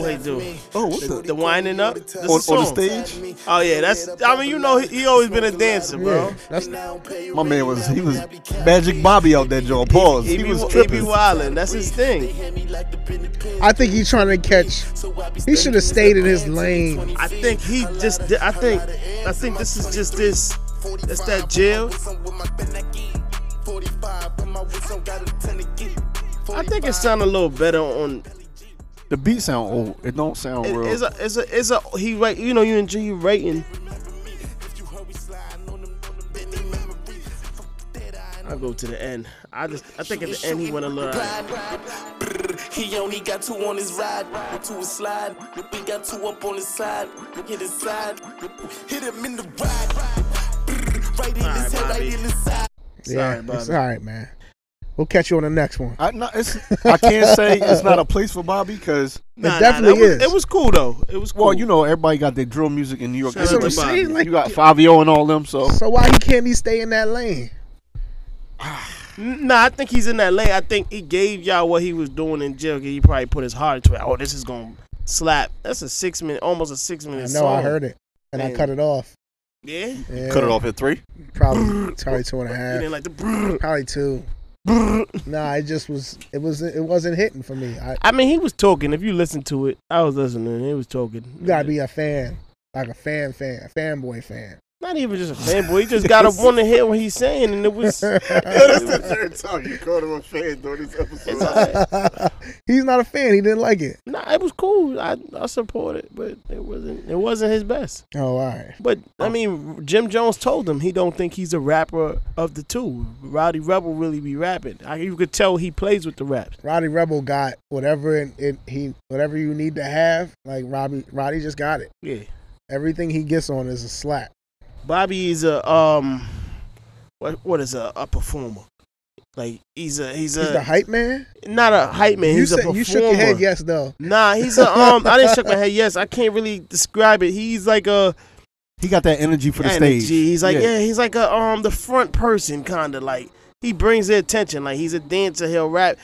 A: he do?
B: Oh, what the,
A: The, the winding up This
B: on, on
A: is a
B: the
A: song.
B: stage?
A: Oh yeah, that's. I mean, you know, he, he always been a dancer, bro.
C: Yeah, that's
B: My man was he was Magic Bobby out there, Joe. Pause. He,
A: He, be,
B: was
A: he be
B: tripping.
A: wildin'. That's his thing.
C: I think he's trying to catch. He should have stayed in his lane.
A: I think he just. di- I think. I think this is just this. That's that jail. I think it sounded a little better on.
D: The beat sound old. It don't sound
A: It,
D: real.
A: it's a. It's a. It's a. He right. You know. You enjoy your rating. I go to the end. I just. I think at the end he went a little.
J: He only got two on his ride, two his slide. We got two up on his side, hit his side, hit him in the ride. Right in his head, right in his side.
C: Yeah, it's all right, man. We'll catch you on the next one.
D: I, no, it's, I can't say it's not a place for Bobby because
A: Nah, nah,
C: definitely
A: that was-
C: is.
A: It was cool though. It was cool.
D: well, you know everybody got their drill music in New York.
A: Shout out
D: Anyway.
A: to Bobby.
C: saying, like-
D: you got Fabio and all them, so
C: So why he can't he stay in that lane?
A: N- Nah, I think he's in that lane. I think he gave y'all what he was doing in jail. 'cause He probably put his heart into it. Oh, this is gonna slap. That's a six minute, almost a six minute.
C: I know
A: song.
C: I heard it and I
A: Man.
C: cut it off.
A: Yeah, you
C: Yeah,
D: cut it off at three.
C: Probably, probably two and a half.
A: didn't like the. brrr,
C: Probably two.
A: brrr.
C: Nah, it just was. It was. It wasn't hitting for me. I
A: I mean, he was talking. If you listen to it, I was listening. He was talking.
C: you gotta be a fan, like a fan, fan, a fanboy fan.
A: not even just a fanboy. He just gotta want to hear what he's saying, and it was.
D: you called him a fan during this episode.
C: He's not a fan. He didn't like it.
A: Nah, it was cool. I I support it, but it wasn't. It wasn't his best.
C: Oh, all right.
A: But I mean, Jim Jones told him he don't think he's a rapper of the two. Rowdy Rebel really be rapping. I, you could tell he plays with the raps.
C: Roddy Rebel got whatever it, it he whatever you need to have. Like Robbie, Roddy just got it.
A: Yeah,
C: Everything he gets on is a slap.
A: Bobby is a um, what what is a, a performer? Like he's a he's a
C: He's the hype man.
A: not a hype man.
C: you
A: he's a
C: said
A: performer.
C: you shook your head yes though.
A: Nah, he's a um. I didn't shake my head. Yes, I can't really describe it. He's like a
B: He got that energy for the
A: energy.
B: stage.
A: He's like yeah. he's like a um the front person kind of like he brings the attention. Like he's a dancer. He'll rap.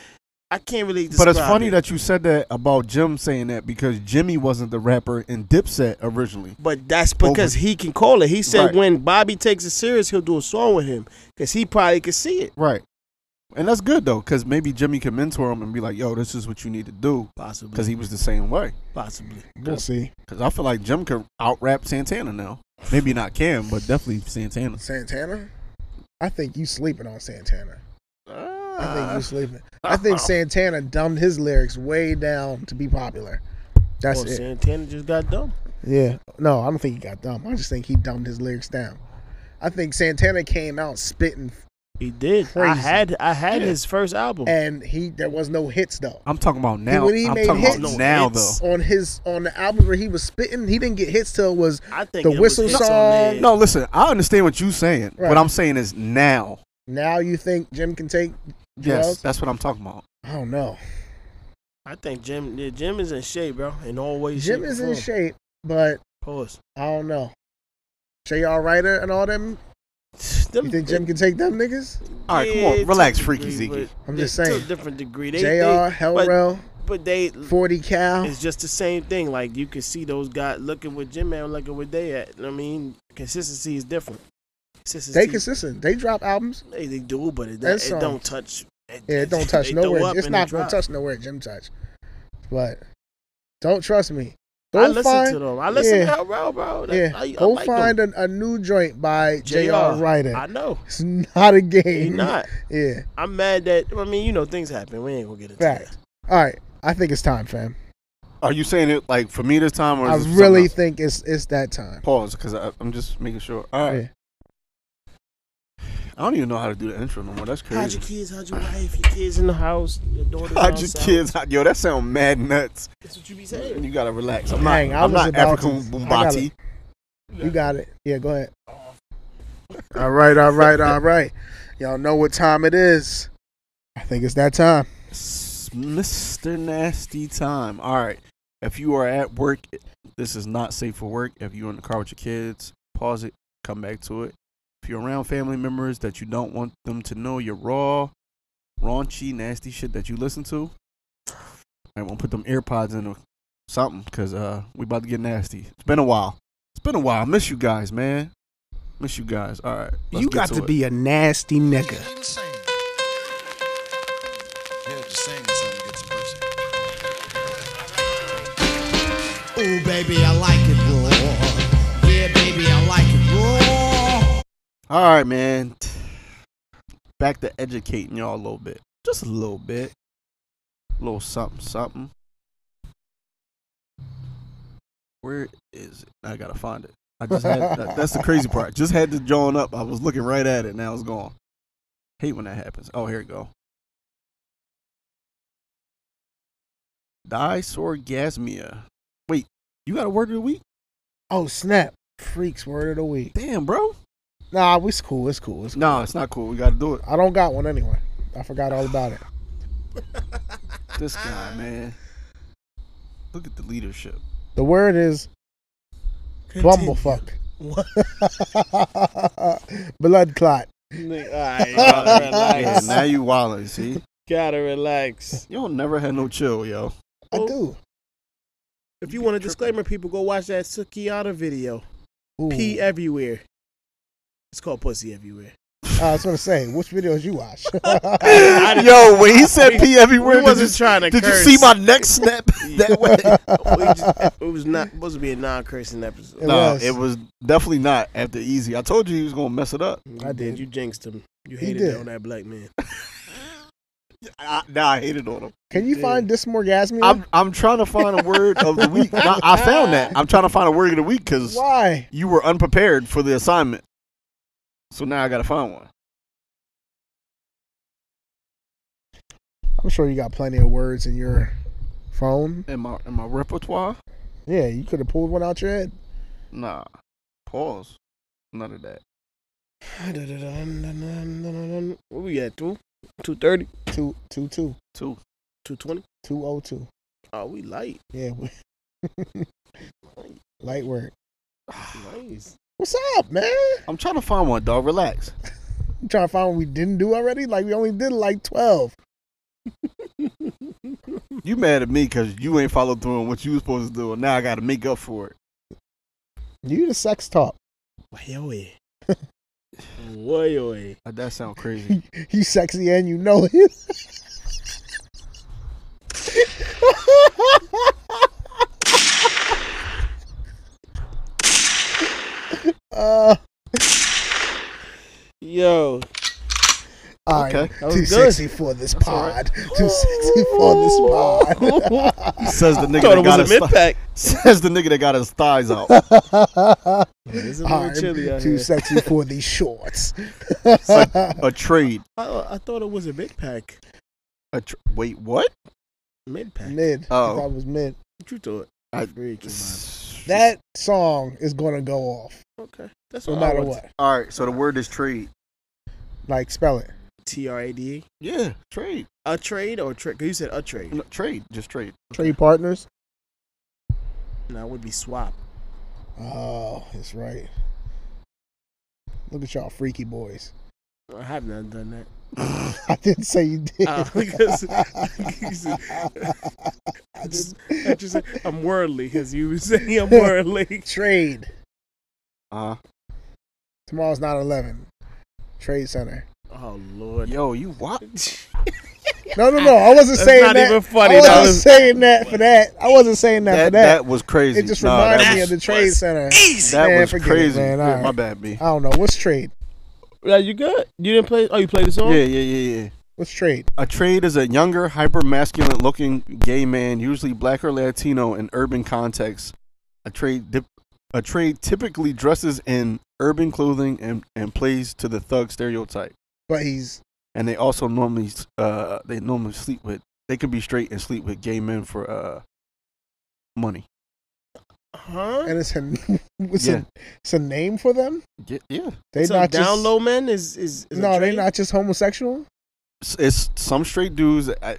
A: I can't really.
B: But
A: Describe
B: it's funny
A: it.
B: that you said that about Jim saying that because Jimmy wasn't the rapper in Dipset originally.
A: But that's because he can call it. He said
B: Right.
A: when Bobby takes it serious, he'll do a song with him because he probably could see it.
B: Right. And that's good though, because maybe Jimmy can mentor him and be like, "Yo, this is what you need to do,"
A: Possibly,
B: because he was the same way.
A: possibly.
C: We'll see.
B: Because I feel like Jim could out rap Santana now. Maybe not Cam, but definitely Santana.
C: Santana. I think you sleeping on Santana. I
A: Ah.
C: think you sleeping. I think Santana dumbed his lyrics way down to be popular. That's
A: Well,
C: it.
A: Oh, Santana just got dumb.
C: Yeah. No, I don't think he got dumb. I just think he dumbed his lyrics down. I think Santana came out spitting,
A: He did. I
C: Crazy.
A: had I had his first album.
C: and he there was no hits though.
B: I'm talking about now.
C: when he
B: I'm
C: made
B: talking
C: hits-
B: about
A: No,
B: now
A: it's-
B: though.
C: On his on the album where he was spitting, he didn't get hits till it was
A: I think
C: the
A: it was
C: whistle
A: hits on
C: song.
A: there.
B: No, listen. I understand what you're saying.
C: Right.
B: What I'm saying is now.
C: now. You think Jim can take?
B: Yes,
C: Drugs?
B: that's what I'm talking about.
C: I don't know.
A: I think Jim yeah, Jim is in shape, bro. In all ways.
C: Jim
A: shape,
C: is
A: or
C: in
A: form.
C: shape, but
A: Pause.
C: I don't know. J.R. Ryder and all them.
A: Them-
C: You think Jim can take them niggas?
B: All right, come
A: Yeah,
B: on,
A: to
B: relax,
A: a
B: Freaky
A: degree,
B: Zeke.
A: but
C: I'm
A: they-
C: just
A: To
C: saying.
A: a different degree. They,
C: J.R.
A: they, but-
C: Hellrell,
A: but they
C: Forty Cal.
A: It's just the same thing. Like you can see those guys looking with Jim Man, looking with they at. I mean, consistency is different. Consistency,
C: They consistent. They drop albums.
A: they, they do, but it,
C: That's
A: it
C: songs.
A: don't touch.
C: Yeah, it don't touch nowhere. It's not gonna touch nowhere Jim touch. But don't trust me. Go
A: I listen
C: find,
A: to them. I listen
C: yeah.
A: to El Rel, bro. That-
C: Yeah,
A: I, I
C: go
A: like them.
C: find a, a new joint by J.R. Ryder.
A: I know.
C: It's not a
A: He
C: game.
A: not.
C: Yeah.
A: I'm mad that I mean, you know, things happen. We ain't gonna get into
C: Fact. All right. I think it's time, fam.
D: Are you saying it like for me this time, or
C: I
D: is it for something
C: really
D: else?
C: think it's it's that time.
D: pause because I'm just making sure. All right,
C: Yeah.
D: I don't even know how to do the intro no more. That's
A: How'd
D: crazy.
A: your kids? How'd your wife? Your kids in the house? Your daughter?
D: How'd your kids? Yo, that sound mad nuts.
A: That's what you be saying.
D: You gotta relax. I'm
C: Dang,
D: not.
C: I
D: I'm
C: was
D: not
C: about
D: African
C: to- I gotta-
D: Bumbati.
C: You got it. Yeah, go ahead. All right, all right, all right. Y'all know what time it is. I think it's that time.
D: It's Mr. Nasty Time. All right. If you are at work, this is not safe for work. If you're in the car with your kids, pause it, come back to it. If you're around family members that you don't want them to know your raw, raunchy, nasty shit that you listen to, I won't put them AirPods in or something because uh, we about to get nasty. It's been a while. It's been a while. Miss you guys, man. Miss you guys. All right. let's
C: you
D: get
C: got to
D: it.
C: be a nasty nigga.
L: Ooh, baby, I like it raw. Yeah, baby, I like it raw.
D: All right, man. Back to educating y'all a little bit. Just a little bit. A little something, something. Where is it? I gotta find it. I just had that, that's the crazy part. Just had to join up. I was looking right at it. Now it's gone. Hate when that happens. Oh, here we go. Disorgasmia. Wait, you got a word of the week?
C: Oh snap! Freaks word of the week.
D: Damn, bro.
C: Nah, it's cool. It's cool. It's cool.
D: No, it's not cool. We gotta do it.
C: I don't got one anyway. I forgot all about it.
D: This guy, man. Look at the leadership.
C: The word is
D: Continue.
C: bumblefuck. Blood clot.
D: yeah, now you wildin', see?
A: Gotta relax.
D: You don't never had no chill, yo.
C: I
D: Oh,
C: do.
A: If you want a disclaimer, people go watch that Sukiana video.
C: Ooh.
A: Pee everywhere. It's called pussy everywhere.
C: Uh, I was gonna say, which videos you watch?
D: Yo, when he said pee everywhere,
A: we
D: did
A: wasn't
D: you-
A: trying to.
D: Did
A: curse.
D: you see my neck snap that way?
A: We just- it was not supposed to be a non-cursing episode.
D: no, it was definitely not after easy. I told you he was gonna mess it up.
A: I did. You jinxed him. You
C: He
A: hated
C: did.
A: on that black man.
D: I, now I hated on him.
C: Can you find dysmorgasmia?
D: I'm I'm trying to find a word of the week. Now, I found that. I'm trying to find a word of the week because
C: Why?
D: you were unprepared for the assignment. So now I gotta find one.
C: I'm sure you got plenty of words in your phone.
D: In my in my repertoire?
C: Yeah, you could have pulled one out your head.
D: Nah. Pause. None of that.
A: Where we at? Two, two thirty,
C: Two, two, two,
D: Two.
A: two twenty.
C: two o two.
A: Oh, we light.
C: Yeah. Light work.
A: Nice.
C: What's up, man?
D: I'm trying to find one, dog. Relax.
C: I'm trying to find what we didn't do already. Like we only did like twelve.
D: You mad at me because you ain't followed through on what you was supposed to do, and now I got to make up for it.
C: You the sex talk.
A: Hell yeah. Way away.
D: Uh, That sound crazy.
C: You sexy and you know it. uh,
A: Yo,
C: all right.
D: Okay.
A: That was
C: Too
A: good.
C: sexy for this
D: all right.
C: pod. Too sexy for this pod.
D: says the nigga
A: thought
D: that
A: it was
D: got
A: a
D: his
A: mid
D: th-
A: pack.
D: says the nigga that got his thighs out.
A: It's a little
C: I'm
A: chilly out
C: too
A: here.
C: sexy for these shorts.
D: A trade.
A: I, I thought it was a mid pack.
D: A tr- wait, what?
A: Mid pack.
C: mid.
D: Oh.
C: That was mid.
A: What you thought?
D: I-
A: Freaking mind.
C: That song is gonna go off
A: Okay, that's
C: no
A: what
C: matter what.
D: All right. So the word is trade.
C: Like spell it.
A: T R A D E.
D: Yeah, trade.
A: A trade or trade? You said a trade.
D: No, trade. Just trade.
C: Trade partners.
A: No, it would be swap.
C: Oh, that's right. Look at y'all freaky boys.
A: I have not done that.
C: I didn't say you did.
A: Oh, because- Oh. I just, I just, I'm worldly because you were saying I'm worldly.
C: Trade.
D: Uh,
C: Tomorrow's 9 11. Trade Center.
A: Oh Lord.
D: yo, you what?
C: No, no, no. I wasn't
A: That's
C: saying
A: not
C: that.
A: even funny,
C: I wasn't
A: that was-
C: saying that for that. I wasn't saying that,
D: That,
C: for that.
D: that was crazy.
C: It just
D: Nah,
C: reminded me
D: that
C: of the Trade Center.
D: was,
C: Man,
D: that was
C: forget it,
D: crazy.
C: man. All
D: Yeah,
C: right.
D: My bad, B.
C: I don't know. What's trade?
A: Yeah, you good? You didn't play? Oh, you played the
D: Yeah,
A: song?
D: yeah, yeah, yeah.
C: What's trade?
D: A trade is a younger, hyper masculine looking gay man, usually black or Latino, in urban contexts. A trade, dip, a trade typically dresses in urban clothing and, and plays to the thug stereotype.
C: But he's
D: and they also normally uh they normally sleep with they could be straight and sleep with gay men for uh money.
A: Huh?
C: and it's a it's,
D: Yeah.
C: a it's a name for them.
D: Ye- Yeah,
C: They
A: so
C: not
A: down
C: just
A: low men is is, is a
C: no, they
A: trait?
C: not just homosexual.
D: It's, it's some straight dudes. I,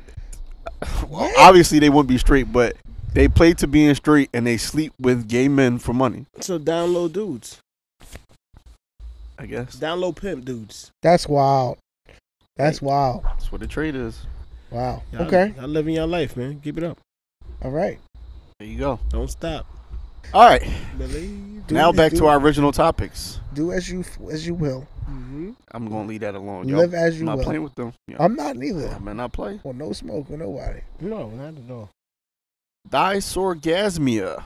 D: well, obviously they wouldn't be straight, but they play to being straight and they sleep with gay men for money.
A: So down low dudes,
D: I guess
A: down low pimp dudes.
C: That's wild. That's wild.
D: that's what the trade is.
C: Wow.
A: Y'all-
C: okay.
A: y'all living your life, man. Keep it up.
C: All right.
D: There you go.
A: Don't stop.
D: All right,
A: Believe.
D: now back
C: do-
D: to our original topics.
C: Do as you as you will.
D: I'm gonna leave that alone.
C: Live as
D: I'm
C: you
D: not
C: will.
D: playing with them. Yo,
C: I'm not neither.
D: I man, I play.
C: Well, no smoke with nobody.
A: No, not at all.
D: Dysorgasmia.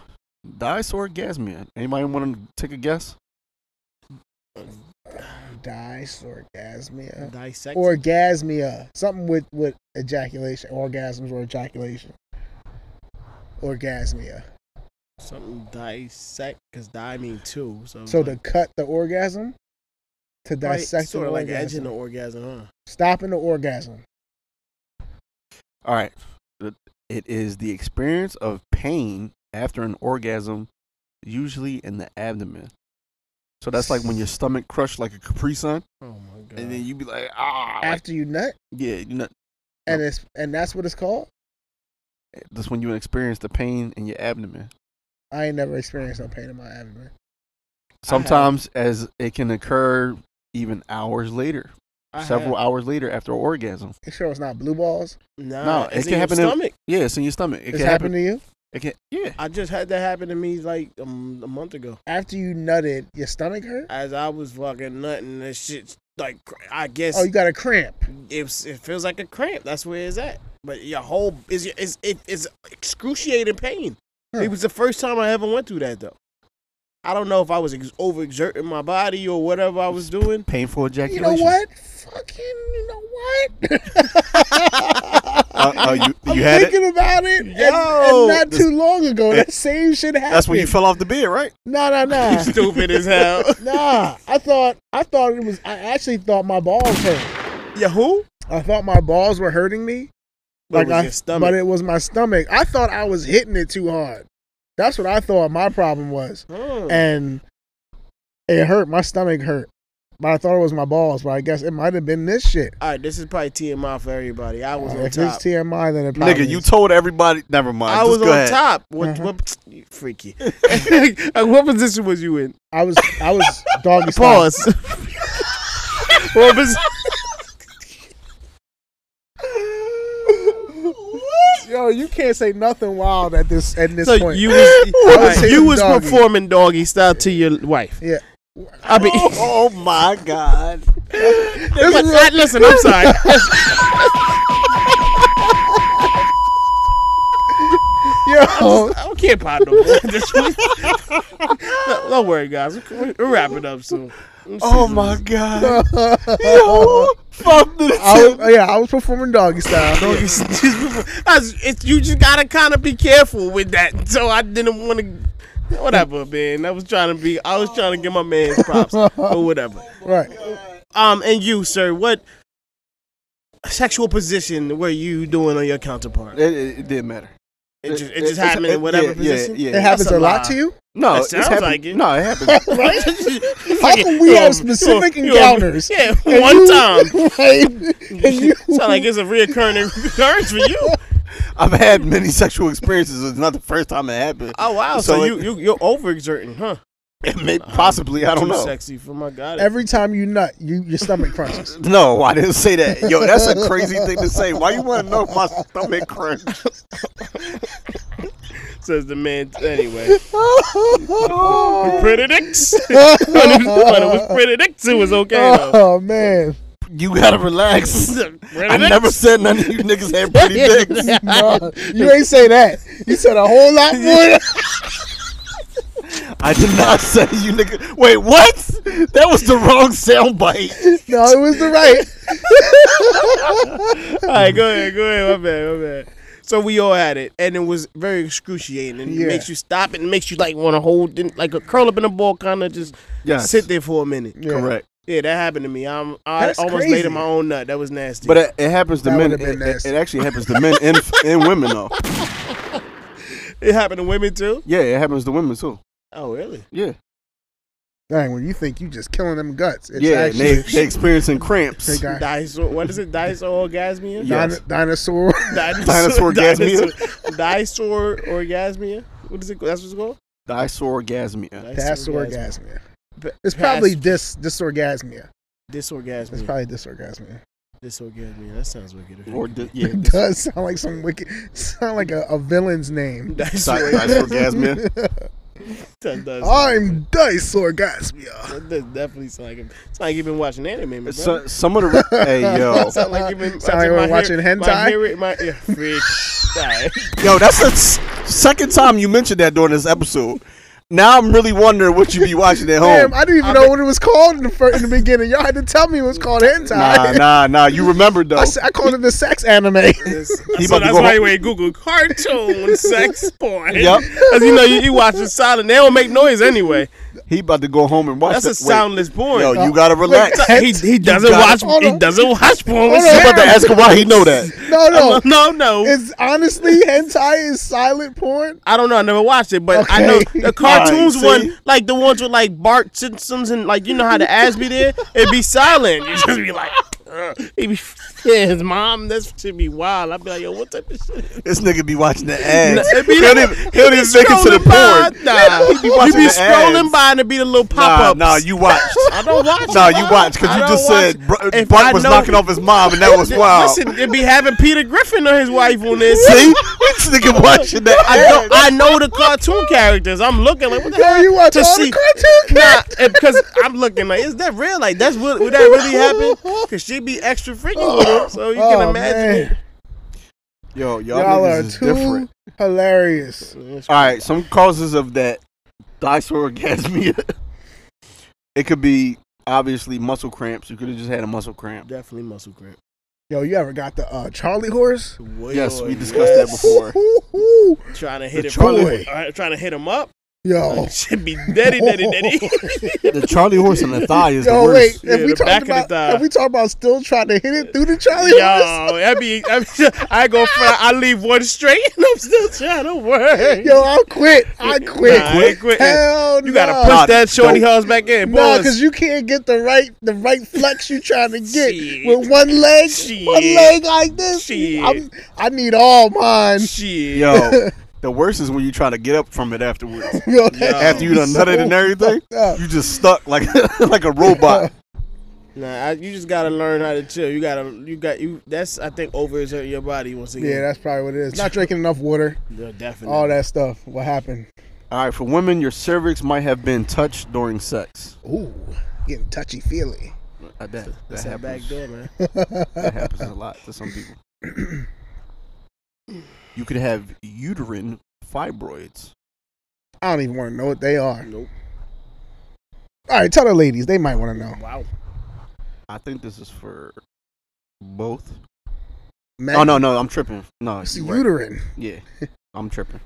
D: Dysorgasmia. Anybody want to take a guess?
C: Dice orgasmia.
A: Dissect.
C: Orgasmia. Something with with ejaculation, orgasms or ejaculation. Orgasmia.
A: Something dissect because die mean two. So
C: So to cut the orgasm, to dissect
A: sort
C: the
A: of like edging
C: orgasm,
A: the orgasm, huh?
C: stopping the orgasm.
D: All right. It it is the experience of pain after an orgasm, usually in the abdomen. So that's like when your stomach crushed like a Capri Sun,
A: Oh my god.
D: and then you be like, ah, like-
C: After you nut,
D: yeah, you know,
C: and it's and that's what it's called.
D: that's when you experience the pain in your abdomen.
C: I ain't never experienced no pain in my abdomen.
A: have.
D: Sometimes, as it can occur even hours later,
A: I
D: several
A: have-
D: hours later after orgasm.
C: You sure it's not blue balls?
A: Nah,
D: no,
A: Uh, it's
D: it
A: in
D: can
A: your
D: happen. In,
A: Stomach.
D: yeah, it's in your stomach. It
C: It's
D: can happen.
C: happened to you
D: It can, yeah.
A: I just had that happen to me like um, a month ago.
C: after you nutted. Your stomach hurt.
A: As I was fucking nutting, this shit like cr- I guess
C: Oh, you got a cramp.
A: it's, it feels like a cramp. That's where it's at. But your whole is is it is excruciating pain.
C: Huh.
A: It was the first time I ever went through that though. I don't know if I was ex- overexerting my body or whatever I was doing.
D: Painful
C: You
D: ejaculation.
C: know what? Fucking, you know what?
D: Uh, oh, you,
C: I'm
D: you had it.
C: thinking about it, and,
D: Yo!
C: and not too long ago, that same shit happened.
D: That's when you fell off the bed, right?
C: Nah, nah, nah.
A: Stupid as hell.
C: Nah, I thought I thought it was. I actually thought my balls hurt.
A: Yeah, who?
C: I thought my balls were hurting me.
A: But it was
C: I,
A: your stomach.
C: but it was my stomach. I thought I was hitting it too hard. That's what I thought my problem was,
A: Hmm.
C: and it hurt. My stomach hurt, but I thought it was my balls. But I guess it might have been this shit.
A: All right, this is probably TMI for everybody. I
D: Uh,
A: was on
C: If
A: top.
C: it's TMI, then it probably
D: Nigga, you
C: is.
D: told everybody. Never mind.
A: I
D: Just
A: was
D: go
A: on
D: ahead. Uh-huh.
A: top. What, what you freaky? Like, what position was you in?
C: I was I was doggy style.
A: Pause. what was?
C: Yo, you can't say nothing wild at this at this
A: So
C: point.
A: you was,
C: I was hitting
A: you was
C: doggy.
A: performing doggy style to your wife.
C: Yeah.
A: I mean,
D: Oh my god.
A: but, I- listen, I'm sorry.
C: Yo,
A: I can't pop no more. This was- No, Don't worry, guys. We're, we're wrapping up soon.
D: Oh my god. Yo, fuck
C: I
D: this.
C: was, yeah, I was performing doggy style.
A: Doggy style. That's- it's- you just gotta kind of be careful with that. So I didn't want to. Whatever, man. I was trying to be. I was trying to give my man props or whatever.
C: Right.
A: Um, and you, sir, what sexual position were you doing on your counterpart? It,
D: It, it, it didn't matter.
A: just, it just happened in whatever
D: yeah,
A: position.
D: Yeah, yeah.
C: It happens
A: That's a
C: a lot
A: lie.
C: to you.
D: No,
A: That
D: it's
A: sounds
D: happened-
A: like it.
D: No, it happened.
A: Right?
C: How come we
A: You
C: have
A: a-
C: specific
A: you a- you a-
C: encounters?
A: Yeah,
C: and
A: one
C: you-
A: time.
C: right? And you,
A: Sound like it's a reoccurring occurrence for you.
D: I've had many sexual experiences. It's not the first time it happened.
A: Oh wow! So,
D: So it-
A: you you you're overexerting, huh?
D: It may- possibly, I don't
A: Too
D: know.
A: Sexy for my god.
C: every time you nut, you your stomach crunches.
D: No, I didn't say that. Yo, that's a crazy thing to say. Why you want to know if my stomach crunch?
A: says the man. Anyway, Pretty Dicks. when, it, when it was Pretty Dicks, it was okay though.
C: oh man,
D: You gotta relax.
A: Pretty
D: I never
A: Dicks?
D: said none of you niggas had pretty dicks.
C: No, you ain't say that. You said a whole lot more.
D: I did not say you nigga. Wait, what? That was the wrong soundbite.
C: No, it was the right.
A: All right, go ahead, go ahead. My bad, my bad. So we all had it, and it was very excruciating, and
M: Yeah.
A: it makes you stop it, and makes you like want to hold, in, like a curl up in a ball, kind of just
M: Yes.
A: sit there for a minute.
M: Correct.
A: Yeah, that happened to me. I'm, I
M: That's
A: almost
M: crazy.
A: laid in my own nut. That was nasty.
D: But it, it happens to
A: That
D: men.
A: would've
D: It,
A: been
D: it- it actually happens to men and, and women though.
A: It happened to women too.
D: Yeah, it happens to women too.
A: Oh, really?
D: Yeah.
C: Dang, when you think you just killing them guts, it's
D: yeah, and
C: actually
D: they they experiencing cramps.
C: They got-
A: Dinosaur. What is it? Dinosaur orgasmia.
C: Dino- dinosaur.
D: Dinosaur orgasmia?
A: Dinosaur, dinosaur orgasmia. What is it? That's what's called.
D: Dysorgasmia.
C: Dysorgasmia.
A: P-
C: It's
A: past-
C: probably dis dysorgasmia.
A: disorgasmia.
C: It's probably dysorgasmia.
A: disorgasmia. That sounds wicked.
D: Or di- yeah,
C: It does sound like some wicked, sound like a, a villain's name.
A: Dysor-
D: dysorgasmia?
A: That does.
C: I'm dysorgasmia.
A: That does definitely sound like. A, it's like you've been watching anime, man.
D: So, some of the hey yo
A: sound like you've been
C: Sound like we're
A: my
C: watching
A: hair-
C: hentai?
A: My, hair- my, yeah, freak. Sorry.
D: yo that's the s- second time you mentioned that during this episode. Now I'm really wondering what you be watching at home.
C: Damn, I didn't even know what it was called in the fir- in the beginning. Y'all had to tell me it was called hentai.
D: Nah, nah, nah. You remember though.
C: I, s- I called it the sex anime.
D: He
A: so
D: about to
A: that's
D: go
A: why
D: home.
A: you went Google cartoon sex porn.
D: Yep.
A: Because you know you, you watching silent. They don't make noise anyway.
D: He about to go home and watch.
A: That's a
D: that- wait.
A: soundless porn.
D: Yo, you gotta relax.
A: he, he doesn't
D: gotta-
A: watch.
C: Hold
A: He
C: on.
A: doesn't watch porn.
C: Hold
A: What's
C: on.
D: I'm
A: up?
D: about to ask him why he know that.
C: no, no.
A: No, no.
C: It's honestly hentai is silent porn.
A: I don't know. I never watched it, but I
C: Okay.
A: know
C: All
A: the cartoons
D: see?
A: one, like the ones with like Bart Simpsons and like you know how the ass be there, it'd be silent. You just be like, uh, he be, yeah, his mom. That should be wild. I'd be like, yo, what type of shit? is
D: This nigga be watching the ads.
A: It'd be
D: He don't even, he don't
A: be
D: even make it to the
A: scrolling by.
D: porn.
A: Nah,
D: He be watching
A: you be
D: the
A: scrolling
D: ads.
A: by and it'd be the little pop
D: Nah,
A: ups.
D: nah, you watched.
A: I don't watch.
D: Nah, you
A: bro.
D: watched because
A: I
D: you
A: don't
D: just
A: watch
D: said
A: it.
D: Bro,
A: If I
D: Bart was
A: know-
D: knocking off his mom, and that was wild.
A: Listen, it'd be having Peter Griffin or his wife on this.
D: See, this nigga watching the
A: I know,
D: ads.
A: I know the cartoon characters. I'm looking like what the
C: Yo,
A: hell
C: you watch
A: to
C: all
A: see.
C: the cartoon
A: Nah, because I'm looking like, is that real? Like that's what would that really happen? Cause she be extra freaky with him, so you can
C: Oh,
A: imagine.
C: man.
D: Yo, y'all,
C: Y'all
D: niggas
C: are
D: is
C: too
D: different.
C: hilarious.
A: it.
D: All right, some causes of that dysorgasmia. it could be obviously muscle cramps. You could have just had a muscle cramp.
A: Definitely muscle cramp.
C: Yo, you ever got the uh, Charlie horse?
A: Way
D: Yes,
A: over
D: we
A: you.
D: discussed that before.
A: Trying to hit
D: The
A: it, from-
D: Charlie-
A: uh, trying to hit him up.
C: Yo,
A: Should be daddy, daddy, daddy.
D: The Charlie horse and the thigh is the
C: yo, wait.
D: worst.
A: Yeah,
C: if we
A: the back
C: talked
A: of the
C: about,
A: thigh.
C: if we talk about still trying to hit it through the Charlie horse,
A: Yo, that be, I, be, I go front, I leave one straight, and I'm still trying to work.
C: yo, I'll quit. I quit.
A: Nah, I ain't quitting.
C: Hell no.
A: you gotta push
D: Nah,
A: that shorty
D: don't-
A: hose back in.
C: No,
A: boys.
C: because you can't get the right the right flex you trying to get
A: Shit.
C: with one leg, one
A: Shit.
C: leg like this.
A: Shit.
C: I'm, I need all mine.
A: shit.
D: Yo, the worst is when you try to get up from it afterwards.
C: Yo, that
D: After you done
C: so
D: nutted and everything,
C: fucked up.
D: you just stuck like like a robot.
A: Nah, I, you just gotta learn how to chill. You gotta, you got, you. That's I think overexerting your body once again.
C: Yeah, that's probably what it is. Not drinking enough water,
A: Yeah, definitely.
C: all that stuff. What happened?
D: All right, for women, your cervix might have been touched during sex.
C: Ooh, getting touchy feely.
D: I bet that,
A: That's that back
D: happens.
A: door, man.
D: that happens a lot to some people. you could have uterine fibroids.
C: I don't even want to know what they are.
A: Nope.
C: All right, tell the ladies. They might want to know.
A: Wow.
D: I think this is for both.
C: Man,
D: Oh no, no, I'm tripping. No,
C: It's
D: you're right.
C: uterine.
D: Yeah, I'm tripping.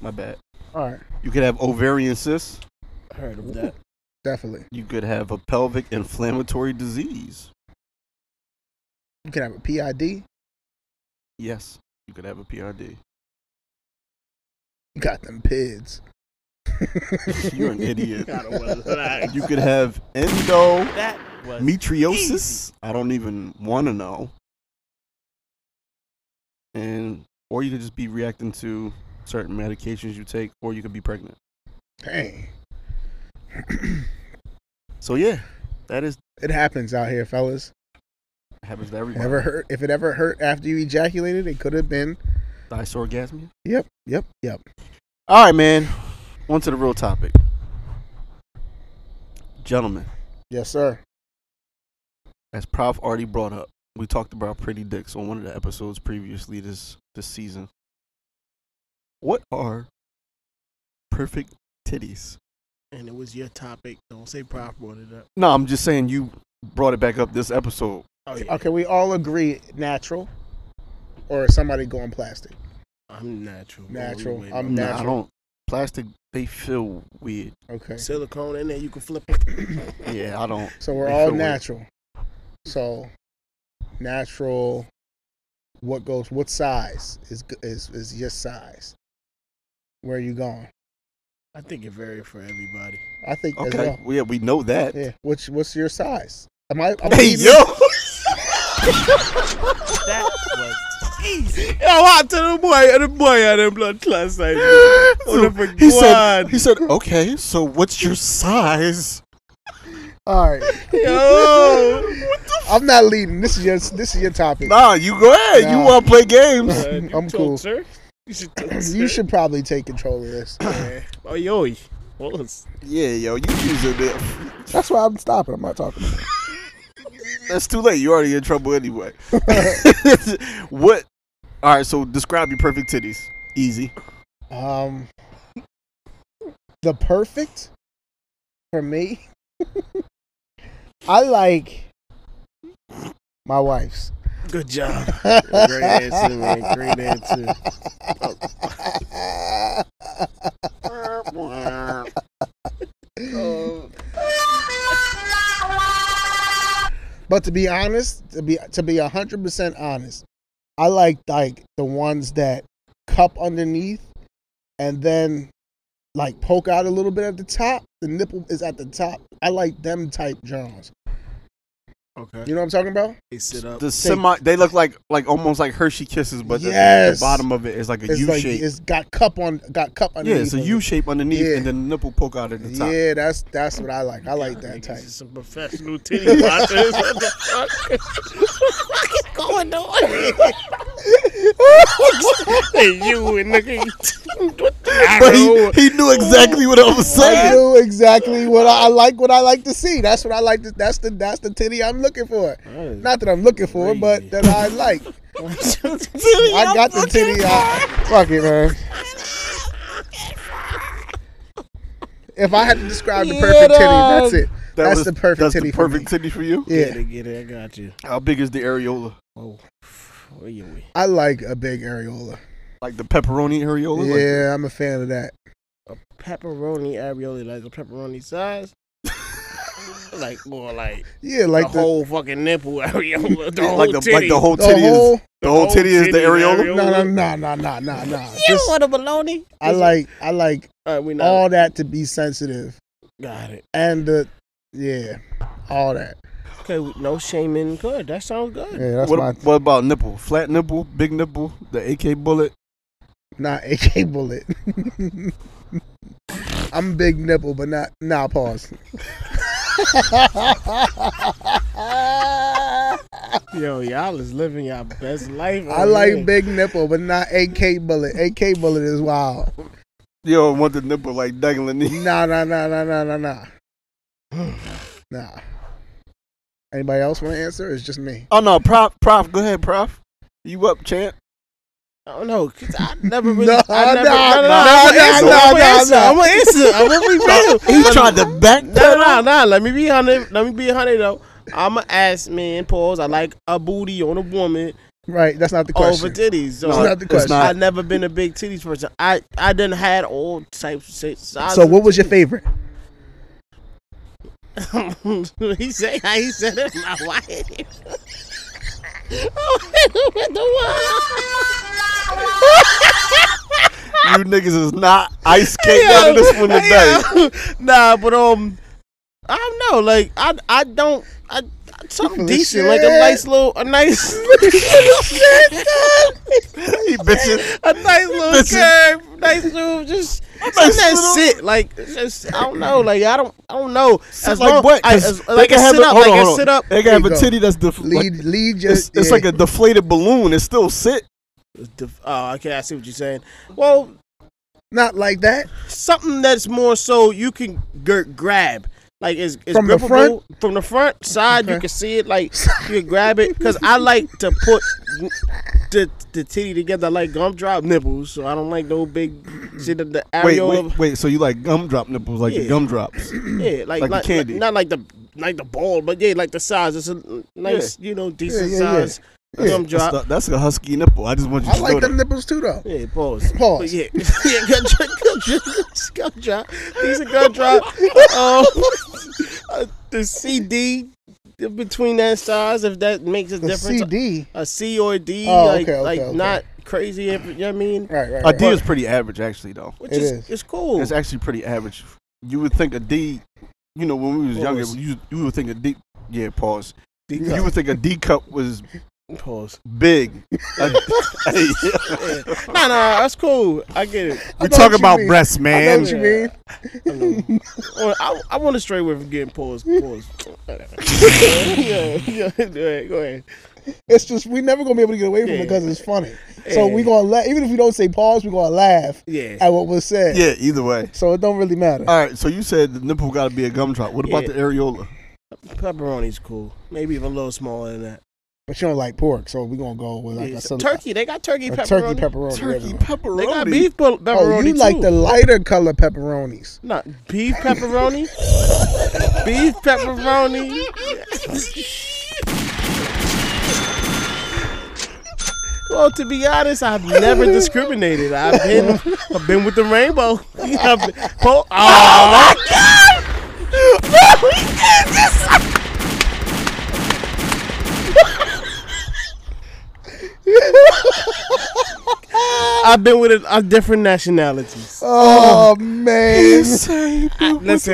D: My bad.
C: All right,
D: You could have ovarian cysts.
A: I heard of that.
C: definitely.
D: You could have a pelvic inflammatory disease.
C: You can have a PID. You
D: Yes, you could have a PRD.
C: got them PIDs.
D: You're an idiot.
A: God, I was like,
D: You could have endo.
A: that was
D: Metriosis.
A: easy.
D: I don't even want to know. And or you could just be reacting to certain medications you take, or you could be pregnant.
C: Dang,
D: So yeah, that is
C: it happens out here, fellas.
D: happens to everybody.
C: Ever hurt? If it ever hurt after you ejaculated, it could have been.
D: Dysorgasmia.
C: Yep, yep, yep.
D: All right, man. On to the real topic, gentlemen.
C: Yes, sir.
D: As Prof already brought up, we talked about pretty dicks on one of the episodes previously this this season. What are perfect titties?
A: And it was your topic. Don't say prop brought it up.
D: No, I'm just saying you brought it back up this episode.
A: Oh yeah.
C: Okay, we all agree natural. or is somebody going plastic?
A: I'm natural.
C: Natural.
A: Wait,
C: I'm
A: no,
D: I
C: natural.
D: don't. Plastic, they feel weird.
C: Okay.
A: Silicone and then you can flip it.
D: Yeah, I don't.
C: So we're
D: they
C: all
D: feel weird.
C: natural. So natural. What goes? What size is g- is is your size? Where are you going?
A: I think it varies for everybody.
C: I think as
D: Okay.
C: well.
D: well, yeah, we know that.
C: Yeah. What's what's your size? Am I? I'm
D: Hey,
C: eating-
D: yo!
A: that was easy. Yo, I tell the boy, the boy had them blood clots like
D: So
A: on the
D: he said,
A: one.
D: he said, okay, so what's your size?
C: All right.
A: Yo,
C: I'm not leading. This is your this is your topic.
D: Nah, you go ahead. You
C: Nah.
D: want to play games.
A: Uh, you
C: I'm
A: told,
C: cool.
A: Sir? You should. Talk,
C: You should probably take control of this.
A: Oh yo, what was?
D: yeah, yo, you use it.
C: That's why I'm stopping. I'm not talking.
D: That's too late. You already in trouble anyway. what? All right, so describe your perfect titties. Easy.
C: Um, the perfect for me, I like my wife's.
A: Good job. Great answer, man. Great answer.
C: But to be honest, to be to be hundred percent honest, I like like the ones that cup underneath and then like poke out a little bit at the top. The nipple is at the top. I like them type Jones.
A: Okay.
C: You know what I'm talking about?
A: They sit up.
D: The semi, they look like like almost like Hershey kisses, but the- the,
C: Yes.
D: bottom of it is like a U
C: It's like
D: shape.
C: it's got cup on got cup
D: Yeah,
C: underneath.
D: it's a
C: of it.
D: U shape underneath,
C: Yeah.
D: and then the nipple poke out at the top.
C: Yeah, that's that's what I like. I like that type.
A: Niggas is some professional titty watchers. What the fuck? Hey, you and nigga. What the
D: But
A: arrow?
D: he, he knew exactly what I was
C: I
D: saying.
C: do exactly what I, I like. What I like to see. That's what I like. To, that's the that's the titty I'm looking for. Not that I'm looking for, it, but that I like. I got the titty. uh, I, fuck it, man. If I had to describe the perfect titty, that's it.
D: That
C: that's
D: was-
C: the perfect
D: that's
C: titty
D: the
C: for me.
D: perfect titty for you.
A: Get
C: Yeah,
A: it, get it. I got you.
D: How big is the areola?
A: Oh, where you we?
C: I like a big areola.
D: Like the pepperoni areola? Like-
C: Yeah, I'm a fan of that.
A: Pepperoni areola, like the pepperoni size. like more like
C: Yeah,
A: like
C: like
A: the, whole fucking nipple areola. The whole
D: like the
A: titty.
D: like the whole
C: the
D: titty
C: whole
D: is the whole titty is the areola.
C: No, no, no, no, no, no, no.
A: You
C: Just,
A: want a baloney?
C: I like, I like
A: All right, we not
C: all that to be sensitive
A: got it.
C: and the, yeah, all that.
A: Okay, no shaming. Good. That sounds good.
C: Yeah, that's
D: What,
C: my
D: what about nipple? Flat nipple, big nipple, the AK bullet.
C: not AK bullet. I'm a big nipple, but not. Nah, pause.
A: Yo, y'all is living y'all best life.
C: I
A: over
C: like
A: here.
C: big nipple, but not AK bullet. AK bullet is wild.
D: Yo, want the nipple like dangling. the-
C: Nah, nah, nah, nah, nah, nah, nah. Nah. Anybody else want to answer? or It's just me.
D: Oh no, prof, prof, go ahead, prof. You up, champ?
A: I don't know. 'cause I never really.
C: Nah,
A: I never,
C: nah,
A: no, no,
C: nah,
A: I'm
C: nah,
A: gonna
C: nah, nah,
A: answer.
C: nah.
A: I'm gonna answer. I'm gonna be real.
D: He tried to back.
A: Nah, nah, nah. Let me be hundred. Let me be hundred though. I'm an ass man. Pause. I like a booty on a woman
C: Right, that's not the
D: Oh,
C: question.
A: over titties. So
C: That's
A: I-
C: not the question.
D: not.
A: I've never been a big titties person. I I done had all types of shit.
C: so, what was your favorite?
A: he said how he said it. My wife. Oh, with the world.
D: You niggas is not ice cake out of this one
A: Yeah,
D: today.
A: yeah. nah, but um, I don't know. Like I, I don't. I, I something
C: of shit.
A: decent, like a nice little, a nice,
D: He bitches.
A: a nice little
D: Listen.
A: curve, nice little just. something that sit like just I don't know like I don't I don't know
D: It's like what?
A: I,
D: 'Cause
A: as, like a
D: can have
A: sit
D: a-
A: up
D: hold
A: like
D: on,
A: a
D: hold on.
A: sit up
D: They can have
C: There you
D: a
C: go.
D: titty that's def-
C: Lead,
D: like,
C: lead your.
D: it's, it's
C: yeah.
D: like a deflated balloon. It still sit.
A: oh okay I see what you're saying well
C: not like that.
A: something that's more so you can g- grab. Like it's, it's
C: From the
A: grippable.
C: front?
A: from the front side. You
C: Okay.
A: can see it, like you can grab it. Cause I like to put the the titty together. I like gumdrop nipples, so I don't like no big shit. that The
D: Wait,
A: areola,
D: wait, wait. So you like gumdrop nipples, like
A: Yeah.
D: the gumdrops?
A: yeah, like,
D: like the
A: like
D: candy.
A: not like the like the ball, but yeah, like the size. It's a nice, you know, decent
C: yeah, yeah.
A: size
D: That's,
A: Thumb drop.
D: That's, the- that's a husky nipple. I just want you
C: I
D: to
C: like
D: know
C: them
D: that.
C: nipples too, though.
A: Yeah, pause.
C: Pause.
A: Yeah, yeah, gun drop, gun drop, gun drop. These are gun drop. Um, uh, the CD in between that size, if that makes a
C: The
A: difference.
C: CD?
A: a C or a D,
C: Oh,
A: like,
C: okay, okay,
A: like
C: okay.
A: not crazy. You know what I mean?
C: Right, right.
D: A D is pretty average, actually, though.
A: Which
C: It
A: is,
C: is.
A: it's cool.
D: It's actually pretty average. You would think a D, you know, when we was
A: What
D: younger,
A: was-
D: you you would think a D. Yeah, pause.
A: D
D: You would think a D cup was
A: Pause.
D: big. A- Hey,
A: Nah, nah, that's cool. I get it.
D: we
C: know
D: talk
C: what you
D: about
C: mean.
D: breasts,
C: I know
D: man.
C: what you mean.
A: I know. Well, I, I want to stray away from getting paused. Pause. yeah, yeah, yeah, go ahead, go ahead.
C: It's just we never gonna be able to get away from it
A: Yeah.
C: because it's funny. So
A: Yeah.
C: we gonna laugh. Even if we don't say pause, we gonna laugh
A: Yeah.
C: at what was said.
D: Yeah, either way.
C: So it don't really matter.
D: All right, so you said the nipple got to be a gumdrop. What about
A: Yeah.
D: the areola?
A: Pepperoni's cool. Maybe even a little smaller than that.
C: But you don't like pork, so we gonna go with like
A: Yeah,
C: a, some,
A: turkey. They got turkey
C: a
A: pepperoni.
C: turkey pepperoni.
D: Turkey
C: original.
D: pepperoni.
A: They got beef pe- pepperoni
C: Oh, you
A: too.
C: like the lighter color pepperonis?
A: Not beef pepperoni. beef pepperoni. Well, to be honest, I've never discriminated. I've been, I've been with the rainbow. I've been- po- oh, I've been with a, a different nationalities.
C: Oh, man,
A: Listen,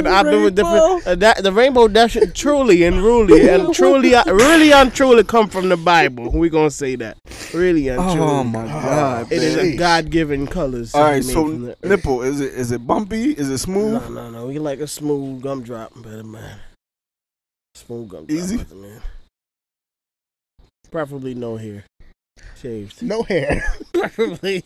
A: I've been with different. Uh, that, the rainbow dash truly and really and truly, uh, really and truly come from the Bible. We gonna say that. Really and truly.
D: Oh my god!
A: It is a
C: Jeez.
A: God-given colors.
D: All right,
A: made
D: so
A: from the-
D: nipple is it is it bumpy? Is it smooth?
A: No, no, no. We like a smooth gumdrop, better man. Smooth gumdrop,
D: Easy?
A: better man. Preferably no hair, shaved.
C: no hair.
A: Preferably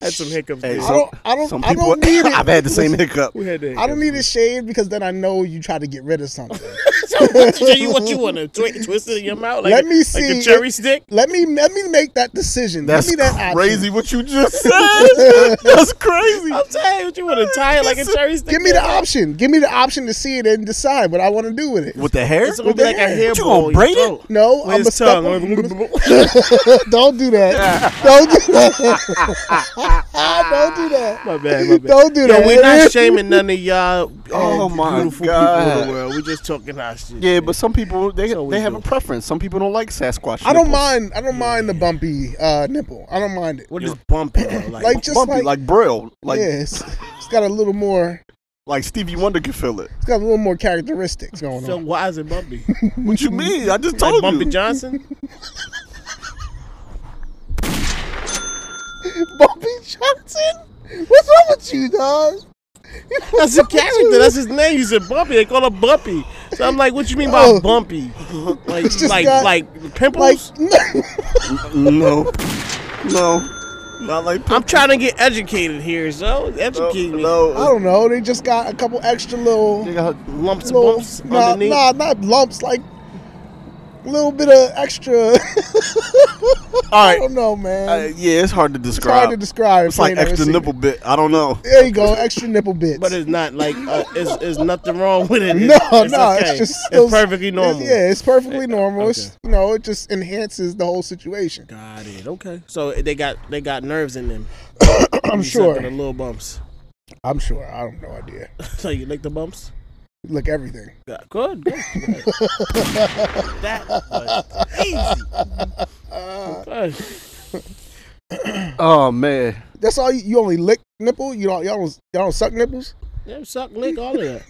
A: had some hiccups.
D: Hey,
A: there.
C: I
D: so-
C: don't. I don't.
D: Some
C: I
D: people.
C: don't need it.
D: I've had the same hiccup.
A: we had the
C: I don't need it
A: hiccups.
C: shaved because then I know you try to get rid of something.
A: so what, so you, what you want to twi- twist it in your mouth like,
C: Let me
A: like a
C: see
A: cherry stick?
C: let me let me make that decision.
D: That's
C: Give me that
D: crazy.
C: Option.
D: What you just said? That's crazy.
A: I'm saying, what you want to tie it like a cherry stick?
C: Give me
A: in
C: the
A: your mouth?
C: option. Give me the option to see it and decide what I want to do with it.
D: With the hair?
A: It's gonna be like a hair.
D: What, you gonna braid it?
C: No,
A: With
C: I'm a
A: his
C: step.
A: tongue.
C: don't do that. don't do that. don't do that.
A: My bad, my bad.
C: Don't do
A: Yo,
C: that.
A: we're not shaming none of y'all.
D: Oh,
A: Oh,
D: my
A: beautiful people
D: God.
A: in the world. We're just talking our shit.
D: Yeah,
A: man.
D: but some people they
A: So we
D: they have
A: do.
D: a preference. Some people don't like Sasquatch.
C: I don't
D: nipples.
C: mind. I don't mind the bumpy uh, nipple. I don't mind it.
A: what is bumpy? though? Like,
C: Like just
D: bumpy,
C: like,
D: like, Braille, like
C: yeah, it's- it's got a little more.
D: like Stevie Wonder could feel it.
C: It's got a little more characteristics going
A: so
C: on.
A: why is it bumpy?
D: What you mean? I just
A: like
D: told
A: Bumpy
D: you.
A: Johnson?
C: Bumpy Johnson, what's wrong with you, dog?
A: That's a character. That's his name. You said Bumpy. They call him Bumpy. So I'm like, what you mean by
C: Oh.
A: Bumpy? Like,
C: It's just
A: like,
C: got-
A: like pimples?
C: Like, no.
D: no, no, not like
A: I'm trying to get educated here, so educate me.
C: I
D: no.
C: don't know. They just got a couple extra little,
D: They got-
A: Lumps and
C: little
A: bumps
C: nah,
A: underneath.
C: nah, not lumps, like a little bit of extra.
D: All
C: I
D: right,
C: don't know, man.
D: uh, yeah, it's hard to
C: it's
D: describe.
C: hard to describe.
D: It's
C: if you
D: like
C: ain't never
D: extra
C: seen it.
D: nipple bit. I don't know.
C: There you go, extra nipple bits.
A: But it's not like uh, it's, it's nothing wrong with it. It's,
C: no,
A: it's
C: no,
A: okay.
C: it's just
A: it's perfectly normal. Eh,
C: yeah, it's perfectly normal. It's
A: okay.
C: you know, it just enhances the whole situation.
A: Got it. Okay. So they got they got nerves in them.
C: I'm
A: You
C: sure.
A: sucking The little bumps.
C: I'm sure. I don't have no idea.
A: So you lick the bumps.
C: Look everything.
A: Good. Good. good. that was easy. Okay.
D: Oh man,
C: That's all. You, you only lick nipple. You don't. Y'all don't. Y'all don't suck nipples.
A: Yeah, suck, lick, all of that.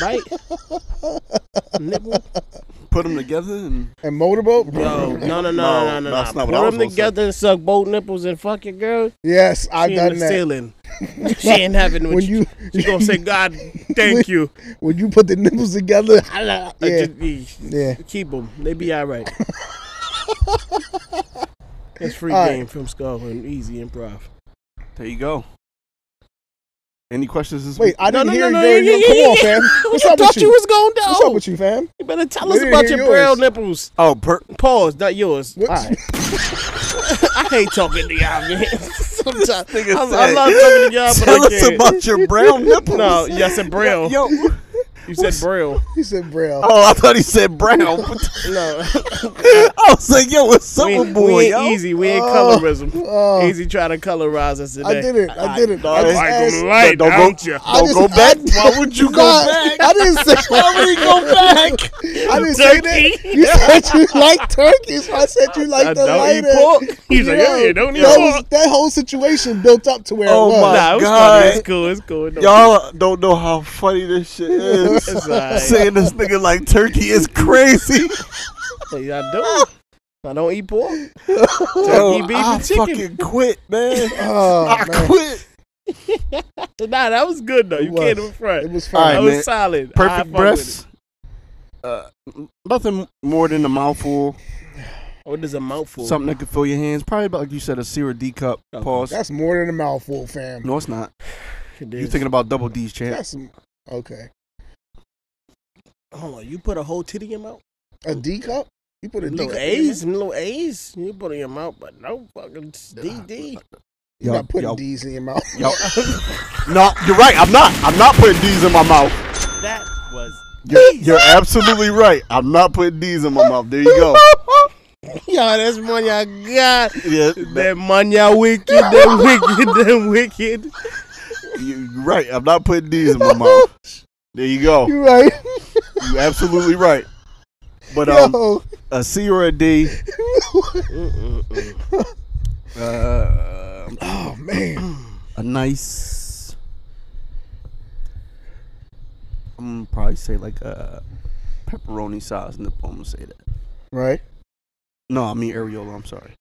A: Bite. Nipple.
D: put them together and
C: And motorboat.
A: Yo, no, no, no, no, no, no.
D: that's not what
A: Put
D: I was
A: them
D: gonna say.
A: together and suck both nipples and fuck your girl.
C: Yes, I've
A: she
C: done
A: in the
C: that.
A: ceiling. she ain't having what
C: When
A: you.
C: you-
A: She gonna say, God, thank you.
C: When you put the nipples together, yeah,
A: Like,
C: yeah,
A: just be-
C: yeah.
A: Keep them. They be all right. It's free
C: All right.
A: game from Scotland. Easy improv.
D: there you go. Any questions? This
C: Wait,
D: week?
C: I
A: No,
C: didn't
A: no,
C: hear
A: no, no,
C: your,
A: yeah,
C: your-
A: yeah,
C: Come on,
A: yeah.
C: fam. What's
A: I
C: up
A: thought
C: with
A: you?
C: you?
A: was going down.
C: What's up with you, fam?
A: You better tell
C: We
A: us
C: didn't
A: about
C: hear
A: your braille
C: yours.
A: nipples.
D: oh, per-
A: Pause, not yours.
C: What?
A: All right. I hate talking to y'all, man. Sometimes I,
D: nigga
A: I
D: said,
A: love talking to y'all, but
D: tell
A: I
D: us
A: can't.
D: about your brown nipples.
A: no, yes, in braille.
D: Yo,
N: You said braille.
C: He said braille.
D: Oh, I thought he said brown.
A: no.
D: I was like, yo, what's up
A: we,
D: with
A: ain't-
D: boy?
A: we ain't
D: yo?
A: easy. We ain't
D: Oh,
A: colorism.
D: oh.
A: easy try to colorize us today.
C: I did it. I did it.
A: I
C: I just
A: like 'em
C: asked-
A: light,
D: Don't go-
A: don't you?
C: I just- I-
D: Why would you go
C: Nah,
D: back?
C: I didn't say.
D: Why would he go back?
C: I didn't say that. You said you like turkeys. I said you like
A: I
C: the
A: don't eat
C: lighter.
A: pork. He's like, yeah, you don't eat
C: that
A: pork.
C: Was, that whole situation built up to where
D: Oh
C: it was.
D: my
A: Nah, it was
D: God.
A: funny. It's cool. It's cool. It don't-
D: Y'all don't know how funny this shit is.
A: It's alright.
D: Saying this nigga like turkey is crazy.
A: Hey, I do. I don't eat pork.
D: Yo,
A: beef
D: I
A: and chicken.
D: Oh, ah, fucking quit, man.
C: Oh,
D: I
C: man.
D: quit.
A: Nah, that was good though. You
C: was.
A: can't in front.
C: It was
D: All right,
C: fine.
A: that was
D: man.
A: solid. I fuck
D: Perfect
A: with
D: breasts. Uh, nothing more than a mouthful.
A: it. What is a mouthful?
D: Something that could fill your hands. Probably about like you said, a C or D cup.
A: Okay.
D: Pause.
C: That's more than a mouthful, fam.
D: no, it's not.
A: It
D: You
A: is.
D: thinking about double D's, champ?
C: That's okay.
A: Hold on, you put a whole titty in your mouth?
C: A D cup? You put a D
A: Little
C: cup?
A: A's, little A's. You put it in your mouth, but no fucking DD.
C: You're
D: Yo,
C: not putting
D: yo,
C: D's in your mouth.
D: yo. no, you're right. I'm not. I'm not putting D's in my mouth.
N: That was
D: You're, you're absolutely right. I'm not putting D's in my mouth. There you go.
A: Yo, that's money I got.
D: Yeah,
A: That money I wicked, that wicked, that wicked.
D: You're right. I'm not putting these in my mouth. There you go.
C: You're right.
D: You're absolutely right. But um,
C: Yo.
D: a C or a D. Uh,
C: oh man.
D: a nice. I'm gonna probably say like a pepperoni size nipple. I'm gonna say that.
C: Right.
D: No, I mean areola. I'm sorry.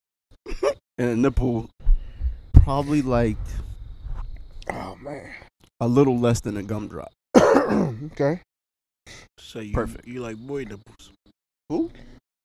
D: and a nipple, probably like
C: Oh man.
D: a little less than a gumdrop.
C: okay.
A: So you,
D: Perfect.
A: you like boy nipples?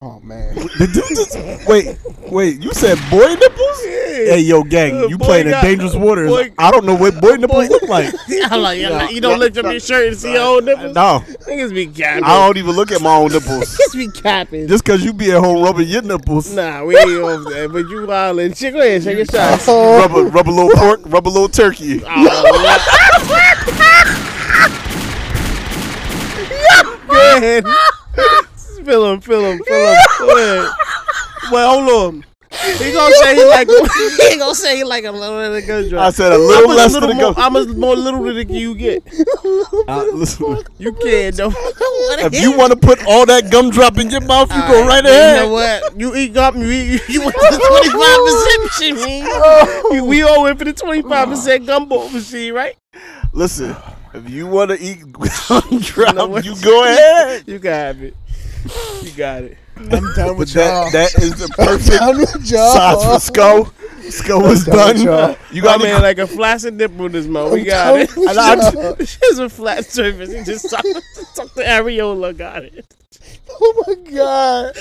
C: Oh man.
D: Did you just wait? Wait, you said boy nipples? Hey, yo, gang,
A: Uh,
D: you
A: boy
D: playing in
A: got-
D: dangerous waters.
A: boy-
D: I don't know what boy nipples look like.
A: I like, I like- you don't lift up your shirt and see your own nipples?
D: No,
A: Niggas be capping.
D: I don't even look at my own nipples.
A: Niggas be capping.
D: Just because you be at home rubbing your nipples,
A: Nah, we ain't off that, but you wildin'. Shit, go ahead, check your shots.
D: rub, a, rub a little pork, rub a little turkey.
A: Oh, Go ahead. Fill him, fill him, fill him. Go ahead. Wait, hold on. He gonna say he like he gonna say he like a little than a gun
D: I said a little
A: much
D: less
A: little
D: than a
A: more,
D: gun.
A: How much more little than you get?
D: Uh, listen,
A: You can't though.
D: if you want to put all that gumdrop in your mouth, you go right
A: You know
D: ahead.
A: what? You eat gum. You eat. You went to twenty five percent machine.
D: Oh.
A: You- We all went for the twenty five percent gumball machine, right?
D: Listen, if you want to eat gumdrop,
A: know what?
D: you go ahead.
A: You got it. You got it.
C: I'm done
D: But
C: with y'all.
D: that, that is the perfect
C: I'm done with y'all.
D: size for Sko. Sko is
C: done with
D: done.
C: y'all.
D: You
A: My
D: got
A: man,
D: me.
A: like a flaccid nipple in his mouth. We
C: I'm
A: got it.
C: telling
A: And I- It's a flat surface. He just sucked, sucked the areola. Got it.
C: Oh my god.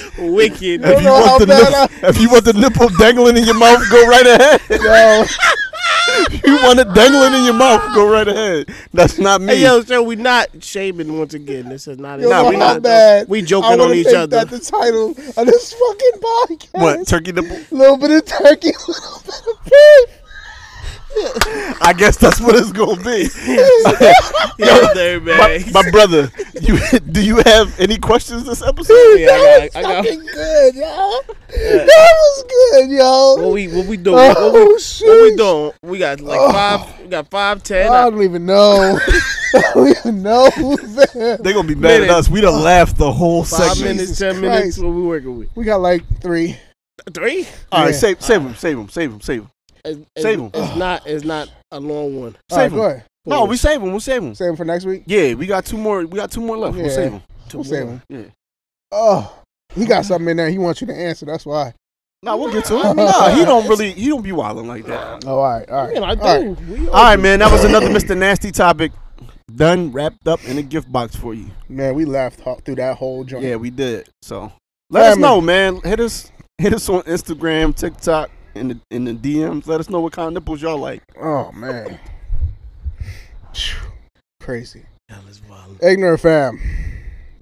D: If
A: Wicked.
D: you,
C: know how
D: want the
C: bad
D: nipple, if you want the nipple dangling in your mouth, go right ahead.
C: Yo.
D: If you want it dangling in your mouth, go right ahead. That's not me.
A: Hey, yo, so we not shaming once again. This is not.
C: Yo,
A: nah, we
C: how
A: not.
C: bad.
A: We
C: I
A: joking on
C: wanna
A: each
C: make
A: other.
C: That the title of this fucking podcast.
D: what turkey nipple?
C: Little bit of turkey, little bit of beef.
D: I guess that's what it's gonna be.
A: Yeah, there,
D: My,
A: man.
D: my brother, you do you have any questions this episode?
A: Yeah, I got. I got.
C: Fucking good, yo. That was good, yo.
A: What we what we doing?
C: Oh,
A: what, we, what we
C: sheesh.
A: doing? We got like
C: Oh.
A: five. We got five, ten.
C: I don't even know. I don't even know. man.
D: They gonna be mad at
A: Minutes.
D: us. We done laughed the whole
A: five
D: segment.
A: minutes,
C: Jesus
A: ten minutes.
C: Christ.
A: What we working with?
C: We got like three.
A: Three.
D: All right,
C: Yeah.
D: save save them, save them, save them, save them.
A: It's,
D: Save 'em.
A: It's not. It's not a long one.
C: All right,
D: Save
C: go
D: them.
C: ahead.
D: No, we save them. We'll save them.
C: Save 'em for next week.
D: Yeah, we got two more. We got two more left. We'll
C: Yeah.
D: save them.
C: We'll save 'em.
D: Yeah.
C: Oh, he got something in there. He wants you to answer. That's why.
D: Nah, we'll get to it. Nah, he don't really. He don't be wilding like that.
C: Oh, all right, all right.
A: Man, I
C: all right.
A: do. We
D: All right, man. That was another Mr. Nasty topic. Done, wrapped up in a gift box for you.
C: Man, we laughed ho- through that whole joint.
D: Yeah, we did. So let us
C: Family.
D: know, man. Hit us, hit us on Instagram, TikTok, in the in the DMs. Let us know what kind of nipples y'all like.
C: Oh man. Phew. Crazy.
A: Hell is wild.
C: Ignorant fam.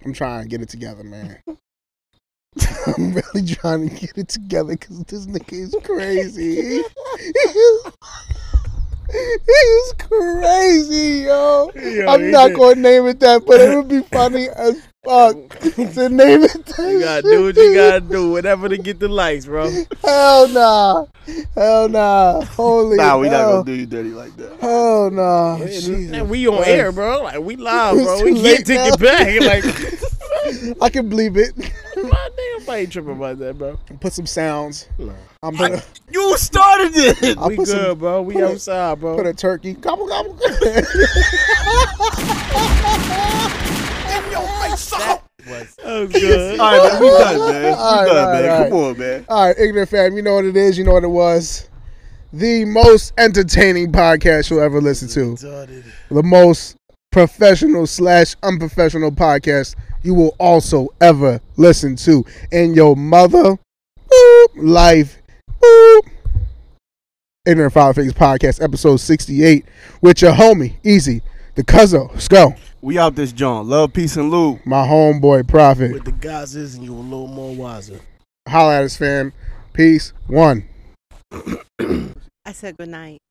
C: I'm trying to get it together, man. I'm really trying to get it together because this nigga is crazy. is crazy, yo.
O: Yo,
C: I'm
O: he
C: not
O: did.
C: gonna name it that, but it would be funny as fuck to name it that.
A: You gotta do what you gotta do, whatever to get the likes, bro.
C: Hell nah. Hell nah. Holy
A: Nah, we not
C: hell.
D: do
A: gonna
D: you dirty like that.
C: Hell nah.
A: Yeah,
C: Jesus
A: and we on
C: Christ.
A: air, bro. Like we live,
C: It's
A: bro.
C: too
A: We can't
C: late
A: take
C: now.
A: it back. Like
C: I can believe it.
A: my damn, nobody tripping about that, bro.
C: Put some sounds. I'm
A: I-
C: gonna
D: You started it.
C: I'll
A: we
C: put
A: good,
C: some-
A: bro. We
C: put a-
A: outside, bro.
C: put a turkey. Gobble gobble.
P: In your face, sucker.
Q: Was
A: oh,
P: good.
D: All right, man, we done, man. We
C: All right,
D: done,
C: all right,
D: man.
C: all
D: Come
C: right.
D: on, man.
C: All right, ignorant fam, you know what it is. You know what it was. The most entertaining podcast you'll ever listen to. The most professional slash unprofessional podcast you will also ever listen to in your mother boop, life. Boop. Ignorant Father Figures Podcast, episode 68, with your homie, Easy, the Cuzzo. Let's go.
D: We out this, John. Love, peace, and lube.
C: My homeboy, Prophet.
A: With the guys is and you a little more wiser.
C: Holla at us, fam. Peace. One.
R: I said good night.